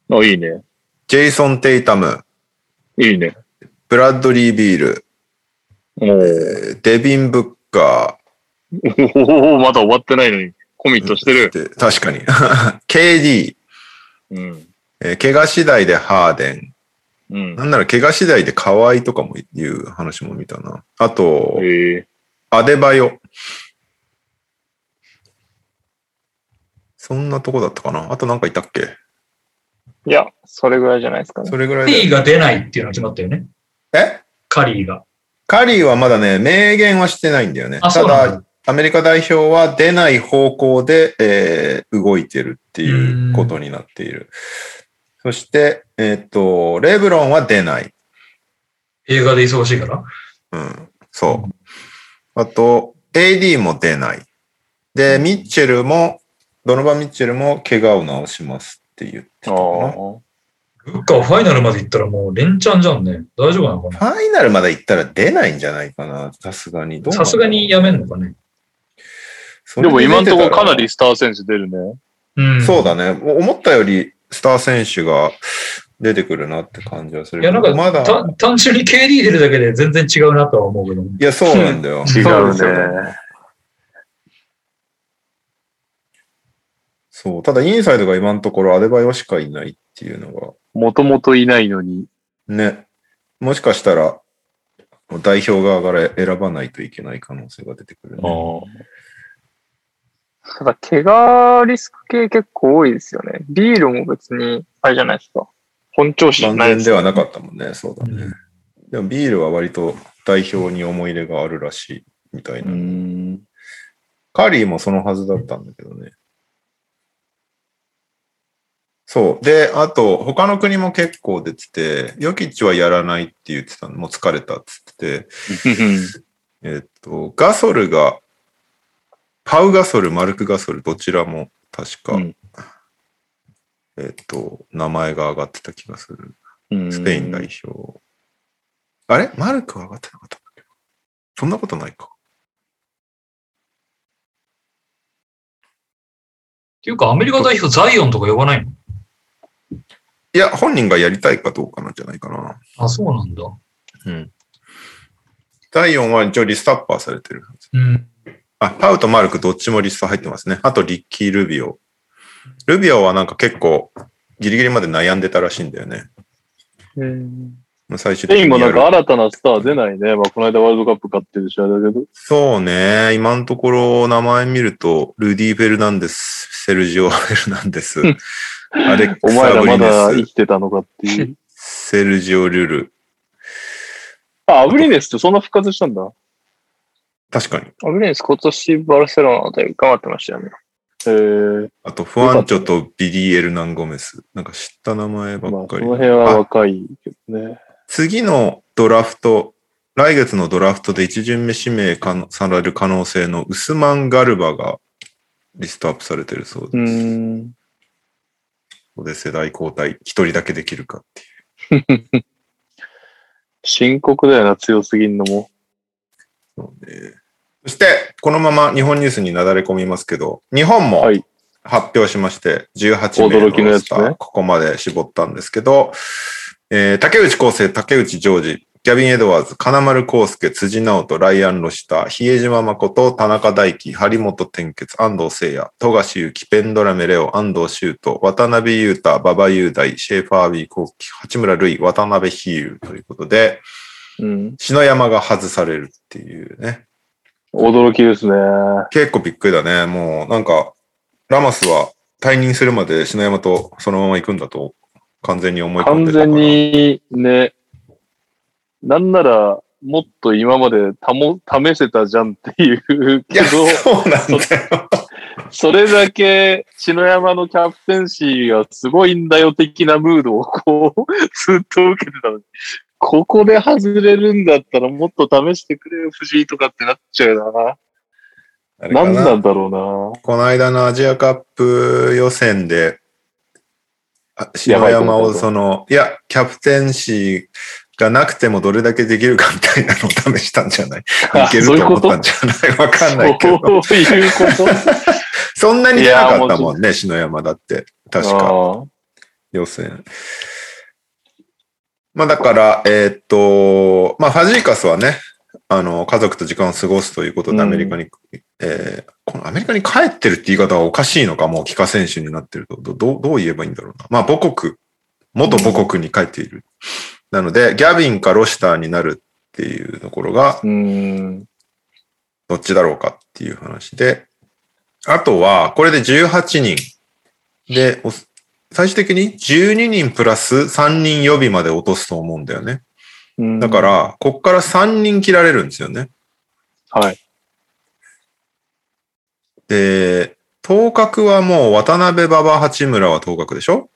Speaker 3: お、あいいね。
Speaker 1: ジェイソン・テイタム、
Speaker 3: いいね。
Speaker 1: ブラッドリー・ビール、
Speaker 3: おー
Speaker 1: えー デビン・ブッカ
Speaker 3: おー、まだ終わってないのに、コミットして
Speaker 1: ー
Speaker 3: る。
Speaker 1: で、確かに。KD、
Speaker 3: うん。
Speaker 1: えー怪我次第でハーデン。
Speaker 3: うん。
Speaker 1: なんなら怪我次第で河合とかもいう話も見たな。あと、
Speaker 3: へえ
Speaker 1: アデバヨ。そんなとこだったかなあとなんかいたっけ
Speaker 4: いや、それぐらいじゃないですかね。
Speaker 1: それぐらい
Speaker 2: カ
Speaker 1: だ
Speaker 2: リー
Speaker 1: よ。
Speaker 2: が出ないっていうのは決まったよね。
Speaker 1: え
Speaker 2: カリーが。
Speaker 1: カリーはまだね、明言はしてないんだよね。
Speaker 2: あ
Speaker 1: た
Speaker 2: そうなんだ
Speaker 1: だ、アメリカ代表は出ない方向で、えー動いてるっていうことになっている。そして、えーっと、レブロンは出ない。
Speaker 2: 映画で忙しいから。
Speaker 1: うん。そう。あと、AD も出ない。で、ミッチェルも、ドノバン・ミッチェルも怪我を治しますって言ってた
Speaker 3: あ
Speaker 1: かな。
Speaker 3: ー
Speaker 2: ルッカはファイナルまで行ったらもう連チャンじゃんね。大丈夫なのかな
Speaker 1: ファイナルまで行ったら出ないんじゃないかな、さすがに。どうなんだ
Speaker 2: さ
Speaker 1: ろう
Speaker 2: すがに、やめんのかね。
Speaker 1: そ
Speaker 3: で
Speaker 1: れ
Speaker 3: も今
Speaker 1: 出
Speaker 3: ん
Speaker 1: て
Speaker 3: と
Speaker 1: たら
Speaker 3: ころかなりスター選手出るね。
Speaker 2: うん。
Speaker 1: そうだね。もう思ったよりスター選手が出てくるなって感じはする
Speaker 2: い
Speaker 1: け
Speaker 2: や、
Speaker 1: ど。
Speaker 2: なんか、
Speaker 1: まだ、
Speaker 2: た単純に KD 出るだけで全然違うなとは思うけど。
Speaker 1: いや、そうなんだ
Speaker 2: 違
Speaker 1: よ。
Speaker 3: うね
Speaker 1: そうなんだよそう。ただ、インサイドが今のところアデバイオしかいないっていうのが、
Speaker 3: もともといないのに。
Speaker 1: ね。もしかしたら、もう代表側から選ばないといけない可能性が出てくる、ね。
Speaker 4: ただ、怪我リスク系結構多いですよね。ビールも別に、あれじゃないですか。本調子じゃ
Speaker 1: 万
Speaker 4: ない
Speaker 1: 全
Speaker 4: です
Speaker 1: ではなかったもんね。そうだね
Speaker 2: う。
Speaker 1: でも、ビールは割と代表に思い入れがあるらしいみたいな。
Speaker 3: ん。
Speaker 1: カリーもそのはずだったんだけどね。そう。で、あと、他の国も結構出てて、ヨキッチはやらないって言ってたの。もう疲れたっつってて、えっと、ガソルが、パウガソル、マルクガソル、どちらも確か、
Speaker 3: うん
Speaker 1: えっと、名前が上がってた気がする。
Speaker 3: うん
Speaker 1: スペイン代表。あれマルクは上がってなかったっけそんなことないか。
Speaker 2: っていうか、アメリカ代表ザイオンとか呼ばないの
Speaker 1: いや、本人がやりたいかどうかなんじゃないかな。
Speaker 2: あ、そうなんだ。
Speaker 1: うん。第4は一応リストアッパーされてるはず。
Speaker 2: うん。
Speaker 1: あ、パウとマルクどっちもリスト入ってますね。あとリッキー・ルビオ。ルビオはなんか結構ギリギリまで悩んでたらしいんだよね。
Speaker 4: うん
Speaker 1: もう最終
Speaker 3: スペ
Speaker 1: 的
Speaker 3: インも
Speaker 1: に
Speaker 3: な
Speaker 1: や
Speaker 3: ん
Speaker 1: る
Speaker 3: か新たなスター出ないね。まあ、この間ワールドカップ勝ってる試合だけど。
Speaker 1: そうね。今のところ名前見ると、ルディ・フェルナンデス、セルジオ・フェルナンデス、アレック
Speaker 3: お
Speaker 1: ス・
Speaker 3: 前
Speaker 1: サ
Speaker 3: ら
Speaker 1: ブ
Speaker 3: ま
Speaker 1: リ
Speaker 3: だ
Speaker 1: ネ
Speaker 3: 生きてたのかっ ていう。
Speaker 1: ス、セルジオ・リュル。
Speaker 3: あ、アブリネスってそんな復活したんだ。
Speaker 1: 確かに。
Speaker 4: アグレンス今年バルセロナで頑張ってましたよね。
Speaker 3: えー、
Speaker 1: あと、フアンチョとビリー・エルナンゴメス。なんか知った名前ば
Speaker 3: まあ、
Speaker 1: っ
Speaker 3: そ
Speaker 1: かり。
Speaker 3: の辺は若いけどね。
Speaker 1: 次のドラフト、来月のドラフトで一巡目指名かのされる可能性のウスマン・ガルバがリストアップされてるそう
Speaker 3: う
Speaker 1: です。
Speaker 3: ーん。
Speaker 1: ここで世代交代、一人だけできるかっていう。
Speaker 3: 深刻だよな、強すぎんのも。
Speaker 1: そうねそして、このまま日本ニュースになだれ込みますけど、日本も
Speaker 3: はい
Speaker 1: 発表しまして、18名の
Speaker 3: 驚きの
Speaker 1: ロー
Speaker 3: やつね
Speaker 1: スターここまで絞ったんですけど、えー竹内康生、竹内ジョージ、ギャビン・エドワーズ、金丸康介、辻直人、ライアン・ロシター、比江島誠、田中大輝、張本天傑、安藤誠也、富樫勇樹、ペンドラメレオ、安藤修斗、渡辺裕太、馬場雄大、シェーファー・アビー・コーキ、八村塁、渡辺比喩ということで、
Speaker 3: うん。
Speaker 1: 篠山が外されるっていうね。
Speaker 3: 驚きですね。
Speaker 1: 結構びっくりだね。もうなんか、ラマスは退任するまで篠山とそのまま行くんだと完全に思い込ん
Speaker 3: 完
Speaker 1: でたから。
Speaker 3: 全にね、なんなら、もっと今までたも、試せたじゃんっていう
Speaker 1: い
Speaker 3: け
Speaker 1: や、
Speaker 3: ど、
Speaker 1: そうなんだよ。
Speaker 3: それだけ篠山のキャプテンシーがすごいんだよ的なムードをこう、ずっと受けてたのに、ここで外れるんだったらもっと試してくれよ、藤井とかってなっちゃうな。
Speaker 1: あれか
Speaker 3: なんなんだろ
Speaker 1: この間のアジアカップ予選で、あ
Speaker 3: や
Speaker 1: 篠
Speaker 3: ばいと
Speaker 1: 山
Speaker 3: 思った
Speaker 1: をその、いや、キャプテンシーがなくてもどれだけできるかみたいなのを試したんじゃない
Speaker 3: うな。
Speaker 1: いける
Speaker 3: そういう
Speaker 1: と思
Speaker 3: こ
Speaker 1: った
Speaker 3: と
Speaker 1: んじゃないわかんないけど。
Speaker 3: そういうこと
Speaker 1: そんなに出なかったもんね、篠山だって。確か。予選。まあだから、えーっと、まあファジーカスはね、あの、家族と時間を過ごすということ
Speaker 3: うん
Speaker 1: でアメリカに、えーこのアメリカに帰ってるって言い方はおかしいのか、もう帰化選手になってると、どどうどう言えばいいんだろうな。まあ母国、元母国に帰っている。なので、ギャビンかロシターになるっていうところが、
Speaker 3: うん。
Speaker 1: どっちだろうかっていう話で、あとは、これで18人。で、お最終的に12人プラス3人予備まで落とすと思うんだよね。
Speaker 3: うん
Speaker 1: だか、ら、こっから3人切られるんですよね。
Speaker 3: はい。
Speaker 1: で、当確はもう渡辺、馬場、八村は当確でしょ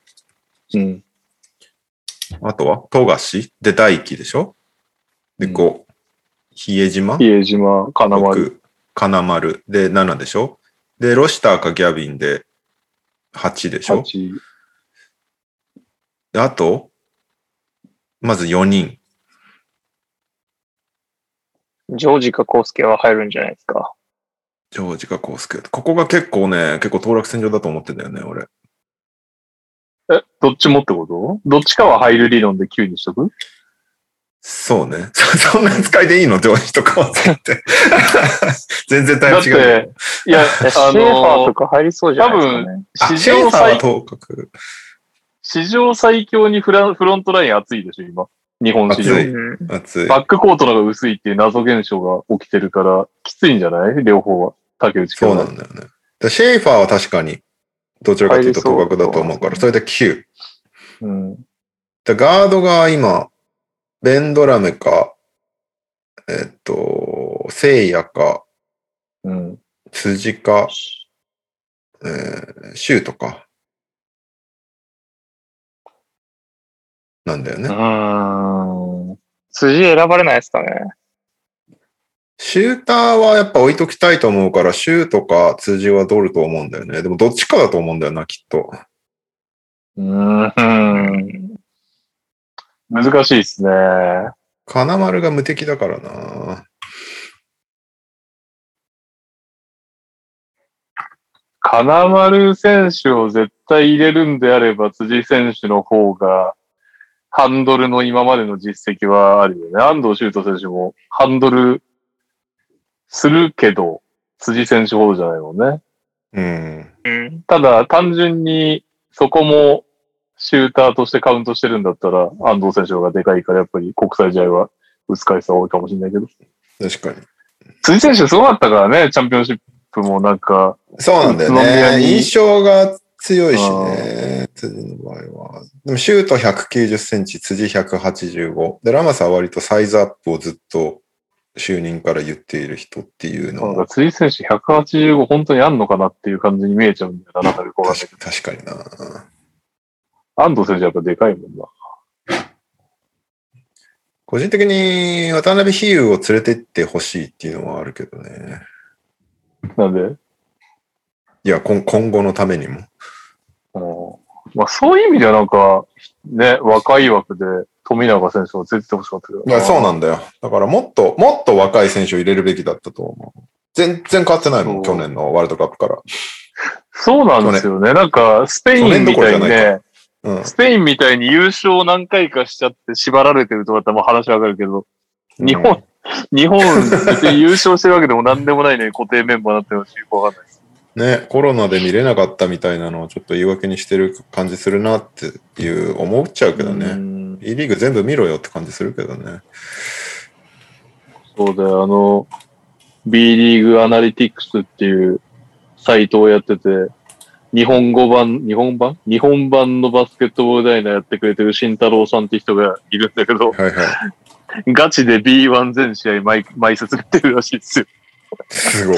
Speaker 3: うん。
Speaker 1: あとは、富樫で大輝でしょで、
Speaker 3: うん
Speaker 1: 5、比江島
Speaker 3: 比江島、金丸。
Speaker 1: 6、金丸で7でしょで、ロシターかギャビンで8でしょ
Speaker 3: 八
Speaker 1: であと、まず4人。
Speaker 4: ジョージかコウスケは入るんじゃないですか。
Speaker 1: ジョージかコースケ。ここが結構ね、結構当落線上だと思ってんだよね、俺。
Speaker 3: え、どっちもってことどっちかは入る理論で9にしとく
Speaker 1: そうね。 そそんな扱いでいいのジョージとコースケって。 全然タイプ違う。、
Speaker 3: いや、
Speaker 4: いやシェ
Speaker 3: あ
Speaker 4: ーファーと
Speaker 3: の、
Speaker 4: か入りそうじゃないですかね。
Speaker 1: あ
Speaker 3: 史
Speaker 1: シェーファ
Speaker 3: 上
Speaker 1: ーは
Speaker 3: 最、
Speaker 1: 当確。
Speaker 3: 史上最強にフラフロントライン熱いでしょ、今。日本史
Speaker 1: 多。
Speaker 3: 上
Speaker 1: 分
Speaker 4: うん
Speaker 1: 熱い。
Speaker 3: バックコートの方が薄いっていう謎現象が起きてるから、きついんじゃない両方は。竹内君
Speaker 1: そう
Speaker 3: は
Speaker 1: なんだよね。でシェーファーは確かに、どちらかというと
Speaker 4: 入りそう
Speaker 1: 当確だと思うから、それで9。
Speaker 3: うん。
Speaker 1: で、ガードが今、ベンドラメか、えっと、聖夜か、
Speaker 3: うん。
Speaker 1: 辻か、えー、シュートか。なんだよね。
Speaker 3: うん。
Speaker 4: 辻選ばれないですかね。
Speaker 1: シューターはやっぱ置いときたいと思うから、シュートか辻は取ると思うんだよね。でもどっちかだと思うんだよな、きっと。
Speaker 3: うん。難しいですね。
Speaker 1: 金丸が無敵だからな。
Speaker 3: 金丸選手を絶対入れるんであれば、辻選手の方が、ハンドルの今までの実績はあるよね。安藤修斗選手もハンドルするけど、辻選手ほどじゃないもんね。
Speaker 1: うん。
Speaker 4: うん。
Speaker 3: ただ、単純にそこもシューターとしてカウントしてるんだったら、安藤選手の方がでかいから、やっぱり国際試合は薄返しさ多いかもしれないけど。
Speaker 1: 確かに。
Speaker 3: 辻選手すごかったからね、チャンピオンシップもなんか、
Speaker 1: そうなんだよ
Speaker 3: 宇都宮
Speaker 1: ね。
Speaker 3: に
Speaker 1: 印象が強いしね。辻の場合は。でもシュート190センチ、辻185。で、ラマスは割とサイズアップをずっと就任から言っている人っていうの
Speaker 3: なん
Speaker 1: も
Speaker 3: か辻選手185本当にあんのかなっていう感じに見えちゃうんだよな、なんかよくわかんないけ
Speaker 1: 確
Speaker 3: ど
Speaker 1: か確かにな。
Speaker 3: 安藤選手やっぱでかいもんな。
Speaker 1: 個人的に渡辺比喩を連れてってほしいっていうのはあるけどね。
Speaker 3: なんで、
Speaker 1: いや、今今後のためにも。
Speaker 3: うんまあそういう意味ではなんか、ね、若い枠で富永選手は出ててほしかったけど。
Speaker 1: いや、そうなんだよ。だからもっと、もっと若い選手を入れるべきだったと思う。全然変わってないもん、
Speaker 3: そう
Speaker 1: 去年のワールドカップから。
Speaker 3: そうなんですよね。なんか、スペインみたい
Speaker 1: 去年どころ
Speaker 3: に
Speaker 1: じゃな
Speaker 3: ね、
Speaker 1: うん。
Speaker 3: スペインみたいに優勝を何回かしちゃって縛られてるとかだったらもう話わかるけど、日
Speaker 1: うん
Speaker 3: 本、 日本別に優勝してるわけでも何でもないのに固定メンバーになってるのし、よくわかんないです。
Speaker 1: ね、コロナで見れなかったみたいなのをちょっと言い訳にしてる感じするなっていう思っちゃうけど
Speaker 3: う
Speaker 1: ね。
Speaker 3: ん
Speaker 1: E リーグ全部見ろよって感じするけどね。
Speaker 3: そうだよ、あの、B リーグアナリティクスっていうサイトをやってて、日本語版、日本版日本版のバスケットボールダイナーやってくれてる慎太郎さんって人がいるんだけど、
Speaker 1: はい はい。
Speaker 3: ガチで B1 全試合毎毎節出てるらしいですよ。
Speaker 1: すごい。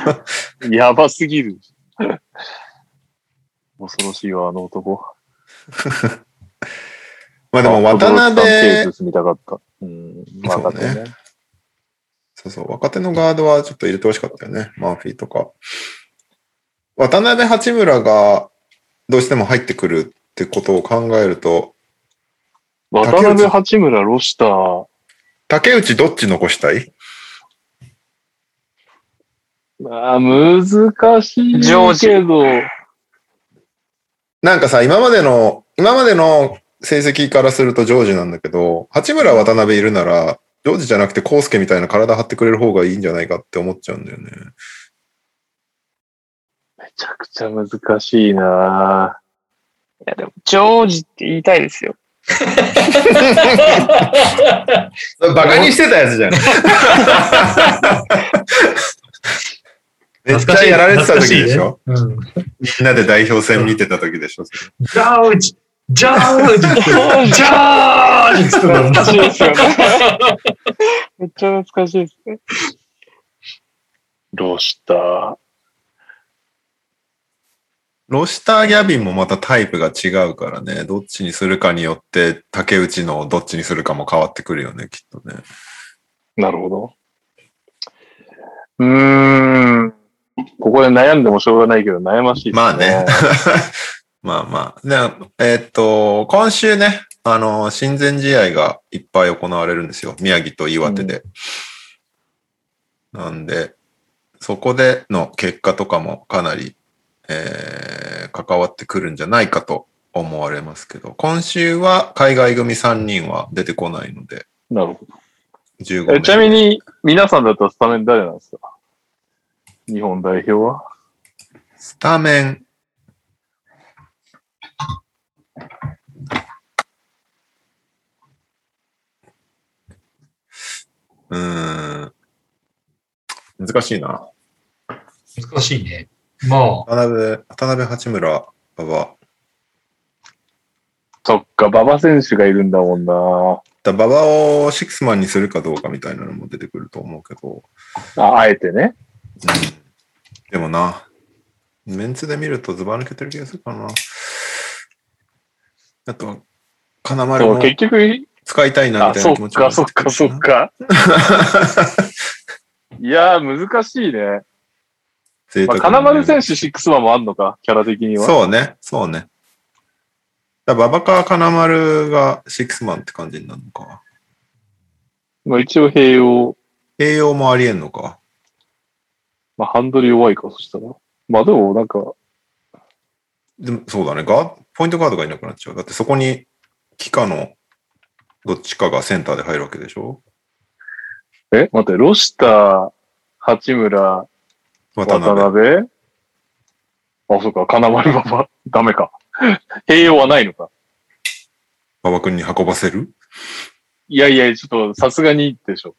Speaker 3: やばすぎる。恐ろしいわ、あの男。
Speaker 1: まあでも
Speaker 3: あ
Speaker 1: 渡
Speaker 3: 驚いたペ
Speaker 1: 辺
Speaker 3: ース、です見たかった。うん、まあ
Speaker 1: そうねそうそう、若手のガードはちょっと入れてほしかったよね。マーフィーとか。渡辺八村がどうしても入ってくるってことを考えると、
Speaker 3: 渡辺、八村、ロシター、
Speaker 1: 竹内どっち残したい
Speaker 3: あー難しい
Speaker 4: ジョージ
Speaker 3: けど、
Speaker 1: なんかさ、今までの、今までの成績からするとジョージなんだけど、八村渡辺いるなら、ジョージじゃなくてコウスケみたいな体張ってくれる方がいいんじゃないかって思っちゃうんだよね。
Speaker 3: めちゃくちゃ難しいな
Speaker 4: や、でも、ジョージって言いたいですよ。
Speaker 1: バカにしてたやつじゃん。 めっちゃやられてた時でしょ
Speaker 2: うん。
Speaker 1: みんなで代表戦見てた時でしょそれ
Speaker 2: ジャージジャージジャージって言ってたもんね
Speaker 4: 懐かしいですよね。 めっちゃ懐かしいですね。
Speaker 3: ロシター。
Speaker 1: ロシター・ギャビンもまたタイプが違うからね、どっちにするかによって、竹内のどっちにするかも変わってくるよね、きっとね。
Speaker 3: なるほど。うーん。ここで悩んでもしょうがないけど、悩ましいです、
Speaker 1: まあね。 まあまあ。で、えーっと、今週ね、あの、親善試合がいっぱい行われるんですよ。宮城と岩手で。なんで、そこでの結果とかもかなり、えー関わってくるんじゃないかと思われますけど、今週は海外組3人は出てこないので、
Speaker 3: なるほ
Speaker 1: 15
Speaker 3: ど。え
Speaker 1: 名。
Speaker 3: ちなみに、皆さんだったらスタメン誰なんですか日本代表は
Speaker 1: スタメン。うーん。難しいな。
Speaker 2: 難しいね。まあ、
Speaker 1: 渡辺、渡辺八村馬
Speaker 3: そっか、馬場選手がいるんだもんな。
Speaker 1: 場。馬場をシックスマンにするかどうかみたいなのも出てくると思うけど。
Speaker 3: あ、あえてね。
Speaker 1: でもな、メンツで見るとズバ抜けてる気がするからな。あと、金丸
Speaker 3: そう、
Speaker 1: も
Speaker 3: 結局、
Speaker 1: 使いたいなみ
Speaker 3: あ、
Speaker 1: たい
Speaker 3: そ
Speaker 1: な気持
Speaker 3: っ
Speaker 1: ちも
Speaker 3: か、
Speaker 1: 出
Speaker 3: そって
Speaker 1: く
Speaker 3: か、
Speaker 1: るし
Speaker 3: そ
Speaker 1: な
Speaker 3: っか。 いやー、難しいね。
Speaker 1: 贅
Speaker 3: まあ、
Speaker 1: 沢
Speaker 3: 金
Speaker 1: な
Speaker 3: 丸選手、シックスマンもあんのか、キャラ的には。
Speaker 1: そうね、そうね。だから馬場か金丸がシックスマンって感じになるのか。
Speaker 3: まあ、一応、併用。
Speaker 1: 栄養もありえんのか。
Speaker 3: まあ、ハンドル弱いか、そしたら。まあ、でも、なんか、
Speaker 1: でもそうだね、ガーポイントガードがいなくなっちゃう。だってそこに、キカのどっちかがセンターで入るわけでしょ
Speaker 3: え待って、ロシター、八村、
Speaker 1: 渡
Speaker 3: 渡
Speaker 1: 辺。
Speaker 3: 辺あ、そうか、金丸馬場。 ダメか。併用はないのか。
Speaker 1: 馬場君に運ばせる
Speaker 3: いやいや、ちょっと、さすがにでしょ。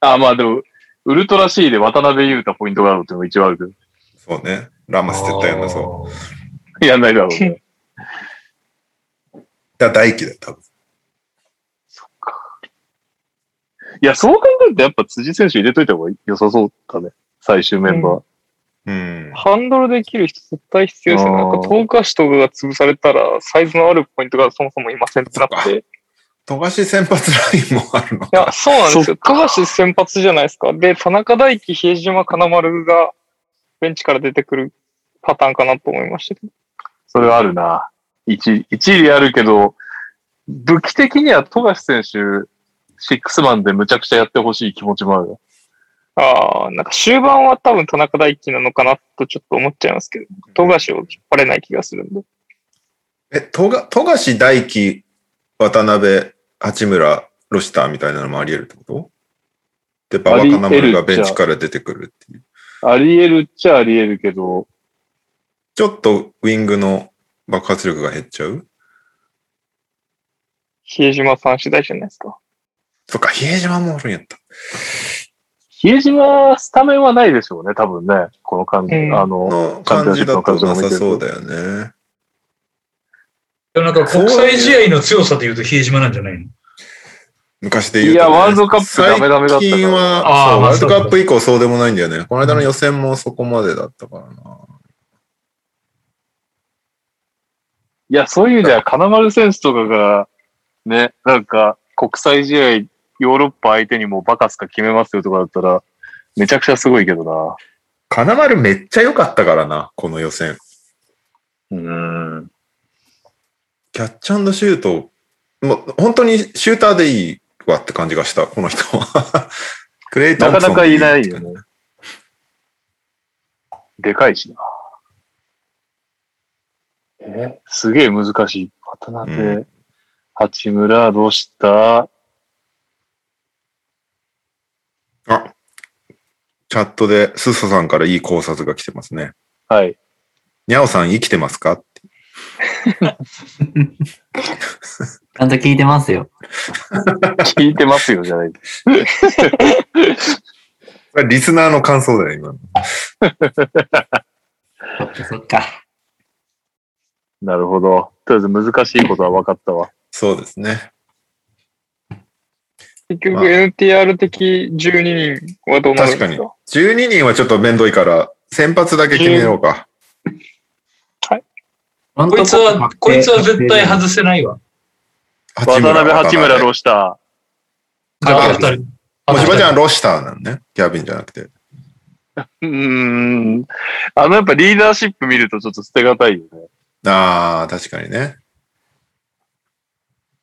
Speaker 3: あ、まあ、でも、ウルトラ C で渡辺裕太ポイントガードっていうのも一応あるけど
Speaker 1: そうね。ラマス絶対やんなそう。
Speaker 2: う。。
Speaker 3: やんないだろうね。
Speaker 1: だから大輝だよ、多分。
Speaker 3: いや、そう考えるとやっぱ辻選手入れといた方が良さそうだね。最終メンバー。
Speaker 1: うん。
Speaker 4: ハンドルできる人絶対必要ですよね。
Speaker 3: あ
Speaker 4: な
Speaker 3: ー
Speaker 4: んか、トーカシとかが潰されたら、サイズのあるポイントがそもそもいませんってな
Speaker 1: そっ
Speaker 4: っ
Speaker 1: か
Speaker 4: て。い
Speaker 1: 富樫先発ラインもあるの
Speaker 4: や、
Speaker 1: か。
Speaker 4: そうなんです
Speaker 3: そ
Speaker 4: よ。富樫先発じゃないですか。で、田中大輝、比江島、金丸が、ベンチから出てくるパターンかなと思いましたけど。
Speaker 3: それはあるな。一、一理あるけど、武器的には富樫選手、シックスマンでむちゃくちゃやってほしい気持ちもあるよ。
Speaker 4: ああ、なんか終盤は多分田中大輝なのかなとちょっと思っちゃいますけど、富樫を引っ張れない気がするんで。
Speaker 1: え、とが富樫大輝、渡辺、八村、ロシターみたいなのもあり得るってことで、馬場金丸がベンチから出てくるっていう。
Speaker 3: あり得るっちゃあり得るけど、
Speaker 1: ちょっとウィングの爆発力が減っちゃう
Speaker 4: 比江島さん次第じゃないですか。
Speaker 1: そっか、比江島もおるんやった。
Speaker 3: 比江島スタメンはないでしょうね、多分ね。この感じ。
Speaker 4: うん
Speaker 3: あの、
Speaker 1: の感じだとなさそうだよね。
Speaker 2: でもなんか国際試合の強さで言うと比江島なんじゃないの
Speaker 1: 昔で言うと、ね。
Speaker 3: いやワールドカップダメダメだったから
Speaker 1: 最近は、
Speaker 2: あー
Speaker 1: そう
Speaker 2: まあ
Speaker 1: ワールドカップ以降そうでもないんだよね。この間の予選もそこまでだったからな。
Speaker 3: いや、そういう意味では、金丸選手とかが、ね、なんか、国際試合、ヨーロッパ相手にもうバカスカ決めますよとかだったら、めちゃくちゃすごいけどな。
Speaker 1: 金丸めっちゃ良かったからな、この予選。
Speaker 3: うん。
Speaker 1: キャッチャンドシュート、もう本当にシューターでいいわって感じがした、この人は。 クレイトン
Speaker 3: な
Speaker 1: プ
Speaker 3: か
Speaker 1: ソン
Speaker 3: なかいないよね。でかいしな。え、すげえ難しい。渡辺、
Speaker 1: う
Speaker 3: 八村、ロシター、
Speaker 1: あ、チャットでスッサさんからいい考察が来てますね。
Speaker 3: はい。
Speaker 1: にゃおさん生きてますかって
Speaker 5: ちゃんと聞いてますよ。
Speaker 3: 聞いてますよ、じゃない。
Speaker 1: これリスナーの感想だよ、今の。
Speaker 5: そっかそっか。
Speaker 3: なるほど。とりあえず難しいことは分かったわ。
Speaker 1: そうですね。
Speaker 4: 結局
Speaker 1: まあ
Speaker 4: NTR 的12人はどうなる
Speaker 1: 確
Speaker 4: ん
Speaker 1: か
Speaker 4: です
Speaker 1: に
Speaker 4: か。
Speaker 1: 12人はちょっと面倒いから、先発だけ決めようか。
Speaker 5: こ
Speaker 2: こいつは、こいつは絶対外せないわ。
Speaker 1: 八
Speaker 3: 渡
Speaker 1: 村
Speaker 3: 辺、八村、
Speaker 1: も
Speaker 3: ロシタ
Speaker 1: じゃあ
Speaker 2: あと二人。
Speaker 1: うしばちゃんはロシターなのね。ギャビンじゃなくて。
Speaker 3: ー。うーん。あの、やっぱリーダーシップ見るとちょっと捨てがたいよね。
Speaker 1: ああ、確かにね。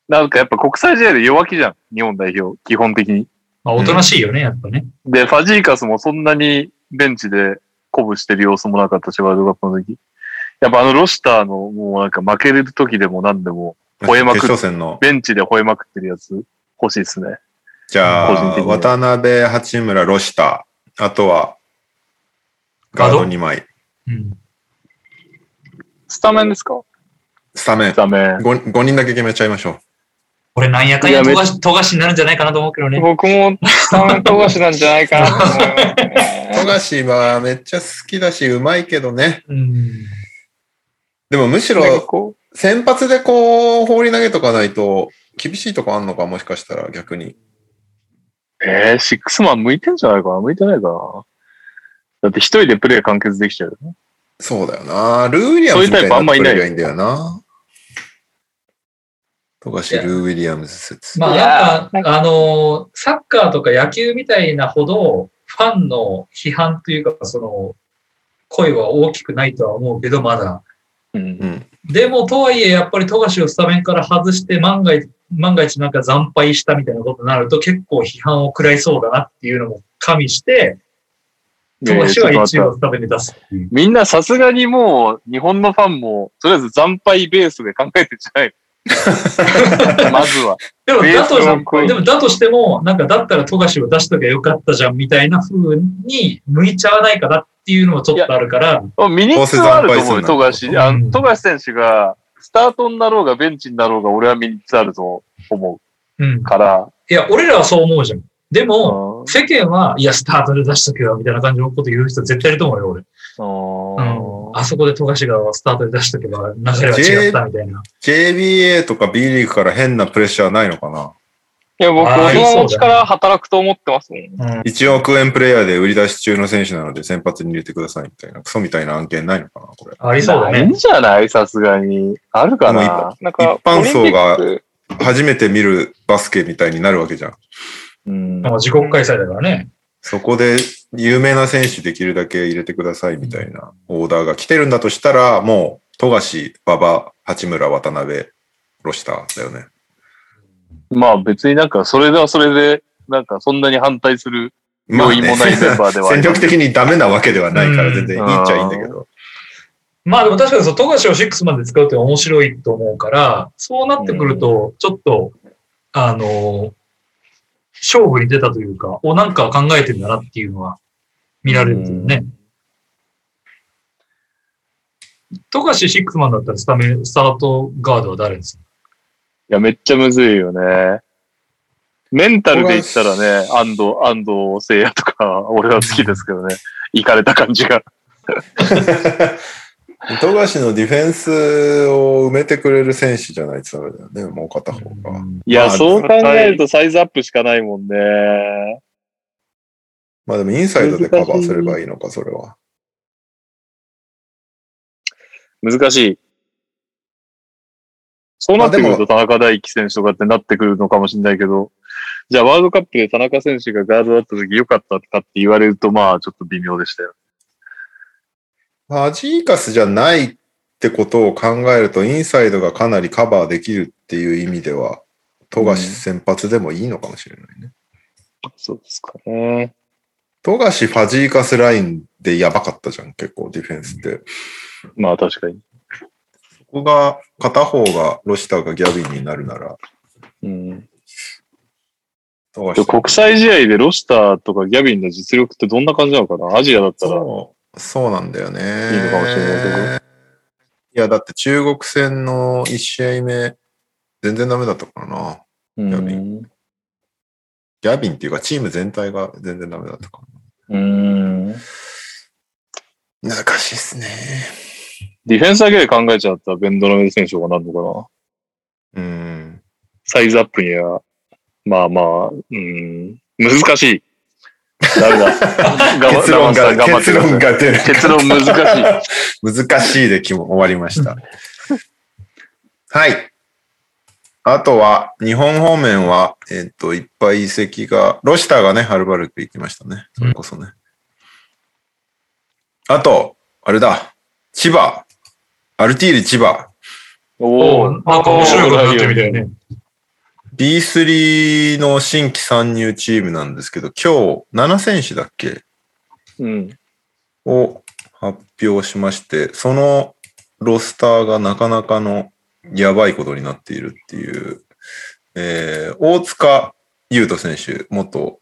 Speaker 3: なんかやっぱ国際試合で弱気じゃん。日本代表、基本的に。
Speaker 2: まあ、おとなしいよね、やっぱね。
Speaker 3: で、ファジーカスもそんなにベンチで鼓舞してる様子もなかったし、ワールドカップの時。やっぱあのロシターのもうなんか負ける時でも何でも、吠えまくっ
Speaker 1: 決勝戦の。
Speaker 3: ベンチで吠えまくってるやつ欲しいですね。
Speaker 1: じゃ
Speaker 3: 個人
Speaker 1: あ、
Speaker 3: 的には
Speaker 1: 渡辺、八村、ロシター。あとは、ガード2枚。
Speaker 2: うん。
Speaker 4: スタメンですか
Speaker 1: スタメン。
Speaker 3: ダメ。
Speaker 1: 5, 人だけ決めちゃいましょ
Speaker 2: 俺なんやかん
Speaker 3: い
Speaker 2: や
Speaker 3: やめ
Speaker 2: 富樫富樫になるんじゃないかなと思うけどね。
Speaker 4: 僕もスタメン富樫なんじゃないかなと思いますね
Speaker 1: う。富樫はめっちゃ好きだし、うまいけどね。
Speaker 2: うん。
Speaker 1: でもむし
Speaker 4: なんか
Speaker 1: ろ、
Speaker 4: こ
Speaker 1: 先発でこう、放り投げとかないと、厳しいとこあんのか、もしかしたら逆に。
Speaker 3: えー、シックスマン向いてんじゃないかな向いてないかなだって一人でプレー完結できちゃうよね。
Speaker 1: そうだよな。ルー・ウィリアムズみたいなプレイがいいんだよな。富樫、ルー・ウィリアムズ説。
Speaker 2: まあ
Speaker 4: いや
Speaker 2: なんか、あのー、サッカーとか野球みたいなほど、ファンの批判というか、その、声は大きくないとは思うけど、まだ。
Speaker 3: うん。
Speaker 1: うん。
Speaker 2: でも、とはいえ、やっぱり富樫をスタメンから外して、万が一、万が一なんか惨敗したみたいなことになると、結構批判を食らいそうだなっていうのも加味して、富樫は一応スタメンで出す。
Speaker 3: みんなさすがにもう、日本のファンも、とりあえず惨敗ベースで考えてんじゃないのまずは。
Speaker 2: でも、
Speaker 3: ベー
Speaker 2: だ
Speaker 3: ス
Speaker 2: と
Speaker 3: の声
Speaker 2: でもだとしても、なんか、だったら富樫を出しときゃよかったじゃんみたいな風に向いちゃわないかなっていうのもちょっとあるから、
Speaker 3: ミニッツはあると思うよ、
Speaker 1: ど
Speaker 3: 富
Speaker 1: うせ
Speaker 3: 樫。
Speaker 1: 惨
Speaker 2: 敗す
Speaker 3: あ
Speaker 2: るんだ
Speaker 3: の富樫選手が、スタートになろうが、ベンチになろうが、俺はミニッツあると思
Speaker 2: うん
Speaker 3: う。から、
Speaker 2: いや、俺らはそう思うじゃん。でも、
Speaker 3: うん
Speaker 2: 世間は、いや、スタートで出しとけよ、みたいな感じのこと言う人絶対いると思うよ、俺。うん。あそこで富樫がスタートで出しとけば、流れは違った、みたいな。
Speaker 1: JBA とか B リーグから変なプレッシャーないのかな
Speaker 4: ういや、僕、
Speaker 2: あー
Speaker 4: そのうちから働くと思ってますもん。
Speaker 2: うん。
Speaker 1: 1億円プレイヤーで売り出し中の選手なので先発に入れてくださいみたいな、クソみたいな案件ないのかな、これ。
Speaker 2: ありそうだ
Speaker 3: いいん
Speaker 2: ね。
Speaker 3: じゃないさすがに。あるかな
Speaker 4: なんか、
Speaker 1: 一般層が
Speaker 4: オリンピック
Speaker 1: 初めて見るバスケみたいになるわけじゃん。
Speaker 3: うん
Speaker 2: まあ、自国開催だからね。
Speaker 1: そこで有名な選手できるだけ入れてくださいみたいなオーダーが来てるんだとしたら、もう、富樫、馬場、八村、渡辺、ロシターだよね。
Speaker 3: まあ別になんかそれではそれで、なんかそんなに反対する。
Speaker 1: まあね
Speaker 3: 余韻もないメンバーで は
Speaker 1: 戦力的にダメなわけではないか
Speaker 2: う
Speaker 1: ら、
Speaker 2: ん
Speaker 1: 全然いいっちゃいいんだけど。
Speaker 2: まあでも確かにそう、富樫を6まで使うって面白いと思うから、そうなってくると、ちょっと、あのー勝負に出たというか、お、なんか考えてんだなっていうのは見られるんですよね。富樫シックスマンだったらスタメン、スタートガードは誰ですか
Speaker 3: いや、めっちゃむずいよね。メンタルで言ったらね、安藤、安藤聖也とか、俺は好きですけどね。行かれた感じが。
Speaker 1: 富樫のディフェンスを埋めてくれる選手じゃないとダメだよね、もう片方が。
Speaker 3: い
Speaker 1: ま
Speaker 3: や、
Speaker 1: あ
Speaker 3: そう考えるとサイズアップしかないもんね。
Speaker 1: まあでもインサイドでカバーすればいいのか、それは。
Speaker 3: 難しい。そうなってくると田中大輝選手とかってなってくるのかもしれないけど、じゃあワールドカップで田中選手がガードだった時良かったかって言われると、まあちょっと微妙でしたよ。
Speaker 1: アジーカスじゃないってことを考えると、インサイドがかなりカバーできるっていう意味では、富樫先発でもいいのかもしれないね。
Speaker 3: そうですかね。
Speaker 1: 富樫、ファジーカスラインでやばかったじゃん、結構ディフェンスって。
Speaker 3: まあ確かに。
Speaker 1: そこが、片方がロシターがギャビンになるなら、
Speaker 3: うん、
Speaker 1: 富樫
Speaker 3: 国際試合でロシターとかギャビンの実力ってどんな感じなのかなアジアだったら。
Speaker 1: そうそうなんだよね。
Speaker 3: いいのかもしれないけど
Speaker 1: いや、だって中国戦の1試合目、全然ダメだったからな。
Speaker 3: うん
Speaker 1: ギャビギャビンっていうか、チーム全体が全然ダメだったか
Speaker 3: うん
Speaker 1: ら。難しいっすね。
Speaker 3: ディフェンスだけで考えちゃったらベンドラメル選手がなるのかな
Speaker 1: うん。
Speaker 3: サイズアップには、まあまあ、うん、難しい。ダメだ。 我慢
Speaker 1: 結論が、
Speaker 3: 我慢頑張っ
Speaker 1: 結
Speaker 3: てくださ
Speaker 1: 論
Speaker 3: い
Speaker 1: が出る。
Speaker 3: 結論難しい。
Speaker 1: 難しいできも終わりました。 はい。あとは、日本方面は、えっ、と、いっぱい移籍が、ロシターがね、ハルバルク行きましたね。それこそね。あと、あれだ、千葉、アルティーリ千葉、
Speaker 3: お
Speaker 2: おうなんか面白いことになってみたいね。
Speaker 1: B3 の新規参入チームなんですけど、今日7選手だっけ
Speaker 3: うん。
Speaker 1: を発表しまして、そのロスターがなかなかのやばいことになっているっていう、えー、大塚優斗選手、元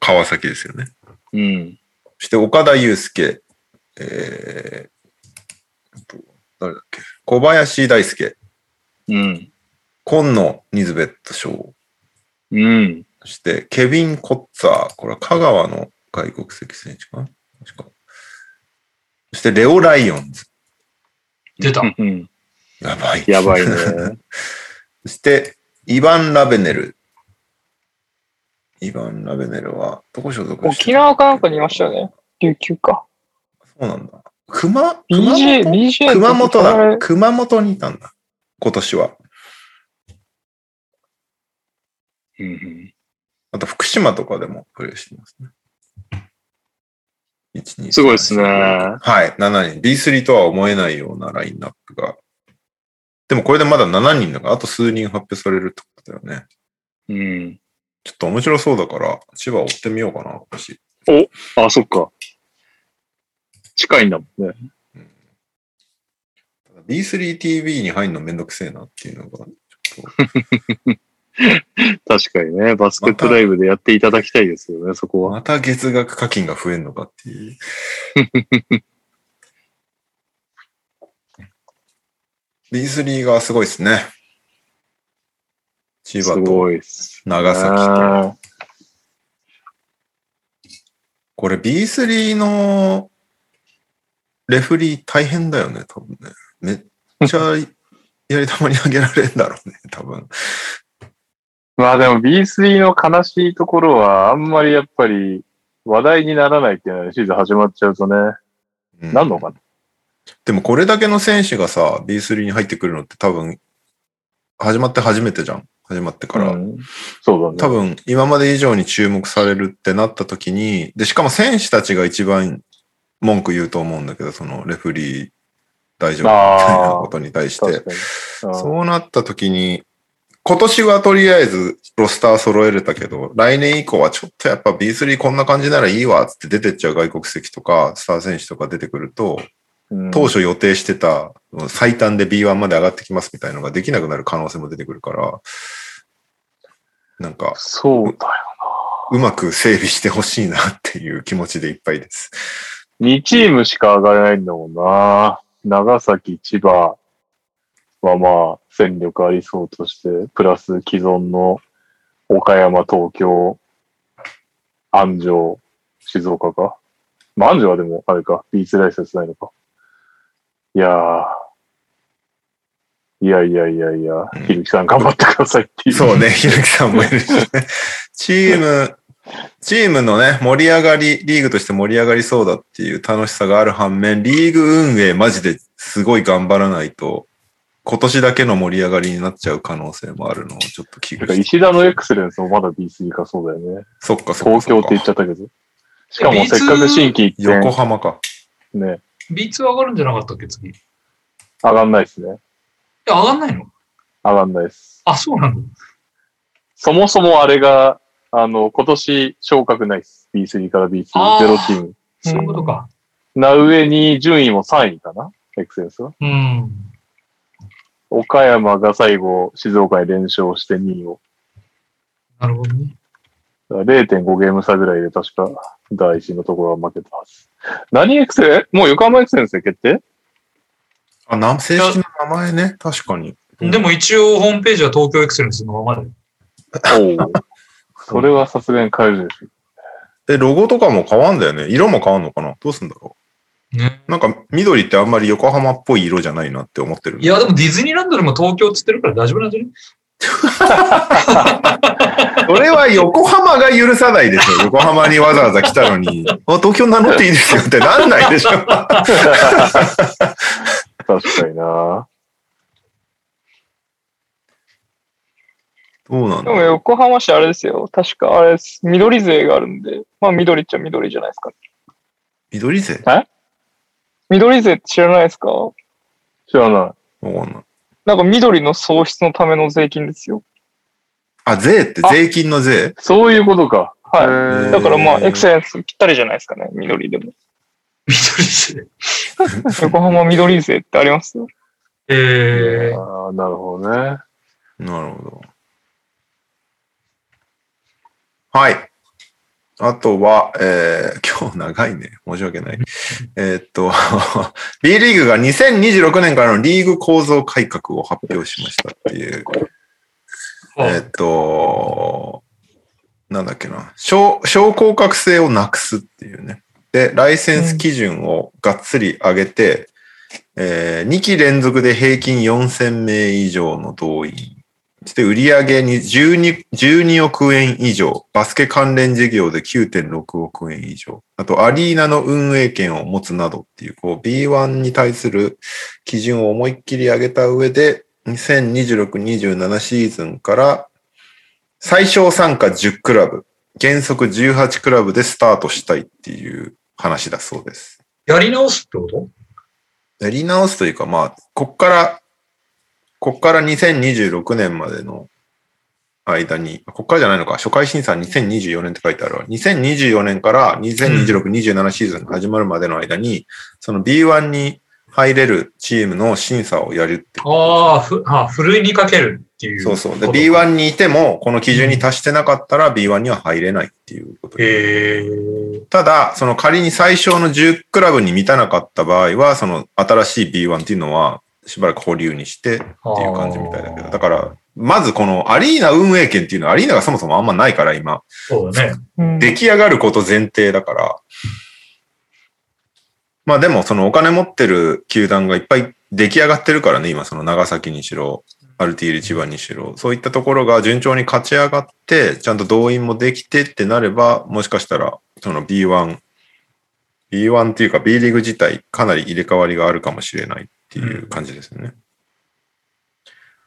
Speaker 1: 川崎ですよね。
Speaker 3: うん。
Speaker 1: そして岡田祐介、えー、あと誰だっけ小林大輔、
Speaker 3: うん。
Speaker 1: 今野ニズベット賞、
Speaker 3: うん。
Speaker 1: そして、ケビン・コッツァー。これは香川の外国籍選手かな確か。そして、レオ・ライオンズ。
Speaker 2: 出た。
Speaker 3: うん。
Speaker 1: やばい。
Speaker 3: やばいね。
Speaker 1: そして、イヴァン・ラベネル。イヴァン・ラベネルは、どこ所属してる
Speaker 4: 沖縄かなんかにいましたよ。ね。琉球か。
Speaker 1: そうなんだ。熊、熊
Speaker 4: BJ、
Speaker 1: 本
Speaker 4: BJ
Speaker 1: 熊本だ。熊本にいたんだ。今年は。
Speaker 3: うん
Speaker 1: あと、福島とかでもプレーしてますね。1 2
Speaker 3: すごいですね。
Speaker 1: はい、7人。B3 とは思えないようなラインナップが。でもこれでまだ7人だから、あと数人発表されるってことだよね。
Speaker 3: うん。
Speaker 1: ちょっと面白そうだから、千葉追ってみようかな、私。
Speaker 3: あ、そっか。近いんだもんね。
Speaker 1: B3TV に入るのめんどくせえなっていうのが、ちょっと。
Speaker 3: 確かにね。バスケットライブでやっていただきたいですよね、そこは。
Speaker 1: また月額課金が増えるのかって いう。B3 がすごいですね。千
Speaker 3: す
Speaker 1: 葉と
Speaker 3: ごいっす。
Speaker 1: 長崎と。
Speaker 3: あ
Speaker 1: これ B3 のレフリー大変だよね、多分ね。めっちゃやり玉にあげられるんだろうね、多分。
Speaker 3: ーまあでも B3 の悲しいところは、あんまりやっぱり話題にならないっていうのはシーズン始まっちゃうとね、
Speaker 1: うん
Speaker 3: なんのかな
Speaker 1: でもこれだけの選手がさ、B3 に入ってくるのって多分、始まって初めてじゃん。始まってから。
Speaker 3: うんそうだ
Speaker 1: 多
Speaker 3: ね。
Speaker 1: 分、今まで以上に注目されるってなった時に、で、しかも選手たちが一番文句言うと思うんだけど、そのレフリー大丈夫みたいなことに対して
Speaker 3: 確。かに。うん
Speaker 1: そうなった時に、今年はとりあえずロスター揃えれたけど、来年以降はちょっとやっぱ B3 こんな感じならいいわっつって出てっちゃう外国籍とか、スター選手とか出てくると、
Speaker 3: うん
Speaker 1: 当初予定してたうん最短で B1 まで上がってきますみたいなのができなくなる可能性も出てくるから、なんか、
Speaker 3: そうだよ。
Speaker 1: うまく整備してほしいなっていう気持ちでいっぱいです。
Speaker 3: 2チームしか上がれないんだもんな。長崎、千葉はまあ、戦力ありそうとして、プラス既存の岡山、東京、安城、静岡か。まあ、安城はでも、あれか、B2 ライセンスないのか。いやー。いやいやいやいや
Speaker 1: うん、
Speaker 3: ひるきさん頑張ってくださいってい う。
Speaker 1: そうね、ひるきさんもいるし ね。チーム、チームのね、盛り上がり、リーグとして盛り上がりそうだっていう楽しさがある反面、リーグ運営マジですごい頑張らないと、今年だけの盛り上がりになっちゃう可能性もあるのをちょっと危
Speaker 3: なんか
Speaker 1: 惧して。
Speaker 3: 石田のエクセレンスもまだ B3 かそうだよね。
Speaker 1: そっかそっか
Speaker 3: 東
Speaker 1: そ
Speaker 3: 京
Speaker 1: っ
Speaker 3: って言っち
Speaker 1: か。
Speaker 3: ゃったけど。しかもせっかく新規行
Speaker 1: 横
Speaker 3: っ
Speaker 1: 浜か。
Speaker 3: て、ね、
Speaker 2: B2 上がるんじゃなかったっけ、次。い
Speaker 3: 上がんないですね。
Speaker 2: や、上がんないの
Speaker 3: 上がんないです。
Speaker 2: あ、そうなの
Speaker 3: そもそもあれが、あの、今年昇格ないです。B3 から B2、
Speaker 2: あー
Speaker 3: ゼロチーム。
Speaker 2: そういうことか。
Speaker 3: な上に順位も3位かなエクセンスは。
Speaker 2: うん。
Speaker 3: 岡山が最後、静岡に連勝して2位を。
Speaker 2: なるほどね。
Speaker 3: だから0.5ゲーム差ぐらいで確か、第一のところは負けたはず。何エクセンもう横浜エクセンスで決定
Speaker 1: あ、な正式な名前ね。確かに。うん
Speaker 2: でも一応ホームページは東京エクセレンスのままで。
Speaker 3: おお。 それはさすがに変えるでしょ。
Speaker 1: え、ロゴとかも変わんだよね。色も変わんのかなどうすんだろ
Speaker 2: ね。
Speaker 1: う。なんか緑ってあんまり横浜っぽい色じゃないなって思ってる。
Speaker 2: いや、でもディズニーランドでも東京って言ってるから大丈夫なんじゃない
Speaker 1: それは横浜が許さないでし ょ。横浜にわざわざ来たのに、 あ、東京名乗っていいですよってなんないでしょ。
Speaker 3: 確かにな。
Speaker 1: どうなん
Speaker 4: で
Speaker 1: だろ
Speaker 4: も
Speaker 1: う。
Speaker 4: 横浜市あれですよ。確かあれです。緑勢があるんで、まあ緑っちゃ緑じゃないですか。
Speaker 1: 緑勢
Speaker 4: 緑勢って知らないですか
Speaker 3: 知らない。
Speaker 1: わかんない。
Speaker 4: なんか緑の喪失のための税金ですよ。
Speaker 1: あ、税って税金の税
Speaker 3: そういうことか。
Speaker 4: はい
Speaker 1: へー
Speaker 4: い。だからまあエクセレンスぴったりじゃないですかね。緑でも。
Speaker 2: 緑市。
Speaker 4: 横浜緑勢ってありますよ。
Speaker 2: えー、
Speaker 3: ああ、なるほどね。
Speaker 1: なるほど。はい。あとは、えー、 今日長いね。申し訳ない。えーっと、B リーグが2026年からのリーグ構造改革を発表しましたっていう。えーっと、なんだっけな。小、小降格性をなくすっていうね。で、ライセンス基準をがっつり上げて、え2期連続で平均4000名以上の動員。そして売上に 12, 12億円以上、バスケ関連事業で9.6億円以上、あとアリーナの運営権を持つなどっていう、こう B1 に対する基準を思いっきり上げた上で、2026-27シーズンから最小参加10クラブ、原則18クラブでスタートしたいっていう話だそうです。
Speaker 2: やり直すってこと
Speaker 1: やり直すというか、まあ、こっから、こっから2026年までの間に、こっからじゃないのか、初回審査2024年って書いてあるわ。2024年から2026、27シーズンが始まるまでの間に、その B1 に入れるチームの審査をやるって
Speaker 2: ああ、ふ、あ、ふるいにかけるっていう。
Speaker 1: そうそう。で、。B1 にいても、この基準に達してなかったら B1 には入れないっていうことです
Speaker 2: えー、
Speaker 1: ただ、その仮に最小の10クラブに満たなかった場合は、その新しい B1 っていうのは、しばらく保留にしてっていう感じみたいだけ
Speaker 2: あ
Speaker 1: ど、
Speaker 2: ー
Speaker 1: だから、まずこのアリーナ運営権っていうのは、アリーナがそもそもあんまないから、今。
Speaker 2: そうだね。。
Speaker 4: うん
Speaker 1: 出来上がること前提だから。まあでも、そのお金持ってる球団がいっぱい出来上がってるからね、今、その長崎にしろ、アルティール千葉にしろ、そういったところが順調に勝ち上がって、ちゃんと動員もできてってなれば、もしかしたら、その B1、B1 っていうか B リーグ自体、かなり入れ替わりがあるかもしれないっていう感じですよね。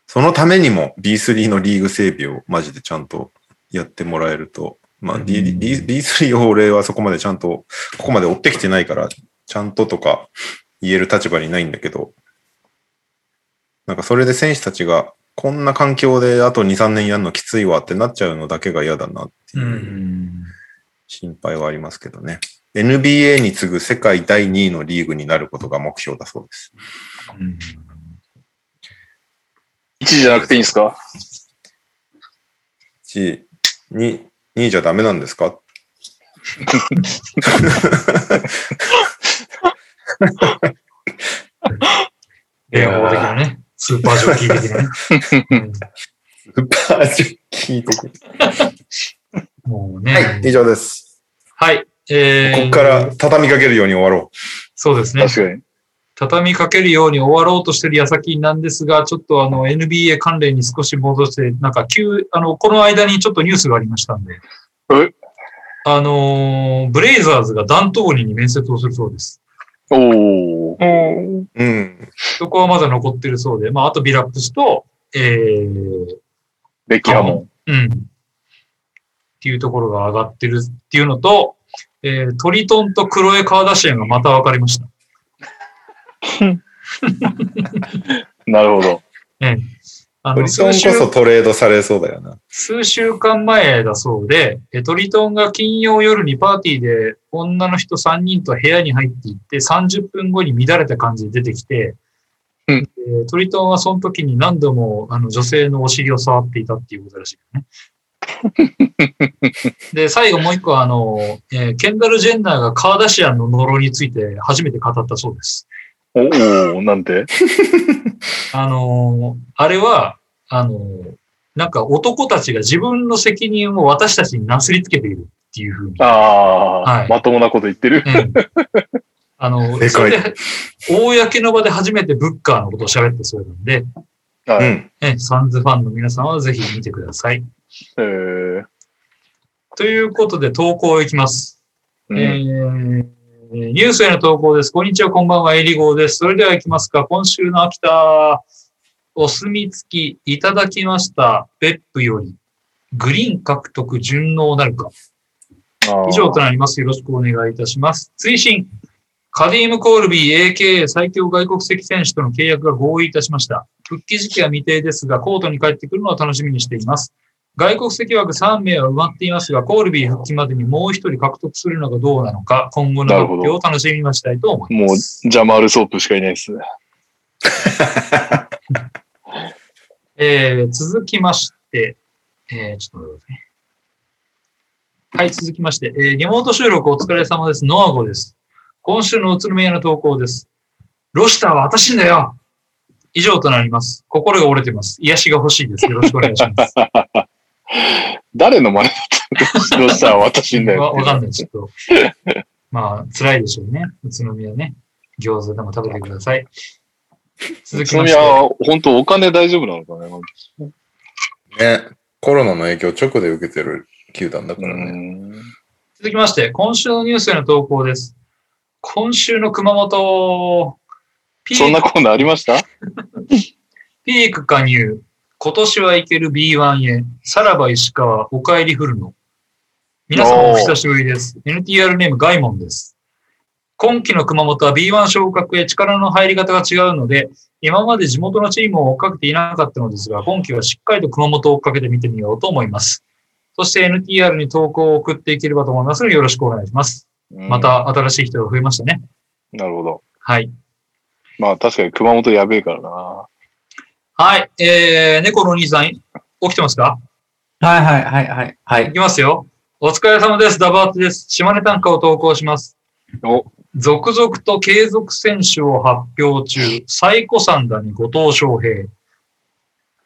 Speaker 1: そのためにも B3 のリーグ整備をマジでちゃんとやってもらえると、まあ D、D B3 を俺はそこまでちゃんと、ここまで追ってきてないから、ちゃんととか言える立場にないんだけど、なんかそれで選手たちがこんな環境であと2、3年やるのきついわってなっちゃうのだけが嫌だなっていううん心配はありますけどね。NBA に次ぐ世界第2位のリーグになることが目標だそうです。
Speaker 2: うん
Speaker 3: 1じゃなくていいんですか
Speaker 1: 1位、2、2位じゃダメなんですか
Speaker 2: 連合的なね。スーパージョッキー的 なね。
Speaker 1: スーパージョッキー的に
Speaker 2: もうね。
Speaker 1: はい、以上です。
Speaker 2: はい。え
Speaker 1: こ
Speaker 2: ー
Speaker 1: こから。畳みかけるように終わろ
Speaker 2: そうですね。
Speaker 3: 確かに。
Speaker 2: 畳みかけるように終わろうとしてる矢先なんですが、ちょっとあの NBA 関連に少し戻して、なんか急、あの、この間にちょっとニュースがありましたんで。
Speaker 3: え
Speaker 2: あのーブレイザーズがダントーニに面接をするそうです。
Speaker 3: おお。
Speaker 4: お
Speaker 1: う。うん。
Speaker 2: そこはまだ残ってるそうで、まあ、あとビラップスと、えー、
Speaker 3: ベッキーハモン。
Speaker 2: うん。っていうところが上がってるっていうのと、えートリトンとクロエ・カーダシアンがまた分かりました。
Speaker 3: なるほど。
Speaker 2: あ
Speaker 1: ト
Speaker 2: の
Speaker 1: リトンこ
Speaker 2: 数週
Speaker 1: そトレードされそうだよな。
Speaker 2: 数週間前だそうで、えートリトンが金曜夜にパーティーで女の人3人と部屋に入っていって、30分後に乱れた感じで出てきて、
Speaker 4: うん
Speaker 2: えートリトンはその時に何度もあの女性のお尻を触っていたっていうことらしいよね。 で、最後もう一個はあの、えーケンダル・ジェンナーがカーダシアンの呪いについて初めて語ったそうです。
Speaker 3: おおー、な んて
Speaker 2: あのーあれは、あのーなんか男たちが自分の責任を私たちになすりつけているっていうふうに。
Speaker 3: ああー、
Speaker 2: はい
Speaker 3: まともなこと言ってる。
Speaker 2: うんあの、
Speaker 1: で
Speaker 2: そ
Speaker 1: かい
Speaker 2: れで、公の場で初めてブッカーのことを喋ってそうなんで、
Speaker 1: う
Speaker 3: はい。
Speaker 1: ん。
Speaker 2: えサンズファンの皆さんはぜひ見てください。
Speaker 3: えー
Speaker 2: ということで、投稿いきます。
Speaker 3: うん
Speaker 2: えーニュースへの投稿です。こんにちは、こんばんは、エリゴーです。それでは行きますか。今週の秋田、お墨付きいただきました。ペップより、グリーン獲得順応なるか。
Speaker 3: あー
Speaker 2: 以上となります。よろしくお願いいたします。追伸カディーム・コールビー AKA 最強外国籍選手との契約が合意いたしました。復帰時期は未定ですが、コートに帰ってくるのを楽しみにしています。外国籍枠3名は埋まっていますが、コールビー復帰までにもう1人獲得するのがどうなのか、今後の発表を楽しみにしたいと思い
Speaker 3: も
Speaker 2: ま
Speaker 3: う、
Speaker 2: す。
Speaker 3: ジャマールソープしかいないですね。
Speaker 2: えー続きまして、えーちょっと待ってください。はい、続きまして、えーリモート収録お疲れ様です。ノアゴです。今週の宇都宮の投稿です。ロシターは私んだよ以上となります。心が折れてます。癒しが欲しいです。よろしくお願いします。
Speaker 3: 誰の真似だったのどうしたら私んだ
Speaker 2: わ
Speaker 3: よ
Speaker 2: わかんない、ちょっと。まあ、辛いでしょうね。宇都宮ね。餃子でも食べてください。続き
Speaker 3: そ
Speaker 2: ま
Speaker 3: み
Speaker 2: し
Speaker 3: や
Speaker 2: て、
Speaker 3: は、本当お金大丈夫なのかね
Speaker 1: ね。コロナの影響直で受けてる球団だか
Speaker 3: う
Speaker 1: らね。
Speaker 3: ん。
Speaker 2: 続きまして、今週のニュースへの投稿です。今週の熊本、ピー
Speaker 3: そんなコーナーありました
Speaker 2: ピーク加入。今年は行ける B1 へ。さらば石川、お帰りフルノ。皆さんお久しぶりです。NTR ネームガイモンです。今季の熊本は B1 昇格へ力の入り方が違うので、今まで地元のチームを追っかけていなかったのですが、今季はしっかりと熊本を追っかけて見てみようと思います。そして NTR に投稿を送っていければと思いますので、よろしくお願いします。ま。た新しい人が増えましたね。
Speaker 3: なるほど。
Speaker 2: はい。
Speaker 3: まあ確かに熊本やべえからな。
Speaker 2: はい。えー、猫のお兄さん、起きてますか
Speaker 5: はいはいはいはい。はいい。
Speaker 2: きますよ。お疲れ様です。ダバーツです。島根短歌を投稿します。
Speaker 3: お、
Speaker 2: 続々と継続選手を発表中、最古さんだに後藤翔平。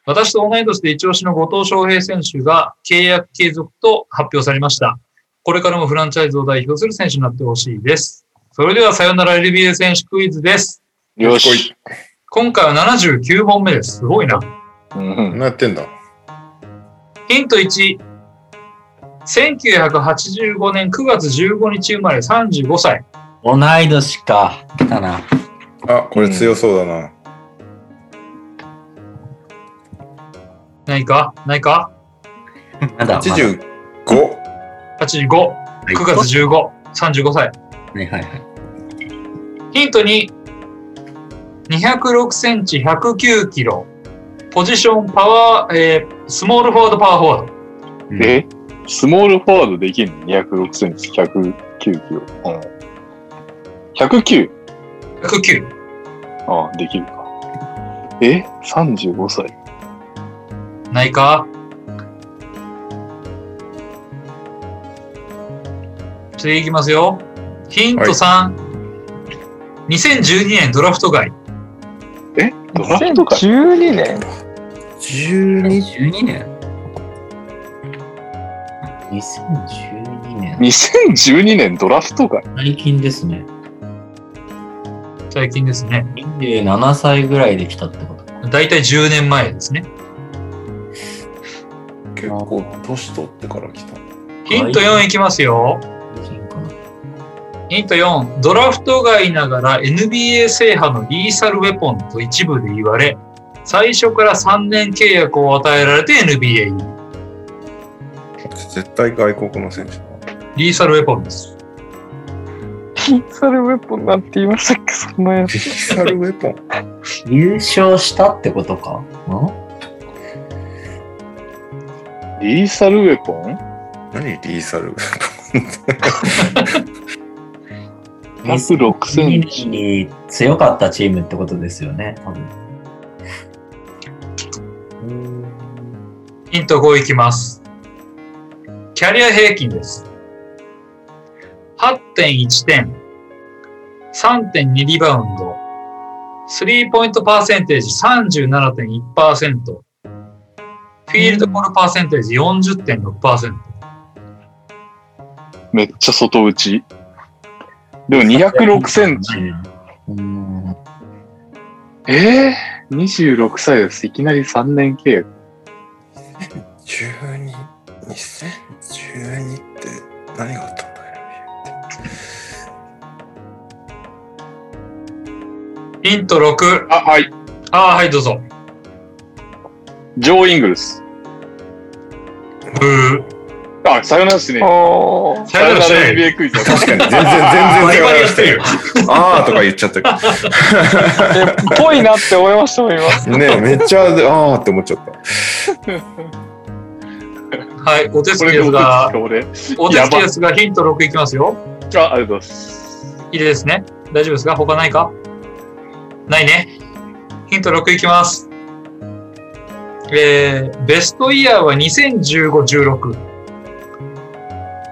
Speaker 2: 私と同い年で一押しの後藤翔平選手が契約継続と発表されました。これからもフランチャイズを代表する選手になってほしいです。それではさよなら LBA 選手クイズです。
Speaker 3: よし。
Speaker 2: 今回は79本目です。すごいな。
Speaker 3: うん
Speaker 1: 何やってんだ
Speaker 2: ヒント1。1985年9月15日生まれ35歳。
Speaker 5: 同い年か。だな。
Speaker 1: あ、これ強そうだな。
Speaker 2: ないかないか
Speaker 5: まだ。まだ
Speaker 1: 85?
Speaker 2: 85。9月15。35歳。
Speaker 5: はいはいはい。
Speaker 2: ヒント2。206センチ109キロ。ポジション、パワー、えースモールフォワード、パワーフォワード。
Speaker 5: うん
Speaker 3: えスモールフォワードできるの ?206 センチ、109キロ。うん、109?
Speaker 2: 109。
Speaker 3: ああ、できるか。え ?35 歳。
Speaker 2: ないか次いきますよ。ヒント3。2012年ドラフト外。
Speaker 3: えドラフトか。
Speaker 4: 2012年
Speaker 1: 12
Speaker 5: 12年 ?2012 年。
Speaker 3: 2012年ドラフトか。
Speaker 5: 最近ですね。
Speaker 2: 最近ですね。
Speaker 5: 27歳ぐらいで来たってこと。
Speaker 2: だいたい10年前ですね。
Speaker 1: 結構年取ってから来た。
Speaker 2: ヒント4いきますよ。
Speaker 5: 金かな
Speaker 2: ヒント4、ドラフト外ながら NBA 制覇のリーサルウェポンと一部で言われ、最初から3年契約を与えられて NBA に。
Speaker 1: 絶対外国の選手だ。
Speaker 2: リーサルウェポンです。
Speaker 4: キーサルウェポンなんて言いましたっけそんなやつ。
Speaker 1: デジタルウェポン。
Speaker 5: 優勝したってことか。ん
Speaker 3: リーサルウェポン
Speaker 1: 何リーサルウェポン
Speaker 3: ?106 センチ。
Speaker 5: 2012に強かったチームってことですよね、多分。
Speaker 2: ヒント5いきます。キャリア平均です。8.1点、3.2リバウンド、スリーポイントパーセンテージ37.1%、フィールドコールパーセンテージ40.6%。
Speaker 3: めっちゃ外打ち。でも206センチ。
Speaker 5: うん。
Speaker 3: えー、26歳です。いきなり3年契約。
Speaker 1: 12、2012って何があったんだ
Speaker 2: ヒント6。
Speaker 3: あ、はい。
Speaker 2: ああ、はい、どうぞ。
Speaker 3: ジョー・イングルス。
Speaker 2: ブー。
Speaker 3: あ、さよならですね。
Speaker 4: あ
Speaker 2: さよならしない。
Speaker 3: NBA クイズだ。
Speaker 1: 確 かに、全然、全
Speaker 2: バ
Speaker 1: 然
Speaker 2: リバリ
Speaker 1: 違
Speaker 2: や
Speaker 1: う
Speaker 2: ってるよ。
Speaker 1: あーとか言っちゃったけ
Speaker 4: あ、ぽいなって思いましたもん、今。
Speaker 1: ど。ねえめっちゃ、あーって思っちゃった。
Speaker 2: はい、お手つ
Speaker 3: こ
Speaker 2: き
Speaker 3: れ
Speaker 2: です
Speaker 3: どうです
Speaker 2: が
Speaker 3: か、俺。
Speaker 2: お手つきですが、ヒント6いきますよ。
Speaker 3: あ、ありがとうございます。
Speaker 2: いいですね。大丈夫ですか他ないかないね。ヒント6いきます。えー、ベストイヤーは2015-16。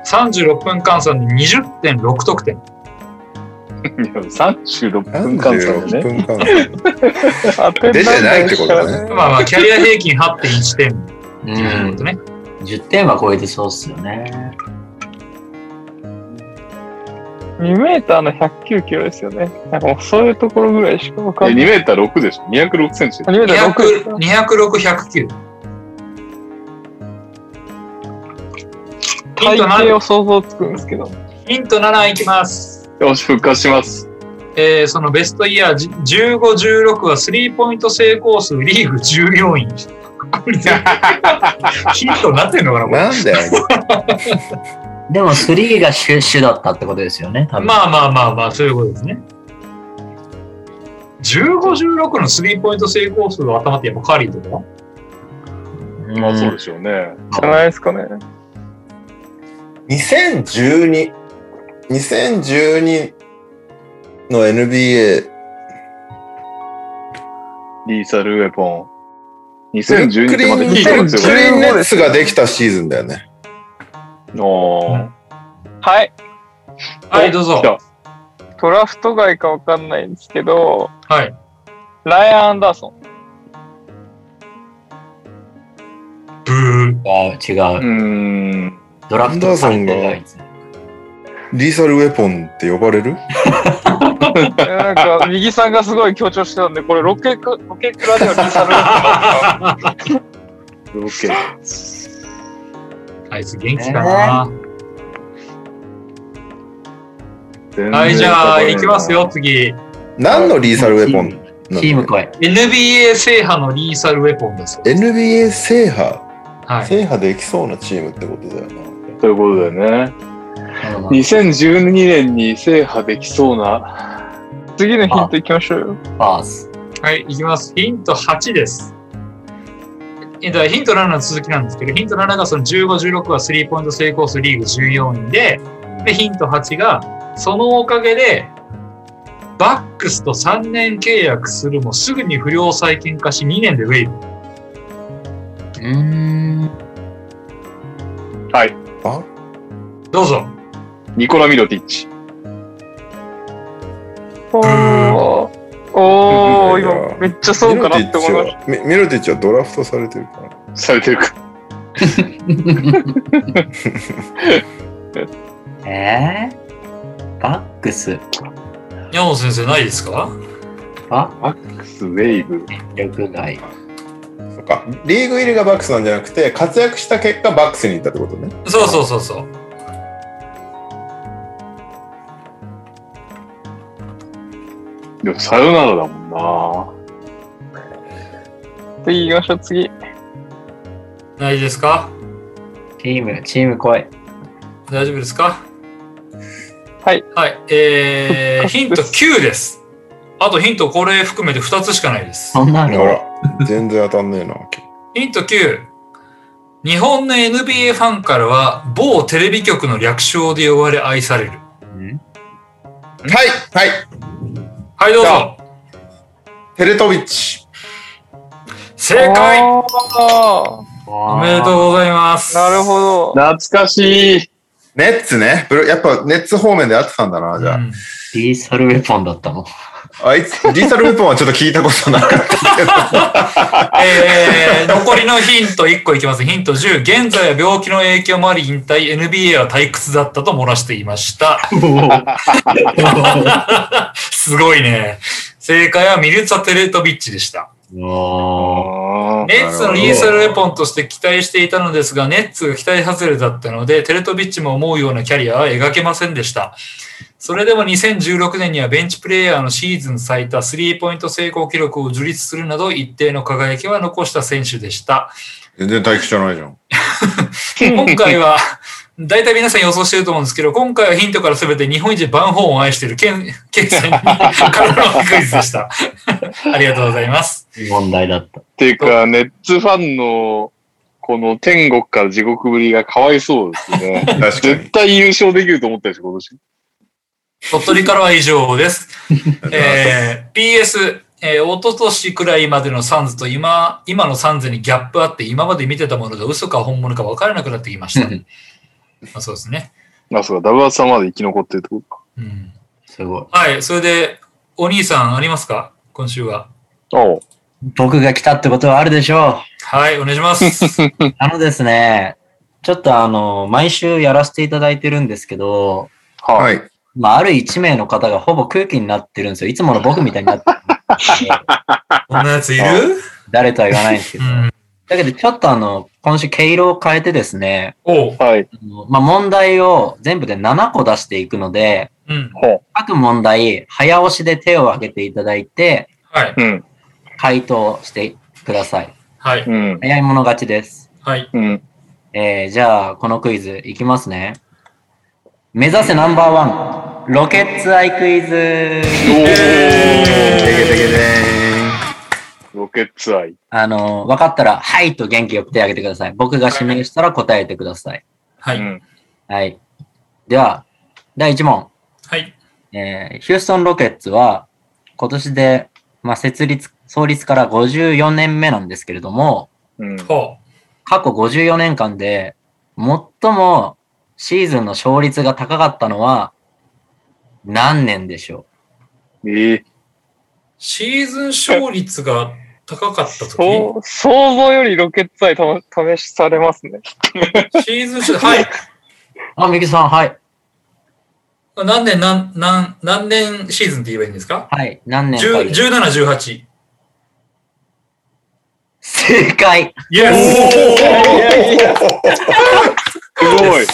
Speaker 2: 36分換算で20.6得点。
Speaker 3: いや36分間差だ
Speaker 1: 36
Speaker 3: ね。
Speaker 1: 分間。
Speaker 4: 当て
Speaker 1: 出てないってこと
Speaker 4: ね。
Speaker 1: だね。
Speaker 2: まあまあ、キャリア平均8.1点
Speaker 5: う
Speaker 2: というこ
Speaker 5: ん
Speaker 2: とね。
Speaker 5: 10点は超えてそうっすよね。
Speaker 4: 2メーターの109キロですよね。なんかもうそういうところぐらいしかわか
Speaker 3: え、2
Speaker 4: んない。
Speaker 3: メーター6でしょ。206センチ。
Speaker 4: 2メーター
Speaker 2: 206、
Speaker 4: 6。
Speaker 2: 109。ヒン
Speaker 4: 体
Speaker 2: ト7
Speaker 4: 型を想像つくんですけど。
Speaker 2: ヒント7いきます。
Speaker 3: よし、復活します。
Speaker 2: えー、そのベストイヤーじ15、16はスリーポイント成功数リーグ14位。これヒントになってんのかなこれ
Speaker 1: なんだよ。
Speaker 5: でも3が主主だったってことですよね、多分。
Speaker 2: まあまあまあまあ、そういうことですね。15、16のスリーポイント成功数が頭ってやっぱカリーとか
Speaker 5: うん
Speaker 3: まあそうでしょうね。
Speaker 4: じゃないですかね。
Speaker 1: 2012。2012の NBA、
Speaker 3: リーサルウェポン。
Speaker 1: ブルッ
Speaker 3: 2012
Speaker 1: ク
Speaker 3: 年
Speaker 1: リン
Speaker 3: ま
Speaker 1: ブ
Speaker 3: で
Speaker 1: ル
Speaker 3: 聞いてます
Speaker 1: ック
Speaker 3: よ。
Speaker 1: リンネッツができたシーズンだよね。
Speaker 3: おー
Speaker 4: はい。
Speaker 2: はい、どうぞ
Speaker 3: 来。た
Speaker 4: ドラフト外かわかんないんですけど、
Speaker 2: はい。
Speaker 4: ライアン・アンダーソン。
Speaker 2: ブー。
Speaker 5: 違
Speaker 3: う
Speaker 5: う、違う。
Speaker 3: ーん。
Speaker 5: ドラフトされてるあいつ
Speaker 1: リーサルウェポンって呼ばれる
Speaker 4: いやなんか、右さんがすごい強調してたんで、これロケク、ロケクラではリサルウェ
Speaker 3: ロケ。
Speaker 2: あいつ元気かな、
Speaker 3: 全然
Speaker 2: はい、じゃあ、いきますよ、。次。
Speaker 1: 何のリーサルウェポン
Speaker 5: チ
Speaker 1: な
Speaker 5: ーム
Speaker 1: の
Speaker 5: チーム来い。
Speaker 2: NBA 制覇のリーサルウェポンです。
Speaker 1: NBA 制覇、
Speaker 2: はい。
Speaker 1: 制覇できそうなチームってことだよな。
Speaker 3: ということだよね。2012年に制覇できそうな。
Speaker 4: ポン。次のヒントいきましょうよ。
Speaker 5: パース。
Speaker 2: はい、いきます。ヒント8です。えだからヒント7の続きなんですけど、ヒント7がその15、16はスリーポイント成功数リーグ14位で、で、ヒント8が、そのおかげで、バックスと3年契約するもすぐに不良再建化し2年でウェイブ。
Speaker 5: うーん。
Speaker 2: どうぞ。
Speaker 3: ニコラ・ミロティッチ。
Speaker 4: おー、おー、
Speaker 1: いやいや
Speaker 4: 今めっちゃそうかなって思いまし
Speaker 1: ミロティッチはミミロティッチはドラフトされてるから。
Speaker 3: されてるか。
Speaker 5: えー、バックス、
Speaker 2: ヤモ先生ないですか
Speaker 5: バ
Speaker 3: マックス・ウェイブ。
Speaker 5: ッ力外。
Speaker 1: そっか。リーグ入りがバックスなんじゃなくて、活躍した結果バックスに行ったってことね。
Speaker 2: そうそうそうそう。
Speaker 3: でも、さよならだもん
Speaker 4: た。次行きましょう、次。
Speaker 2: ないですか
Speaker 5: チーム、チーム来い。
Speaker 2: 大丈夫ですか
Speaker 4: はい。
Speaker 2: はい。えー、ヒント9です。あとヒントこれ含めて2つしかないです。
Speaker 5: そんな
Speaker 1: あ
Speaker 5: の
Speaker 1: ら、全然当たんねえな。
Speaker 2: ヒント9。日本の NBA ファンからは某テレビ局の略称で呼ばれ愛される。
Speaker 5: ん
Speaker 1: はいはい
Speaker 2: はい、どうぞ。
Speaker 1: テレトビッチ。
Speaker 2: 正解
Speaker 4: あ
Speaker 2: おめでとうございます。
Speaker 4: ーなるほど。
Speaker 3: な。懐かしい。
Speaker 1: ネッツね。ブロやっぱネッツ方面で合ってたんだな、じゃあ。
Speaker 2: うん
Speaker 5: リーサルウェポンだったの。
Speaker 1: あいつ、リーサルウェポンはちょっと聞いたことなかったけど。
Speaker 2: えー、残りのヒント1個いきます。ヒント10。現在は病気の影響もあり引退、NBA は退屈だったと漏らしていました。すごいね。正解はミルツァ・テレトビッチでした。
Speaker 5: おー
Speaker 3: あ
Speaker 2: ネッツのリーサルレポンとして期待していたのですが、ネッツが期待外れだったので、テレトビッチも思うようなキャリアは描けませんでした。それでも2016年にはベンチプレイヤーのシーズン最多スリーポイント成功記録を樹立するなど一定の輝きは残した選手でした。
Speaker 1: 全然退屈じゃないじゃん。
Speaker 2: 今回は、大体皆さん予想してると思うんですけど、今回はヒントから全て日本一バンホーンを愛しているケン、ケンさんにからのクイズでした。ありがとうございます。
Speaker 5: いい問題だった。
Speaker 3: ていうか、ネッツファンの、この天国から地獄ぶりがかわいそうですね。
Speaker 1: 確か
Speaker 3: 絶対優勝できると思ったでしょ、今年。
Speaker 2: 鳥取からは以上です。 えー PS、えー、一昨年くらいまでのサンズと今、今のサンズにギャップあって、今まで見てたものが嘘か本物か分からなくなってきました。まあそうですね。
Speaker 3: あ、そうか、ダブアツさんまで生き残ってるってことか。
Speaker 2: うん、
Speaker 5: すごい。
Speaker 2: はい、それで、お兄さんありますか今週は。
Speaker 3: おう
Speaker 5: 僕が来たってことはあるでしょ
Speaker 2: はい、お願いし ます。
Speaker 5: う。あのですね、ちょっとあの、毎週やらせていただいてるんですけど、
Speaker 1: は
Speaker 3: はい。
Speaker 1: い。
Speaker 5: まあ、ある一名の方がほぼ空気になってるんですよ。いつもの僕みたいになってるんですけど。
Speaker 2: こんなやついる
Speaker 5: 誰とは言わないんです け
Speaker 2: う
Speaker 5: ど。
Speaker 2: ん。
Speaker 5: だけど、ちょっとあの、今週毛色を変えてですね、
Speaker 2: おう。
Speaker 3: はい。
Speaker 5: あのまあ、問題を全部で7個出していくので、
Speaker 2: うん。
Speaker 5: 各問題、早押しで手を挙げていただいて、
Speaker 2: はい。
Speaker 3: うん。
Speaker 5: 回答してください。
Speaker 2: はい。
Speaker 3: うん。
Speaker 5: 早い者勝ちです。
Speaker 2: はい。
Speaker 3: うん。
Speaker 5: えー、じゃあ、このクイズいきますね。目指せナンバーワン、ロケッツアイクイズ
Speaker 3: お
Speaker 1: でけで
Speaker 3: ー
Speaker 1: けで
Speaker 3: ロケッツ愛。
Speaker 5: あの、分かったら、はいと元気よく手を挙げてください。僕が指名したら答えてください。
Speaker 2: は
Speaker 3: う
Speaker 2: い。
Speaker 3: ん。
Speaker 5: はい。では、第1問。
Speaker 2: はい。
Speaker 5: えーヒューストン・ロケッツは、今年で、まあ、設立、創立から54年目なんですけれども、
Speaker 3: うん。
Speaker 2: ほ
Speaker 5: 過去54年間で、最もシーズンの勝率が高かったのは、何年でしょ
Speaker 3: ええ。
Speaker 2: う。シーズン勝率が高かった時
Speaker 4: そう、想像よりロケッツ愛たま試されますね。
Speaker 2: シーズン勝率、はい。
Speaker 5: うあ、ミキさん、はい。
Speaker 2: 何年、何、何、何年シーズンって言えばいいんですか
Speaker 5: はい。何年か
Speaker 2: 10 ?17、18。
Speaker 5: 正解
Speaker 2: イエ
Speaker 3: すごい。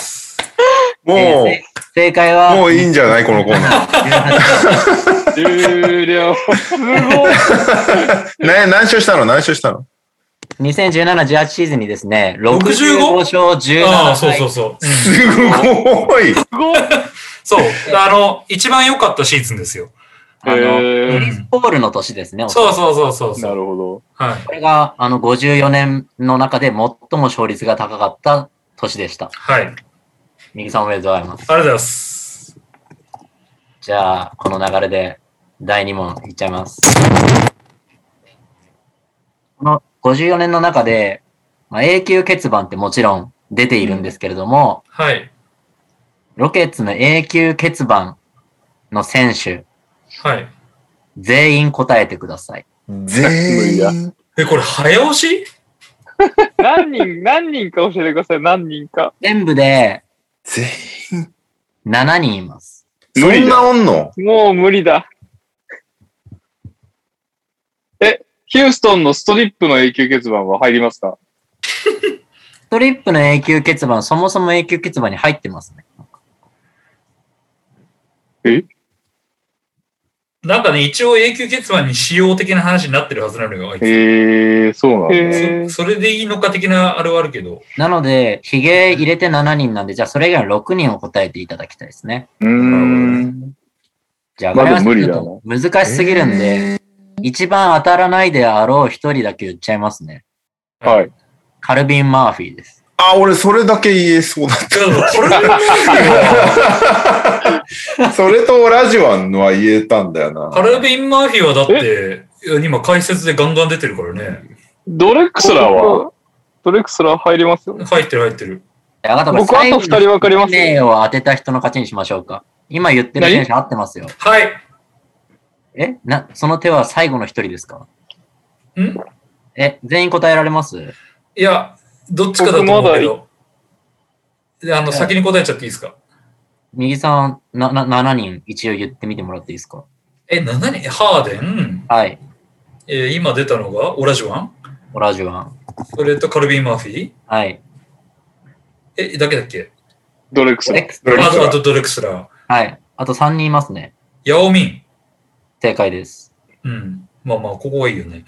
Speaker 1: も
Speaker 5: えーせ正解は
Speaker 1: う、、もういいんじゃないこのコーナー。
Speaker 3: 終了。
Speaker 4: すごい。
Speaker 1: ね何勝したの何勝したの
Speaker 5: 2017-18シーズンにですね、
Speaker 2: 65
Speaker 5: 65勝17敗。
Speaker 2: ああ、そうそうそう。うん
Speaker 1: すごい
Speaker 2: そう。あの、一番良かったシーズンですよ。
Speaker 5: あの、
Speaker 3: へ
Speaker 5: エ
Speaker 3: え
Speaker 5: リス・ポールの年ですね。おそら
Speaker 2: そ
Speaker 5: く
Speaker 2: うそうそうそうそ
Speaker 3: な
Speaker 2: う。
Speaker 3: るほど。
Speaker 2: はい。
Speaker 5: これが、あの、54年の中で最も勝率が高かった年でした。
Speaker 2: はい。ありが
Speaker 5: 右さんおめでとうございます。
Speaker 2: とうございます。
Speaker 5: じゃあ、この流れで第2問いっちゃいます。この54年の中で、まあ、永久欠番ってもちろん出ているんですけれども、
Speaker 2: はい。
Speaker 5: ロケッツの永久欠番の選手、
Speaker 2: はい。
Speaker 5: 全員答えてください。
Speaker 1: 全員。
Speaker 2: え、これ早押し
Speaker 4: 何人、何人か教えてください。何人か。
Speaker 5: 全部で
Speaker 1: 全員。
Speaker 5: 7人います。
Speaker 1: そんなおんの
Speaker 4: もう無理だ。
Speaker 3: ヒューストンのストリップの永久欠番は入りますか
Speaker 5: ストリップの永久欠番、そもそも永久欠番に入ってますね。
Speaker 2: なんかね、一応永久欠番に使用的な話になってるはずなのよ、あいつ
Speaker 3: へえ、そうなんだ。
Speaker 4: へえ。
Speaker 2: それでいいのか的なあれはあるけど。
Speaker 5: なので、ヒゲ入れて7人なんで、じゃあそれ以外の6人を答えていただきたいですね。
Speaker 3: うーん。
Speaker 5: じゃあ、
Speaker 3: まだ
Speaker 5: これは
Speaker 3: 無理だ
Speaker 5: ちょっと難しすぎるんで、一番当たらないであろう一人だけ言っちゃいますね。
Speaker 3: はい。
Speaker 5: カルビン・マーフィーです。
Speaker 1: あ、俺それだけ言えそうだ。
Speaker 2: けど、これで
Speaker 1: それとラジワンのは言えたんだよな。
Speaker 2: カルビン・マーフィーはだって、いや今解説でガンガン出てるからね。
Speaker 4: ドレ
Speaker 3: クスラーは
Speaker 4: ドレクスラー入りますよ。
Speaker 2: 入ってる入ってる。
Speaker 5: いやあなたこれ
Speaker 4: 僕あと二人分かります
Speaker 5: 最後に名誉を当てた人の勝ちにしましょうか。今言ってる選手合ってますよ。
Speaker 2: はい。
Speaker 5: えな、その手は最後の一人ですか
Speaker 2: ん
Speaker 5: え、全員答えられます
Speaker 2: いや、どっちかだと思うけど。であの、先に答えちゃっていいですか
Speaker 5: 右さん、な、な、7人一応言ってみてもらっていいですか
Speaker 2: え、7人ハーデン、
Speaker 5: はい。
Speaker 2: えー今出たのがオラジワン、
Speaker 5: オラジュアン。
Speaker 2: それとカルビン・マーフィー、
Speaker 5: はい。
Speaker 2: え、だけだっけ
Speaker 3: ドレクスラー。
Speaker 1: それ
Speaker 2: あ
Speaker 1: と
Speaker 2: と、あ
Speaker 1: は
Speaker 2: とドレクスラー、
Speaker 5: はい。あと3人いますね。
Speaker 2: ヤオミン。
Speaker 5: 正解です。
Speaker 2: うん。まあまあ、ここはいいよね。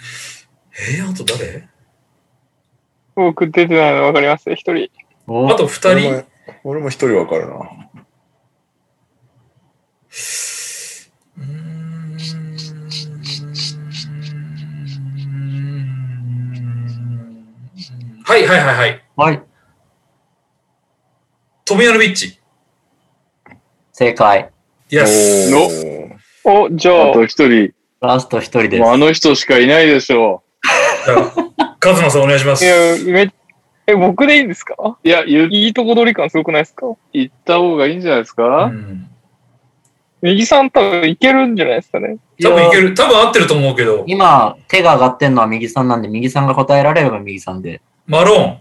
Speaker 2: えー、あと誰
Speaker 4: 僕出てないの分かります。一人。
Speaker 5: お
Speaker 2: あと二
Speaker 1: 俺
Speaker 2: 人
Speaker 1: も俺も一人わかるな。
Speaker 2: うーんはいはいはいはい。
Speaker 5: はい。
Speaker 2: トミヤノビッチ。
Speaker 5: 正解。
Speaker 2: イエス。
Speaker 1: おー
Speaker 4: お、じゃ
Speaker 3: あ
Speaker 4: あ、
Speaker 3: と一人。
Speaker 5: ラスト一人です
Speaker 3: もう。あの人しかいないでしょ
Speaker 2: じゃあカズマさんお願いします。
Speaker 4: いや、めえ、僕でいいんですか
Speaker 3: う。いや、言、
Speaker 4: いいとこ取り感すごくないですか
Speaker 3: 言った方がいいんじゃないです
Speaker 2: う
Speaker 3: か
Speaker 2: ん
Speaker 4: 右さん多分いけるんじゃないですかね。
Speaker 2: 多分いける。多分合ってると思うけど。
Speaker 5: 今、手が上がってんのは右さんなんで、右さんが答えられれば右さんで。
Speaker 2: マローン。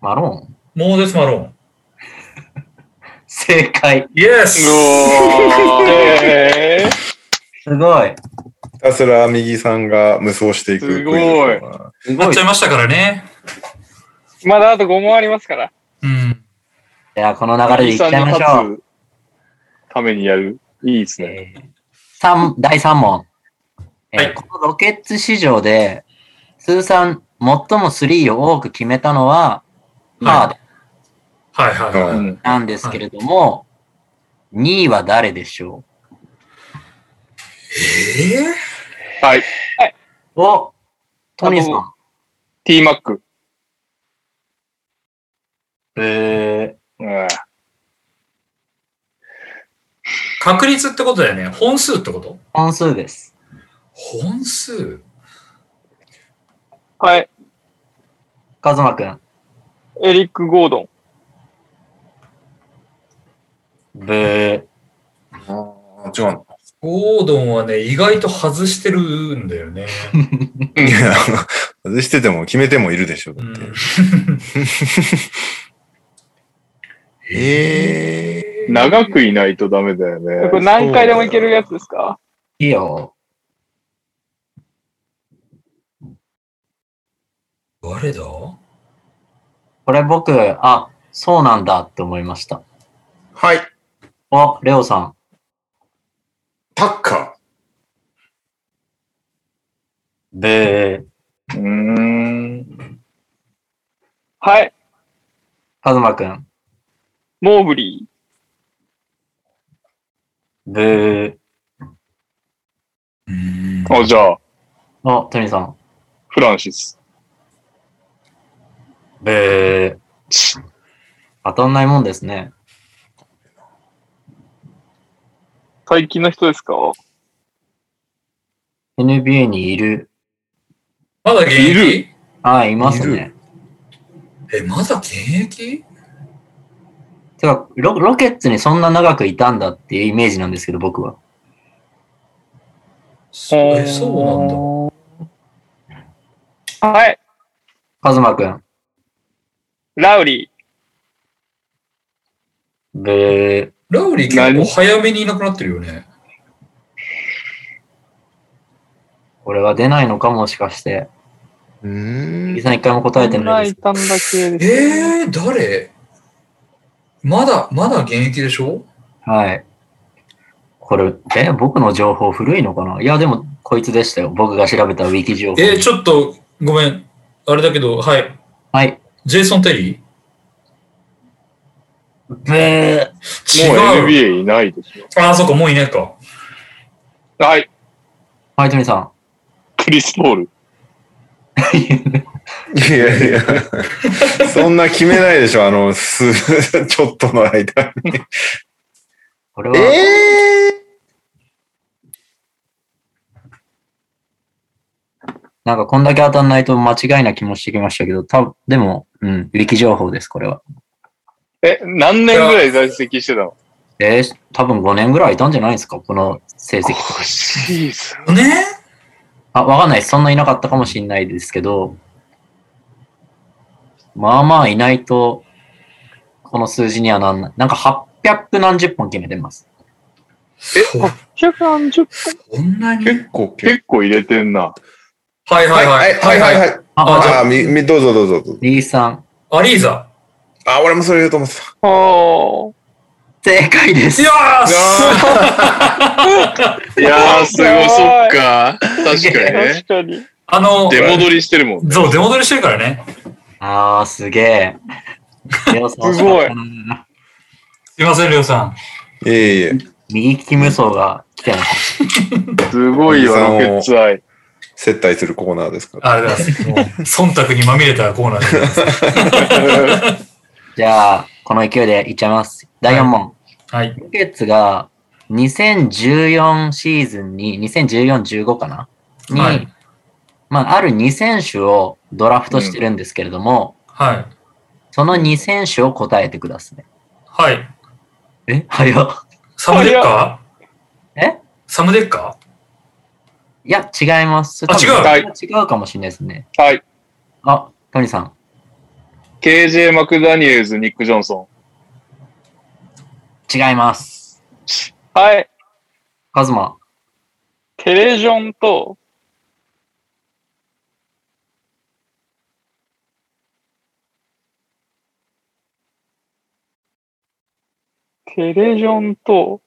Speaker 5: マロン
Speaker 2: モーデス・マローン。
Speaker 5: 正解。
Speaker 2: イエス。
Speaker 3: おー
Speaker 4: え
Speaker 5: すごい。
Speaker 1: ひたすら右さんが無双していくクイズだな。
Speaker 5: す
Speaker 2: な
Speaker 5: ご
Speaker 2: っ
Speaker 5: い
Speaker 2: ちゃい。ましたからね。
Speaker 4: ー、まだあと5問ありますから。
Speaker 2: うん。
Speaker 5: じゃあ、この流れでいっちゃいましょう。
Speaker 3: つためにやる。いいですね。
Speaker 5: えー三第3問。えー
Speaker 2: はい
Speaker 5: このロケッツ市場で、通算最もスリーを多く決めたのは、ハーデン
Speaker 2: はいはいはい。
Speaker 1: うん
Speaker 5: なんですけれども、2位は誰でしょ
Speaker 2: えー
Speaker 3: はい。
Speaker 5: うおトニーさん。
Speaker 3: t マック。
Speaker 5: え
Speaker 3: うん
Speaker 2: 確率ってことだよね。本数ってこと
Speaker 5: ー、本数です。
Speaker 2: 本数
Speaker 4: はい。
Speaker 5: カズマくん。
Speaker 4: エリック・ゴードン。
Speaker 5: ブー。
Speaker 1: あー違う
Speaker 2: ゴードンはね、意外と外してるんだよね。
Speaker 1: の。いや、外してても決めてもいるでしょ。だ
Speaker 2: う
Speaker 1: って
Speaker 2: ん
Speaker 1: え
Speaker 3: 長くいないとダメだよ
Speaker 4: これ
Speaker 3: ね。
Speaker 4: 何回でもいけるやつですか
Speaker 5: いいよ。
Speaker 2: 誰だ
Speaker 5: これ僕、あ、そうなんだって思いました。
Speaker 1: ー、はい。
Speaker 5: お、レオさん。
Speaker 1: タッカ
Speaker 5: ブー。
Speaker 3: うーん。
Speaker 4: はい。
Speaker 5: カズマくん。
Speaker 4: モーブリ
Speaker 5: ブー。うん
Speaker 3: あ、じゃあ、
Speaker 5: あ、トニーさん。
Speaker 3: フランシス。
Speaker 5: えー、当たんないもんですね。
Speaker 3: 最近の人ですか
Speaker 5: NBA にいる。
Speaker 2: まだ現役
Speaker 3: いる
Speaker 5: あ、います
Speaker 1: い
Speaker 5: ね。
Speaker 2: え、まだ現役
Speaker 5: てかロ、ロケッツにそんな長くいたんだっていうイメージなんですけど、僕は。
Speaker 2: そうえそうなんだ。
Speaker 4: はい。
Speaker 5: カズマくん。
Speaker 4: ラウリー。
Speaker 5: ブ
Speaker 2: ラウリー結構早めにいなくなってるよね。
Speaker 5: ー。これは出ないのかもしかして。
Speaker 1: う
Speaker 5: 伊
Speaker 1: ん。
Speaker 5: さん一回も答えてないです。
Speaker 4: たんだ系ですね。
Speaker 2: えー、誰まだ、まだ現役でしょ
Speaker 5: はい。これ、え、僕の情報古いのかないや、でも、こいつでしたよ。僕が調べたウィキ情報。
Speaker 2: えー、ちょっと、ごめん。あれだけど、はい。
Speaker 5: はい。
Speaker 2: ジェイソン・テリ
Speaker 5: ブー。
Speaker 2: ー
Speaker 3: もう
Speaker 2: 違う。
Speaker 3: NBA いないでしょ。
Speaker 2: ああ、そっか、もういないか。
Speaker 3: はい。
Speaker 5: はい、トニーさん。
Speaker 3: クリス・ポール。
Speaker 1: いやい や、そんな決めないでしょ、あの、す、 ちょっとの間に。
Speaker 5: これは、
Speaker 1: えー
Speaker 5: なんかこんだけ当たんないと間違いな気もしてきましたけど、たぶん、でも、うん、ウィキ情報です、これは。
Speaker 3: え、何年ぐらい在籍してたの
Speaker 5: えー、多分5年ぐらいいたんじゃないですか、この成績。
Speaker 3: ?5 シーズン。
Speaker 2: ね
Speaker 5: あ、わかんないです。そんないなかったかもしれないですけど、まあまあいないと、この数字にはなんない。なんか800何十本決めてます。
Speaker 2: え
Speaker 4: 130
Speaker 2: こんなに
Speaker 1: 結構、結
Speaker 3: 結構入れてんな。
Speaker 2: はい
Speaker 1: 構。
Speaker 2: はいはい。。
Speaker 1: はいはいはいい。
Speaker 5: あ、
Speaker 2: じ
Speaker 5: じ
Speaker 2: ゃ
Speaker 5: ゃ
Speaker 1: ああ、み、み、どうぞどうぞどうぞ。
Speaker 5: リーさん、
Speaker 2: アリーザ。
Speaker 1: あ、俺もそれ言うと思ってた。
Speaker 4: あー
Speaker 5: 正解です。
Speaker 2: いやー
Speaker 6: いやー、すごい、
Speaker 4: すご
Speaker 6: そ
Speaker 4: い
Speaker 6: っか。確かにね
Speaker 4: 確。かに。
Speaker 2: あの、
Speaker 6: 出戻りしてるもんね。
Speaker 2: そう、出戻りしてるからね。
Speaker 5: あー、すげえ。レ オさん惜しかったな
Speaker 2: すいません、りょうさん。
Speaker 1: いえいえ。
Speaker 5: 右利き無双が来て ます。
Speaker 3: すごいよ、
Speaker 1: そ
Speaker 3: ロ
Speaker 1: う
Speaker 3: ケッツアイ。
Speaker 1: 接待するコーナーですから。
Speaker 2: あれだ、もう、忖度にまみれたコーナーで。
Speaker 5: じゃあ、この勢いでいっちゃいます。第4問。
Speaker 2: はい。
Speaker 5: ロケッツが2014シーズンに、2014-15かなに、
Speaker 2: はい
Speaker 5: まあ、ある2選手をドラフトしてるんですけれども、
Speaker 2: はい。
Speaker 5: その2選手を答えてください。
Speaker 2: はい。
Speaker 5: え早っ。
Speaker 2: サムデッカ
Speaker 5: え
Speaker 2: ーサムデッカ
Speaker 5: いや、違います。
Speaker 2: あ
Speaker 5: 多分
Speaker 2: 違う
Speaker 5: それは違うかもしれないですね。
Speaker 3: はい。
Speaker 5: あ、トニーさん。
Speaker 3: KJ ・マクダニエルズ、ニック・ジョンソ
Speaker 5: 違います。
Speaker 4: はい。
Speaker 5: カズマ。
Speaker 4: テレジョンと、テレジョンと、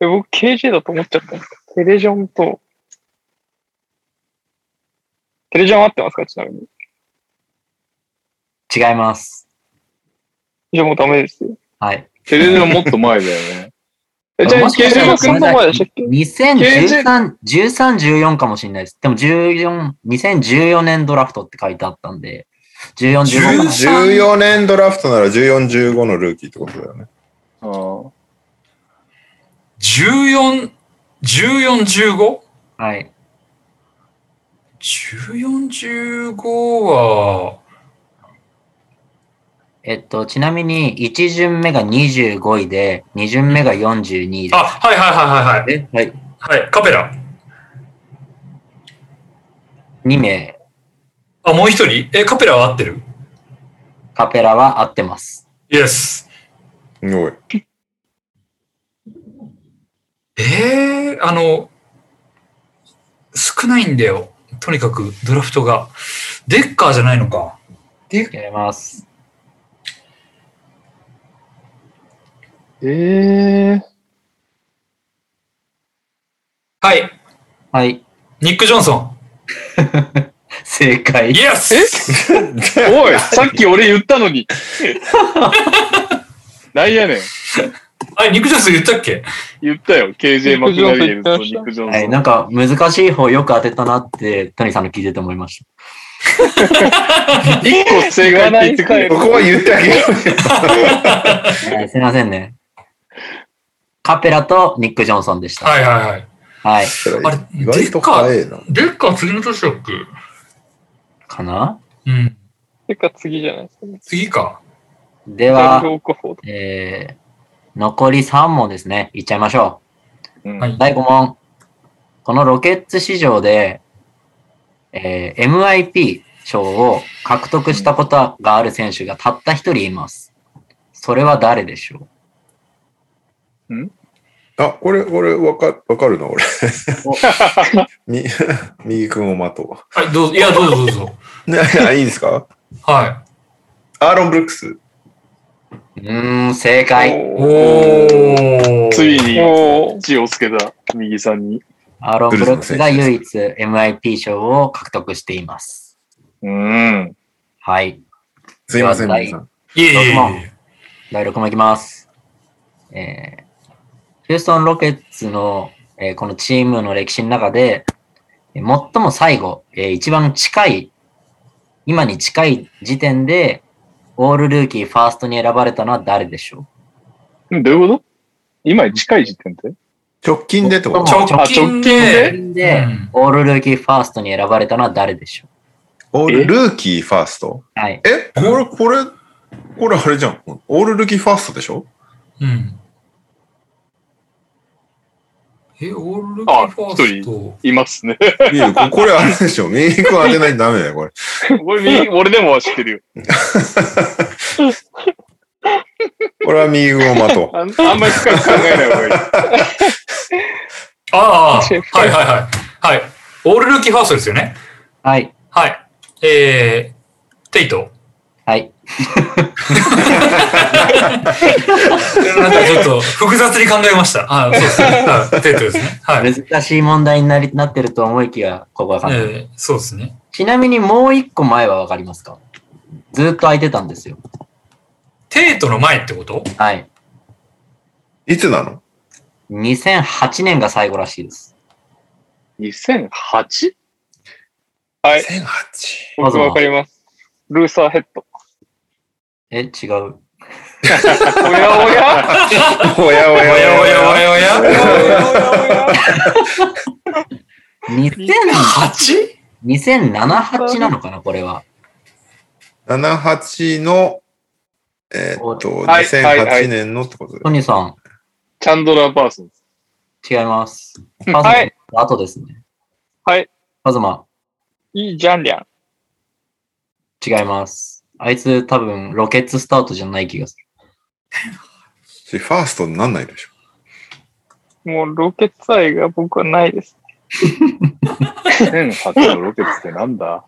Speaker 4: え、僕 KJ だと思っちゃったんですけどテレジョンと、テレジョン合ってますかちなみに。
Speaker 5: 違います。
Speaker 4: じゃあもうダメですよ。
Speaker 5: はい。
Speaker 3: ン。テレビのもっと前だよね。
Speaker 4: え、じゃあ
Speaker 5: もしかした
Speaker 4: KJ
Speaker 5: ら
Speaker 4: がそんな前でしたっけ
Speaker 5: 2013、13、14かもしれないです。でも14、2014年ドラフトって書いてあったんで、14、15かな。
Speaker 1: 14年ドラフトなら14、15のルーキーってことだよね。
Speaker 3: うん
Speaker 2: ー ?14、
Speaker 5: はい。
Speaker 2: 14,15?14,15 は、
Speaker 5: えっと、ちなみに、1巡目が25位で、2巡目が42位で
Speaker 2: あ、はいはいはいはい
Speaker 5: すね。はい。
Speaker 2: はい。はい、カペラ。
Speaker 5: 2名、
Speaker 2: あ、もう一人え、カペラは合ってる
Speaker 5: カペラは合ってます。
Speaker 2: イエス。
Speaker 1: すごい。
Speaker 2: えー、あの、少ないんだよ。とにかく、ドラフトが。デッカーじゃないのか。
Speaker 5: やります。
Speaker 4: え
Speaker 2: はい。
Speaker 5: はい。
Speaker 2: ニック・ジョンソン。
Speaker 5: 正解
Speaker 2: イ。エス
Speaker 3: おい、さっき俺言ったのに。なんやねん。
Speaker 2: あれ、肉ジョンス言ったっけ
Speaker 3: 言ったよ。KJ マクダニエルとニック・ジョン
Speaker 5: は
Speaker 3: ソ
Speaker 5: い、
Speaker 3: ン。
Speaker 5: なんか難しい方よく当てたなって、谷さんの聞いてて思いました。
Speaker 3: 一個正解って言ってくれ
Speaker 1: こ
Speaker 3: る。
Speaker 1: こは言ってあげよ
Speaker 5: はい、すいませんね。カペラとニック・ジョンソンでした。
Speaker 2: はいはいはい。
Speaker 5: はい。
Speaker 1: う。
Speaker 2: あれ
Speaker 1: 意外と早いな。
Speaker 2: デッカー次の年だっけ
Speaker 5: かな
Speaker 2: うん。
Speaker 4: てか次じゃないですかね。
Speaker 2: 次か。
Speaker 5: で
Speaker 4: ダ
Speaker 5: は
Speaker 4: ル、オコフォード
Speaker 5: えー、残り3問ですね。いっちゃいましょ。。
Speaker 3: うん
Speaker 2: はいう
Speaker 5: 第5問。このロケッツ市場で、えー MIP 賞を獲得したことがある選手がたった一人います。それは誰でしょ
Speaker 1: あ、これ、俺、わか、わかるな、俺。 み 右くんを待と
Speaker 2: はい、どうぞ。いや、どうぞどうぞ。
Speaker 1: う。 ねいいですか
Speaker 2: は
Speaker 1: アーロン・ブルックス。
Speaker 5: ううーん、正解。
Speaker 2: い。
Speaker 3: お
Speaker 2: おー。
Speaker 3: ついに
Speaker 4: おー
Speaker 3: 血をつけた、右さんに。
Speaker 5: アーロン・ブロックスが唯一 MIP 賞を獲得しています。
Speaker 3: うん。
Speaker 5: はい。
Speaker 1: すいません、
Speaker 5: はい
Speaker 1: 皆さん。
Speaker 2: いえいえい
Speaker 5: 六問
Speaker 2: え。
Speaker 5: 第6問いきます。えー、ヒューストン・ロケッツの、えーこのチームの歴史の中で、えー最も最後、えー一番近い、今に近い時点で、オールルーキーファーストに選ばれたのは誰でしょ
Speaker 3: どういうこと今近い時点で
Speaker 1: 直近でって
Speaker 5: う
Speaker 1: こ
Speaker 5: 最
Speaker 1: と
Speaker 5: も
Speaker 2: 直近で、
Speaker 5: 近で、
Speaker 2: うん
Speaker 5: オールルーキーファーストに選ばれたのは誰でしょう
Speaker 1: オー
Speaker 3: え
Speaker 1: ルルーキーファースト
Speaker 5: はい。
Speaker 1: えこれ、これ、これあれじゃん。オールルーキーファーストでしょ
Speaker 2: うん。え、オールルーキーファースト。
Speaker 3: いますね。
Speaker 1: いやここれあれでしょ右くん当てないとダメだよ、これ。
Speaker 3: 俺右俺でもは知ってるよ。
Speaker 1: これは右くんを待と
Speaker 3: あんあんまり深く考えない方がいい。
Speaker 2: ああ、
Speaker 4: シ
Speaker 2: はい
Speaker 4: ェフ
Speaker 2: はいはい。はい。オールルーキーファーストですよね。
Speaker 5: はい。
Speaker 2: はい。えー、テイト。
Speaker 5: はい。
Speaker 2: なんかちょっと複雑に考えました。あそうですね。はいテイトですね。 はい。
Speaker 5: 難しい問題になりなってると思いきや、ここは簡単、
Speaker 2: えー、そうですね。
Speaker 5: ちなみにもう一個前はわかりますかずーっと空いてたんですよ。
Speaker 2: テイトの前ってこと
Speaker 5: はい。
Speaker 1: う。いつなの
Speaker 5: 2008年が最後らしいです。
Speaker 3: 2008?
Speaker 4: はい、
Speaker 1: ?1008。
Speaker 4: 僕わかります。ルーサーヘッド。
Speaker 5: え、違う。
Speaker 4: おやおや
Speaker 1: おやお
Speaker 2: お
Speaker 1: やおやおや。
Speaker 2: やおやお
Speaker 4: おやお
Speaker 2: や
Speaker 4: やおや
Speaker 5: 2000
Speaker 2: 8?
Speaker 5: 2007、8なのかなこれは。
Speaker 1: 78の、えーっと、
Speaker 4: はいはいはい
Speaker 1: 2008年のってことで。
Speaker 5: トニーさん、
Speaker 3: チャンドラー・パーソンズ。
Speaker 5: 違います。パズマ、
Speaker 4: はい
Speaker 5: 後ですね。
Speaker 4: はい。
Speaker 5: パズマ、
Speaker 4: いいじゃんりゃん。
Speaker 5: 違います。あいつ多分ロケッツスタートじゃない気がする。
Speaker 1: ファーストになんないでしょ。
Speaker 4: もうロケッツ愛が僕はないです。
Speaker 3: 2008のロケッツってなんだ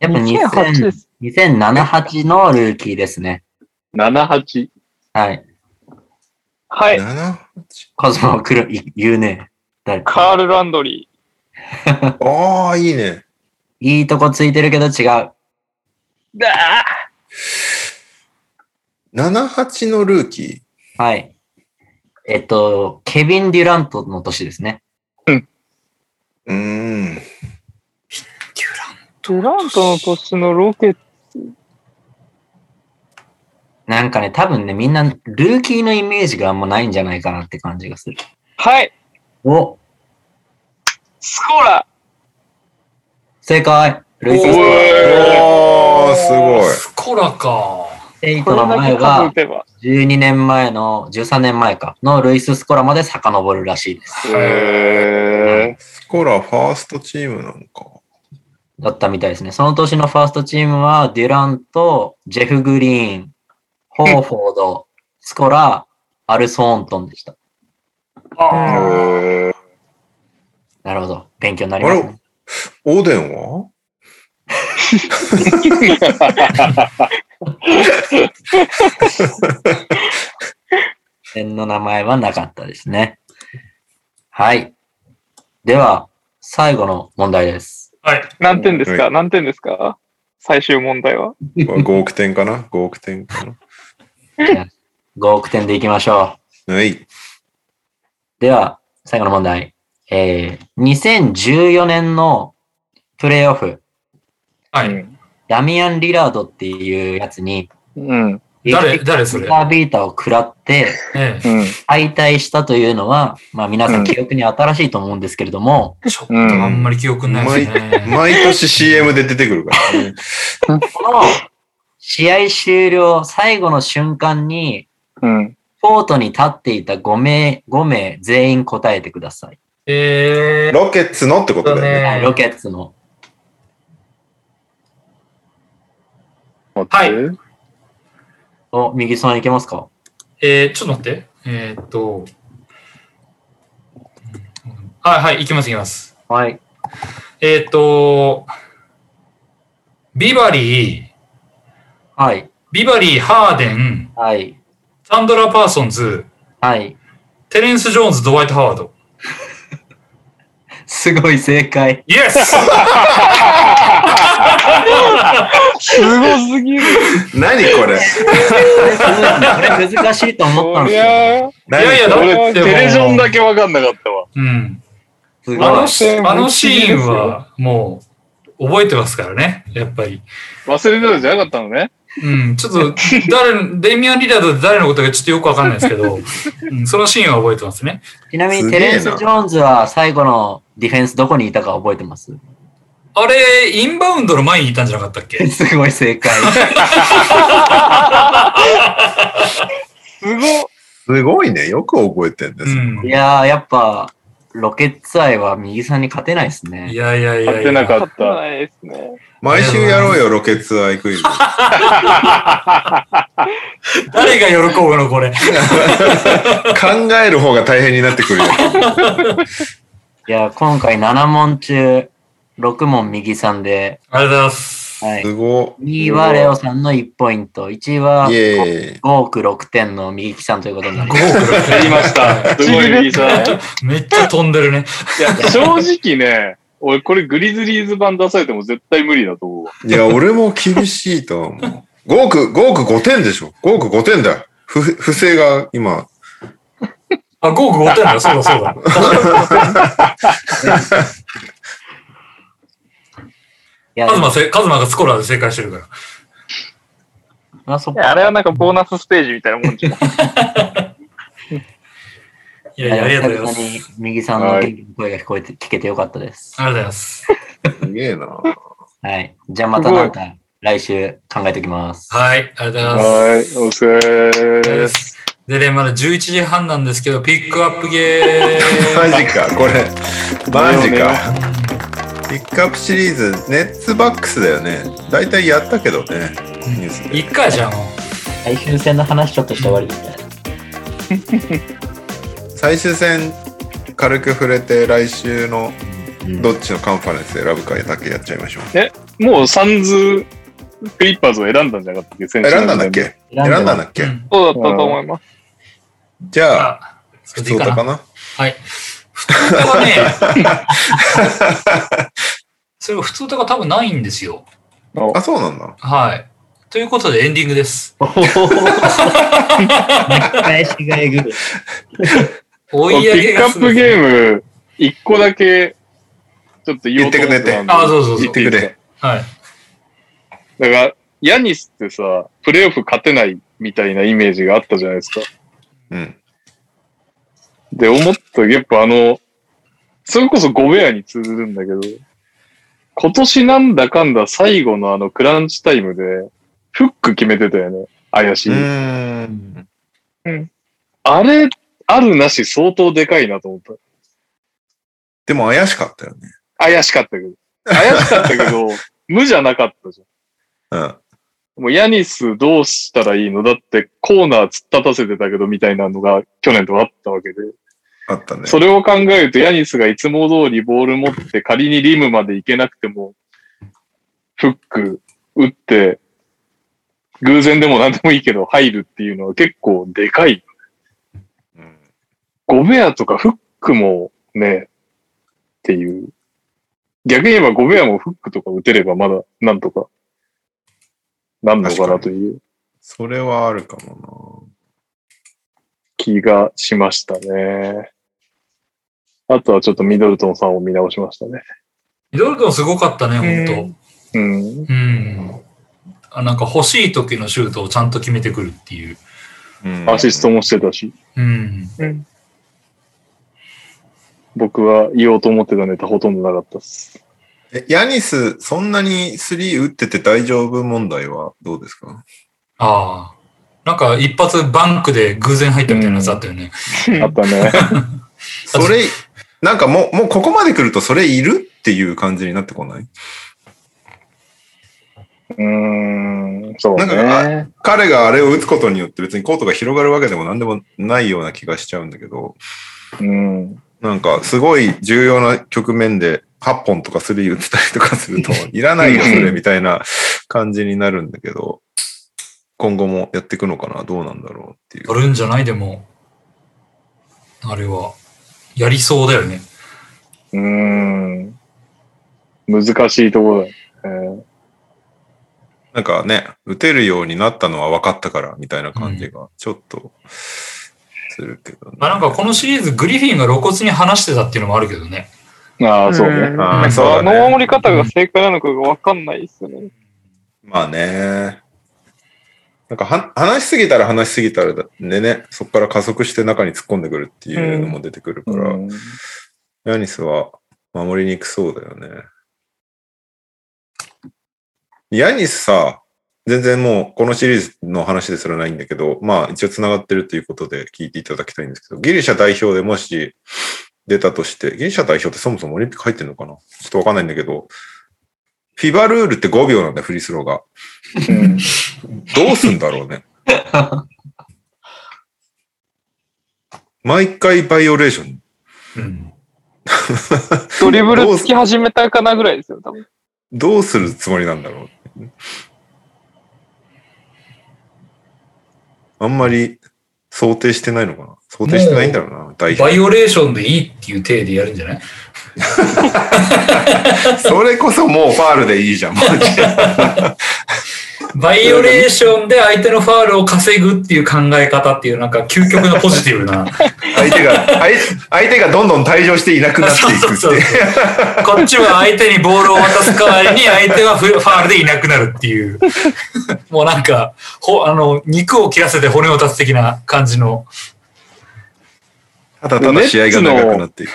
Speaker 5: やっぱ
Speaker 4: 2008
Speaker 5: 2000
Speaker 4: です。
Speaker 5: 2007、8のルーキーですね。
Speaker 3: ?78。
Speaker 5: はい。
Speaker 4: はい。
Speaker 1: 7
Speaker 5: パズマは来る、い言うね。誰か
Speaker 4: カール・ランドリ
Speaker 1: ああ、いいね。
Speaker 5: いいとこついてるけど違う。
Speaker 4: ー。だ
Speaker 1: 78のルーキー。
Speaker 5: はい。えっと、ケビン・デュラントの年ですね。
Speaker 1: うーん。
Speaker 4: ー。デュラントの年のロケッツ。
Speaker 5: なんかね、多分ね、みんな、ルーキーのイメージがあんまないんじゃないかなって感じがする。
Speaker 4: はい。
Speaker 5: お
Speaker 4: スコラ
Speaker 5: 正解ルイス・
Speaker 1: おー、すごい。
Speaker 2: スコラか。
Speaker 5: テイ
Speaker 4: こ
Speaker 5: トの
Speaker 4: れだ
Speaker 5: 前
Speaker 4: け数打
Speaker 5: は、
Speaker 4: てば。
Speaker 5: 12年前の、13年前か、のルイス・スコラまで遡るらしいです。
Speaker 3: へ
Speaker 1: スコラファーストチームなのか。
Speaker 5: だったみたいですね。その年のファーストチームは、デュラント、ジェフ・グリーン、ホーフォード、スコラ、アルソーントンでした。
Speaker 2: あー
Speaker 3: ー。
Speaker 5: なるほど。勉強になります、ね。
Speaker 1: オーデンは
Speaker 5: 店の名前はなかったですね。はい。では、最後の問題です。
Speaker 2: はい。
Speaker 4: 何点です
Speaker 1: は
Speaker 4: か何点ですか最終問題は。
Speaker 1: これ5億点かな ?5 億点かな
Speaker 5: 5億点でいきましょ
Speaker 1: ぬい。
Speaker 5: う。では、最後の問題。えー、2014年のプレイオフ、
Speaker 2: はい。
Speaker 5: ダミアン・リラードっていうやつに、
Speaker 3: うん。
Speaker 2: 誰、誰それ
Speaker 5: ビ。タービーターを食らって
Speaker 2: え
Speaker 3: うん。
Speaker 5: 敗退したというのは、まあ皆さん記憶に新しいと思うんですけれども、
Speaker 2: え。ちょっとあんまり記憶にないですね。
Speaker 1: 毎年 CM で出てくるから ね。
Speaker 5: この試合終了最後の瞬間に、
Speaker 3: うん。
Speaker 5: コートに立っていた5名、5名全員答えてください。
Speaker 2: えー、
Speaker 1: ロケッツのってことだよね。
Speaker 5: はい
Speaker 2: ね
Speaker 5: ロケッツの。
Speaker 3: 待って。
Speaker 5: お、右さんいけますか
Speaker 2: えー、ちょっと待って。えーっと。はいはい、行きます行きます。
Speaker 5: はい。
Speaker 2: えーっと、ビバリー、
Speaker 5: はい。
Speaker 2: ビバリー、ハーデン、
Speaker 5: はい。
Speaker 2: サンドラ・パーソンズ、
Speaker 5: はい。
Speaker 2: テレンス・ジョーンズ、ドワイト・ハワード。
Speaker 5: すごい正解。
Speaker 2: イエ ス
Speaker 3: すごすぎる。
Speaker 1: 何これ
Speaker 5: これ難しいと思ったん
Speaker 3: そり
Speaker 5: ですよ。
Speaker 3: ゃあ、
Speaker 2: いやいや、だ
Speaker 1: 何これ
Speaker 2: って
Speaker 3: 俺、テ
Speaker 2: もう
Speaker 3: レジョンだけわかんなかったわ。
Speaker 2: うん。
Speaker 5: す
Speaker 2: あ
Speaker 5: ご
Speaker 2: の
Speaker 5: い。
Speaker 2: シあのシーンはもう覚えてますからね、やっぱり。
Speaker 3: 忘れてたんじゃなかったのね。
Speaker 2: うん、ちょっと 誰、デミアン・リラードで誰のことかちょっとよくわかんないですけど、うん、そのシーンは覚えてますね。
Speaker 5: ちなみ
Speaker 1: す
Speaker 5: に
Speaker 1: げ
Speaker 5: テ
Speaker 1: えな
Speaker 5: レンス・ジョーンズは最後のディフェンスどこにいたか覚えてます
Speaker 2: あれ、インバウンドの前にいたんじゃなかったっけ
Speaker 5: すごい正解。
Speaker 3: すごっ
Speaker 1: すごいね。よく覚えてんで
Speaker 2: う
Speaker 1: す。
Speaker 2: ん
Speaker 5: い。やー、やっぱ、ロケッツ愛は右さんに勝てないです
Speaker 2: い
Speaker 5: ね。
Speaker 2: やいやいや
Speaker 3: 勝
Speaker 2: い
Speaker 3: てな
Speaker 2: や。
Speaker 3: か
Speaker 6: 勝
Speaker 3: ってた。
Speaker 6: ないですね。
Speaker 1: 毎週やろうよ、ロケッツアイク イズ。
Speaker 2: 誰が喜ぶの、これ。
Speaker 1: 考える方が大変になってくるよ。
Speaker 5: いやー、今回7問中、6問右さんで、
Speaker 2: ありがとうございます。
Speaker 5: はい。
Speaker 1: すご。
Speaker 5: 2位はレオさんの1ポイント、1位はい
Speaker 1: イエーイ。
Speaker 5: 5億6点の右木さんということになります。
Speaker 3: やりました。すごい、リーさん。
Speaker 2: めっちゃ飛んでるね。
Speaker 3: いや、正直ね、俺これグリズリーズ版出されても絶対無理だと思うわ。
Speaker 1: いや、俺も厳しいとは思う。5億、5億5点でしょ。5億5点だ。不不正が今、
Speaker 2: あ、5億5点だよ。そうだそうだ。
Speaker 5: いや、
Speaker 2: カズマせ、カズマがスコラーで正解してるから。
Speaker 5: まあ、そっ
Speaker 6: いやあれはなんかボーナスステージみたいなもんじゃん。
Speaker 2: いやいや、ありがとうございます。
Speaker 5: 久々に右さんの元気の声が聞こえて、聞けてよかったです。
Speaker 2: ありがとうございます。
Speaker 1: すげえな。
Speaker 5: はい。じゃあまたなんか来週考えておきます。
Speaker 2: はい、ありがとうございます。
Speaker 3: はい、お疲れ
Speaker 2: で。すでね、まだ11時半なんですけど、ピックアップゲ
Speaker 1: マ
Speaker 2: ーム。
Speaker 1: ジか、これ。マジか。ピックアップシリーズ、ネッツバックスだよね。大体やったけどね、ニュースで。
Speaker 2: 一回じゃん。
Speaker 5: 最終戦の話ちょっとして終わりですね。
Speaker 1: 最終戦、軽く触れて、来週のどっちのカンファレンス選ぶかだけやっちゃいましょう。
Speaker 3: もうサンズ、クリッパーズを選んだんじゃなかったっけ選
Speaker 1: 選んだんだっけ選んだんだっ
Speaker 2: う
Speaker 1: け
Speaker 2: ん
Speaker 6: そうだったと思います。
Speaker 1: じゃあ、
Speaker 2: あ、そ
Speaker 1: 普
Speaker 2: れでいい
Speaker 1: 通
Speaker 2: か
Speaker 1: だ
Speaker 2: な。
Speaker 1: か
Speaker 2: は。
Speaker 1: ない
Speaker 2: 普通歌が ね、それ普通歌が多分ないんですよ。
Speaker 1: あ、そうなんだ。
Speaker 2: はい。ということでエンディングです。
Speaker 5: 返しがえぐる。
Speaker 2: 追
Speaker 3: ピ
Speaker 2: い上げ
Speaker 3: ックア
Speaker 2: が
Speaker 3: ッ
Speaker 2: すご
Speaker 3: プ
Speaker 2: い。
Speaker 3: ゲーム、一個だけ、ちょっと言おうと思ってたんだけど
Speaker 2: あ、そうそうそ
Speaker 1: 言
Speaker 2: う
Speaker 1: って。くれ。
Speaker 2: はい。
Speaker 3: だから、ヤニスってさ、プレイオフ勝てないみたいなイメージがあったじゃないですか。
Speaker 1: うん。
Speaker 3: で、思った、やっぱあの、それこそゴベアに通ずるんだけど、今年なんだかんだ最後のあのクランチタイムで、フック決めてたよね。怪し
Speaker 1: う
Speaker 3: い。
Speaker 1: ーん。
Speaker 3: あれ、あるなし相当でかいなと思った。
Speaker 1: でも怪しかったよね。
Speaker 3: 怪しかったけど。怪しかったけど、無じゃなかったじ
Speaker 1: うん。
Speaker 3: ゃん。もうヤニスどうしたらいいのだってコーナー突っ立たせてたけどみたいなのが去年とあったわけで。
Speaker 1: あったね。
Speaker 3: それを考えると、ヤニスがいつも通りボール持って、仮にリムまで行けなくても、フック打って、偶然でも何でもいいけど入るっていうのは結構でかい。
Speaker 1: うん
Speaker 3: ゴベアとかフックもね、っていう。逆に言えばゴベアもフックとか打てればまだなんとか、なんのかなという。
Speaker 1: それはあるかも
Speaker 3: 気がしましたね。あとはちょっとミドルトンさんを見直しましたね。
Speaker 2: ミドルトンすごかったね、本
Speaker 3: うん。
Speaker 2: 当。うん。あなんか欲しい時のシュートをちゃんと決めてくるっていう。
Speaker 1: うん
Speaker 3: アシストもしてたし、
Speaker 2: うん。
Speaker 3: 僕は言おうと思ってたネタほとんどなかったです。
Speaker 1: えヤニス、そんなに3打ってて大丈夫問題はどうですか
Speaker 2: ああ。なんか一発バンクで偶然入ったみたいなやつあったよね。
Speaker 3: あった ね。
Speaker 1: それ、なんかもう、もうここまで来るとそれいるっていう感じになってこないう
Speaker 3: ーん、そう
Speaker 1: なん
Speaker 3: ね。
Speaker 1: 彼があれを打つことによって別にコートが広がるわけでも何でもないような気がしちゃうんだけど、
Speaker 3: うん。
Speaker 1: なんかすごい重要な局面で8本とか3打ってたりとかすると、いらないよそれみたいな感じになるんだけど、今後もやっていくのかなどうなんだろうっていう
Speaker 2: や。るんじゃないでも、あれは、やりそうだよね。
Speaker 3: うん。難しいところだよね。
Speaker 1: なんかね、打てるようになったのは分かったからみたいな感じがちょっとするけどね。
Speaker 2: まあ、なんかこのシリーズ、グリフィンが露骨に話してたっていうのもあるけどね。
Speaker 3: ああ、そうね。
Speaker 6: ん
Speaker 1: あ
Speaker 6: な
Speaker 1: あ
Speaker 6: ん
Speaker 1: そう
Speaker 6: か
Speaker 1: だ
Speaker 6: あ
Speaker 1: ね
Speaker 6: の守り方が正解なのかがわかんないですよね。
Speaker 1: まあね。なんかは話しすぎたら話しすぎたらでね、そこから加速して中に突っ込んでくるっていうのも出てくるか
Speaker 3: う
Speaker 1: ら、
Speaker 3: ん
Speaker 1: ヤニスは守りにくそうだよね。ヤニスさ、全然もうこのシリーズの話ですらないんだけど、まあ一応繋がってるということで聞いていただきたいんですけど、ギリシャ代表でもし出たとして、ギリシャ代表ってそもそもオリンピック入ってるのかなちょっとわかんないんだけど、フィバルールって5秒なんだよ、フリースローが。
Speaker 3: うん
Speaker 1: どうすんだろうね。毎回バイオレーション。
Speaker 2: うん。
Speaker 6: ドリブルつき始めたかなぐらいですよ、多分。
Speaker 1: どうするつもりなんだろう。あんまり想定してないのかな想定してないんだろうな、代
Speaker 2: バ
Speaker 1: 表。
Speaker 2: イオレーションでいいっていう体でやるんじゃない
Speaker 1: それこそもうファールでいい じゃん、マジで。
Speaker 2: バイオレーションで相手のファールを稼ぐっていう考え方っていう、なんか究極のポジティブな。
Speaker 1: 相手が、相相手がどんどん退場していなくなってい
Speaker 2: そうそう
Speaker 1: く
Speaker 2: そう
Speaker 1: っ
Speaker 2: そうこっちは相手にボールを渡す代わりに相手はフファールでいなくなるっていうもうなんかほあの肉を切らせて骨を断つ的な感じの
Speaker 1: て。ただただ試合が長くなっていく。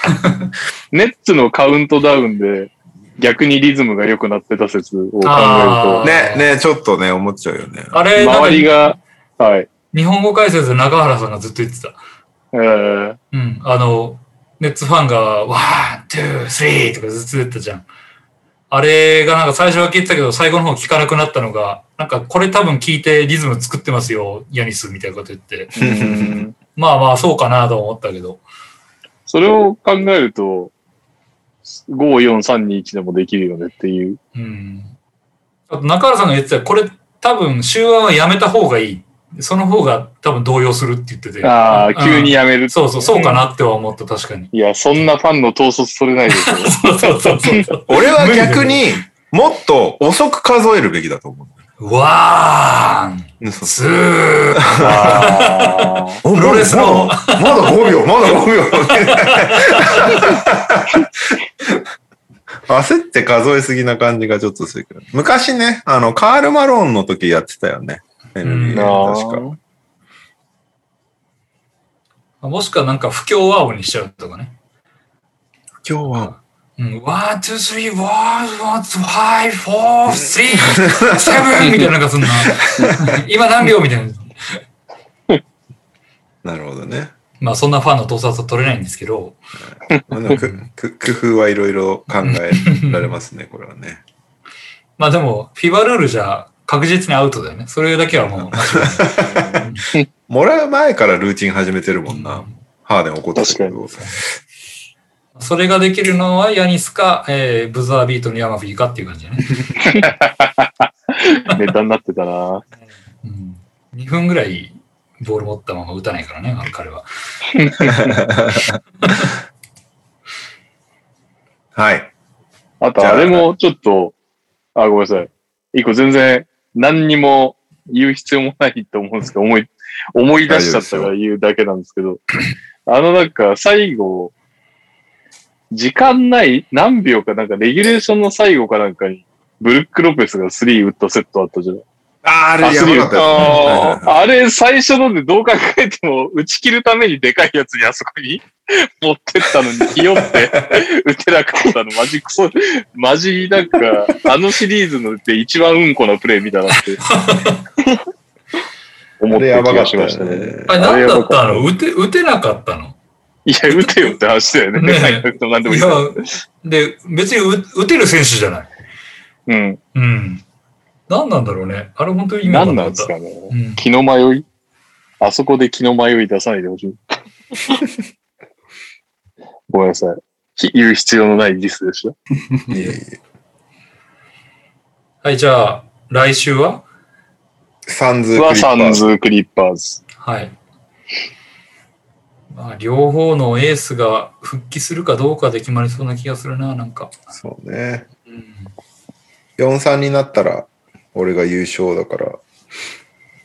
Speaker 3: ネッツのカウントダウンで逆にリズムが良くなってた説を考
Speaker 2: あ
Speaker 3: える
Speaker 1: ね、ね、ちょっとね、思っちゃうよね。
Speaker 2: あれ
Speaker 3: と、
Speaker 2: なんか
Speaker 3: 周りが、はい、
Speaker 2: 日本語解説で中原さんがずっと言ってた、
Speaker 3: えー
Speaker 2: うん、あのネッツファンが「ワン・ツー・スリー」とかずっと言ってたじゃんあれがなんか最初は聞いてたけど最後の方聞かなくなったのがなんかこれ多分聞いてリズム作ってますよヤニスみたいなこと言って
Speaker 3: うん
Speaker 2: まあまあそうかなと思ったけど
Speaker 3: それを考えると、5、4、3、2、1でもできるよねっていう。
Speaker 2: うん。あと中原さんが言ってた、これ多分、終案はやめた方がいい。その方が多分動揺するって言ってて。
Speaker 3: あ
Speaker 2: う
Speaker 3: あ、
Speaker 2: ん
Speaker 3: 急にやめる。
Speaker 2: そうそう、そうかなっては思った、確かに。
Speaker 3: いや、そんなファンの統率取れないですよ。
Speaker 2: そうそうそうそう。
Speaker 1: 俺は逆にもっと遅く数えるべきだと思う。
Speaker 2: ワーン、
Speaker 1: うんそう
Speaker 2: ツー。
Speaker 3: あー
Speaker 1: お
Speaker 2: プロレスの
Speaker 1: まだまだ5秒、まだ5秒。焦って数えすぎな感じがちょっとするけど。昔ね、あの、カール・マローンの時やってたよね。
Speaker 2: ん
Speaker 1: NBA
Speaker 3: あ
Speaker 1: 確
Speaker 3: ー
Speaker 1: か。
Speaker 2: もしくはなんか不協和音にしちゃうとかね。
Speaker 1: 今日は、
Speaker 2: うん、ワン、ツー、スリー、ワン、ワン、ツー、ファイブ、フォー、スリー、セブンみたいななんかそんな。今何秒みたいな。
Speaker 1: なるほどね。
Speaker 2: まあそんなファンの盗撮は取れないんですけど。
Speaker 1: まあでもくく工夫はいろいろ考えられますね、これはね。
Speaker 2: まあでも、フィバルールじゃ確実にアウトだよね。それだけは もう間違いない。
Speaker 1: もらう前からルーチン始めてるもんな。ハーデン怒ってたけど。
Speaker 2: それができるのはヤニスか、えーブザービートのヤマフィーかっていう感じだね。
Speaker 3: ネタになってたな。
Speaker 2: うん、2分ぐらいボール持ったまま打たないからね、あの彼は。
Speaker 1: はい。
Speaker 3: あと、あれもちょっと、あ、ごめんなさい。一個全然何にも言う必要もないと思うんですけど、思い、思い出しちゃったから言うだけなんですけど、あのなんか最後、時間ない何秒かなんかレギュレーションの最後かなんかに、ブルック・ロペスが3打ったセットあったじゃん。
Speaker 1: あー、あ
Speaker 3: あ
Speaker 1: れやばかった。
Speaker 3: あーあれ、最初のでどう考えても、打ち切るためにでかいやつにあそこに 持ってったのに、ひよって打てなかったの、マジクソ、マジなんか、あのシリーズので一番うんこなプレイ見たなって。思
Speaker 1: あれ
Speaker 3: って
Speaker 1: や
Speaker 3: 気
Speaker 1: ばか
Speaker 3: が
Speaker 1: っ
Speaker 3: したました
Speaker 1: よ
Speaker 3: ね。
Speaker 1: ね。
Speaker 2: あれ何だったの打て、打てなかったの
Speaker 3: いや、打てよって話だよね。
Speaker 2: ねえ
Speaker 3: なんかなんでもい
Speaker 2: い
Speaker 3: い
Speaker 2: や
Speaker 3: から。、
Speaker 2: で、別に打打てる選手じゃない。
Speaker 3: うん。
Speaker 2: うん。何なんだろうね。あれ本当に意味わか
Speaker 3: 何
Speaker 2: な
Speaker 3: な
Speaker 2: か
Speaker 3: ん
Speaker 2: っ
Speaker 3: で
Speaker 2: た
Speaker 3: す。かね。
Speaker 2: うん
Speaker 3: 気の迷いあそこで気の迷い出さないでほし い。ごめんなさい。ひ言う必要のないディスでした。
Speaker 1: いえいえ
Speaker 2: はい、じゃあ、来週は
Speaker 1: サンズクリ
Speaker 3: は
Speaker 1: ッパ
Speaker 3: サン
Speaker 1: ーズ。
Speaker 3: ズクリッパーズ。
Speaker 2: はい。まあ、両方のエースが復帰するかどうかで決まりそうな気がするな、なんか。
Speaker 1: そうね。
Speaker 2: うん、
Speaker 1: 4-3になったら、俺が優勝だから、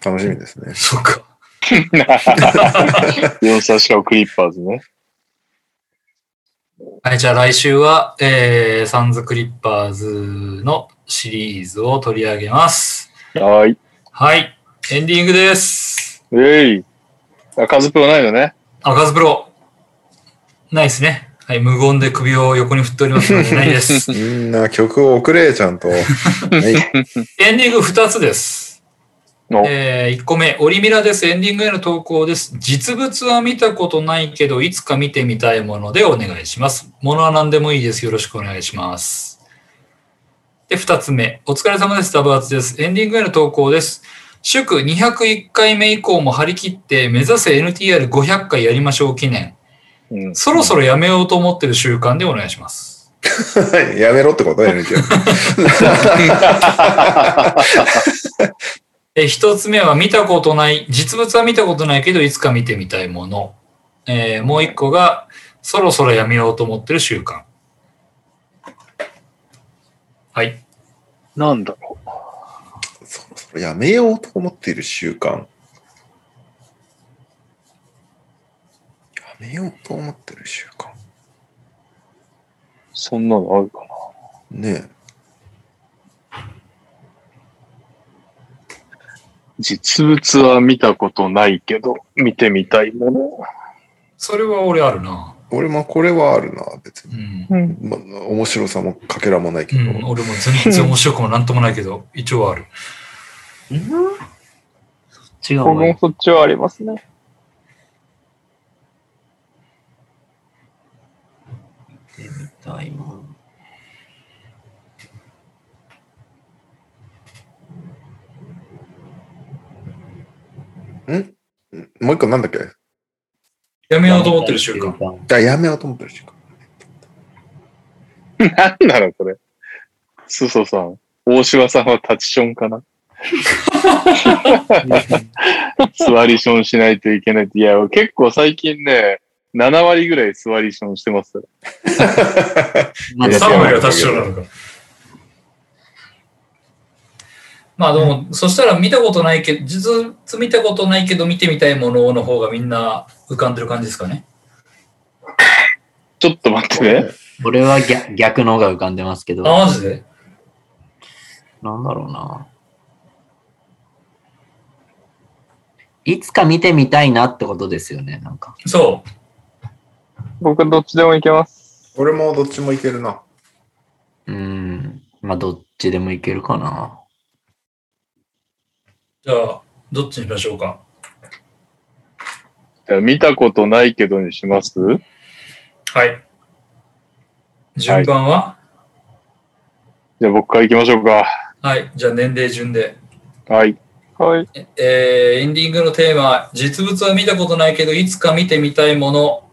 Speaker 1: 楽しみですね。
Speaker 2: そうか。
Speaker 3: 4歳しかもクリッパーズね。
Speaker 2: はい、じゃあ来週は、えー、サンズクリッパーズのシリーズを取り上げます。
Speaker 3: はーい。
Speaker 2: はい、エンディングです。
Speaker 3: えい。あ、カズプはないのね。
Speaker 2: あ、カズプロ。ないですね。はい、無言で首を横に振っておりますので、ないです。
Speaker 1: みんな曲を送れ、ちゃんと。はい。
Speaker 2: エンディング2つです。
Speaker 3: お
Speaker 2: えー、1個目、オリミラです。エンディングへの投稿です。実物は見たことないけど、いつか見てみたいものでお願いします。ものは何でもいいです。よろしくお願いします。で、2つ目、お疲れ様です。ダブアツです。エンディングへの投稿です。祝201回目以降も張り切って、目指せ NTR500 回やりましょう記念。
Speaker 3: うん。
Speaker 2: そろそろやめようと思ってる習慣でお願いします。
Speaker 1: やめろってこと ?NTR。
Speaker 2: えー、一つ目は見たことない、実物は見たことないけど、いつか見てみたいもの。えーもう一個が、そろそろやめようと思ってる習慣。はい。
Speaker 3: なんだろ
Speaker 1: そろそろやめようと思っている習慣。やめようと思ってる習慣。
Speaker 3: う。そんなのあるかな。
Speaker 1: ね
Speaker 3: 実物は見たことないけど、見てみたいもの。
Speaker 2: それは俺あるな
Speaker 1: え。。俺もこれはあるな、別
Speaker 2: う
Speaker 1: に。
Speaker 2: ん。
Speaker 1: ま、面白さもかけらもないけ
Speaker 2: う
Speaker 1: ど。
Speaker 2: ん、俺も全然面白くもなんともないけ ど、一応ある。
Speaker 5: 違う
Speaker 6: 僕もそっちはありますね。
Speaker 1: もう一個なんだっけ
Speaker 2: やめようと思ってる習慣。
Speaker 1: あ、やめようと思ってる習慣。
Speaker 3: なんなのこれ。すそさん。大島さんはタチションかな座りションしないといけないって。いや、結構最近ね、7割ぐらい座りションしてますよ。
Speaker 5: まあ
Speaker 1: いや
Speaker 2: 3割は達成なのか。まあでも、そしたら見たことないけど、実物見たことないけど見てみたいものの方がみんな浮かんでる感じですかね。
Speaker 3: ちょっと待ってね。
Speaker 5: 俺は逆逆の方が浮かんでますけど、
Speaker 2: あ、マジで
Speaker 5: なんだろうな。いつか見てみたいなってことですよね、なんか。
Speaker 2: そう。
Speaker 6: 僕どっちでもいけます。
Speaker 1: 俺もどっちもいけるな。
Speaker 5: うーん。まあ、どっちでもいけるかな。
Speaker 2: じゃあ、どっちにしましょうか。
Speaker 3: じゃあ見たことないけどにします
Speaker 2: はい。順番は
Speaker 3: じゃあ僕から行きましょうか。
Speaker 2: はい、じゃあ年齢順で。
Speaker 3: はい。
Speaker 6: はい。
Speaker 2: えー、エンディングのテーマ、実物は見たことないけど、いつか見てみたいもの。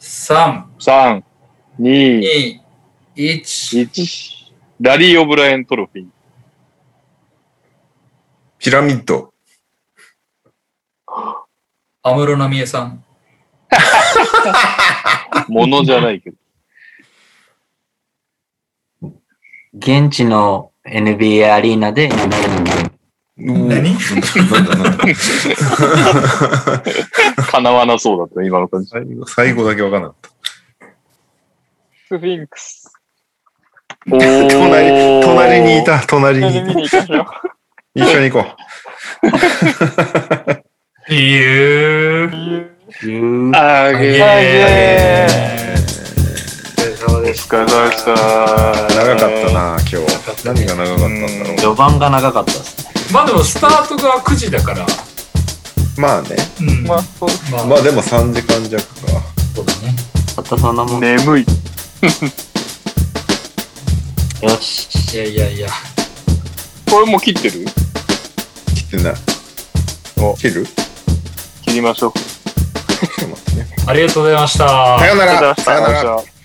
Speaker 2: 3、
Speaker 3: 3、2、
Speaker 2: 2、1。
Speaker 3: 1。ラリー・オブライエントロフィー。
Speaker 1: ピラミッド。
Speaker 2: 安室奈美恵さん。
Speaker 3: ものじゃないけど。
Speaker 5: 現地の NBA アリーナで NBA の
Speaker 2: 何
Speaker 1: なんだなんだ
Speaker 3: 叶わなそうだった、今の感じ。
Speaker 1: 最後最後だけわかんなかった。
Speaker 6: スフィンクス。
Speaker 3: お ー
Speaker 1: 隣隣にい。た、隣にい
Speaker 6: 見
Speaker 1: た。
Speaker 6: に行きましょう。
Speaker 1: 一緒に行こ
Speaker 2: ゆー。
Speaker 5: ゆー
Speaker 4: あ
Speaker 2: あげ
Speaker 4: げ
Speaker 2: ー
Speaker 6: え
Speaker 5: お疲れ様でし
Speaker 3: お疲れ様でした。
Speaker 1: う。長かった
Speaker 3: な
Speaker 1: な、今日。何が長かったんだろ
Speaker 5: た序盤が長かったですね。
Speaker 2: まあでもスタートが9時だから、
Speaker 1: う。まあね。
Speaker 2: うん、
Speaker 6: ま
Speaker 2: ま
Speaker 6: あ、
Speaker 2: あ、
Speaker 6: そう。
Speaker 1: まあでも3時間弱か。
Speaker 2: そうだね。
Speaker 5: たったそんなもん。
Speaker 3: 眠い。
Speaker 5: よし。
Speaker 2: いやいやいや。
Speaker 3: これもう切ってる
Speaker 1: 切ってない
Speaker 3: お。
Speaker 1: 切る
Speaker 3: 切りましょう。
Speaker 1: ちょっと待ってね。
Speaker 2: ありがとうございました。
Speaker 1: さよな
Speaker 3: ありがとう
Speaker 1: ら。
Speaker 3: ござ
Speaker 1: さ
Speaker 3: い
Speaker 1: よ
Speaker 3: ま
Speaker 1: な
Speaker 3: し
Speaker 1: ら。
Speaker 3: た。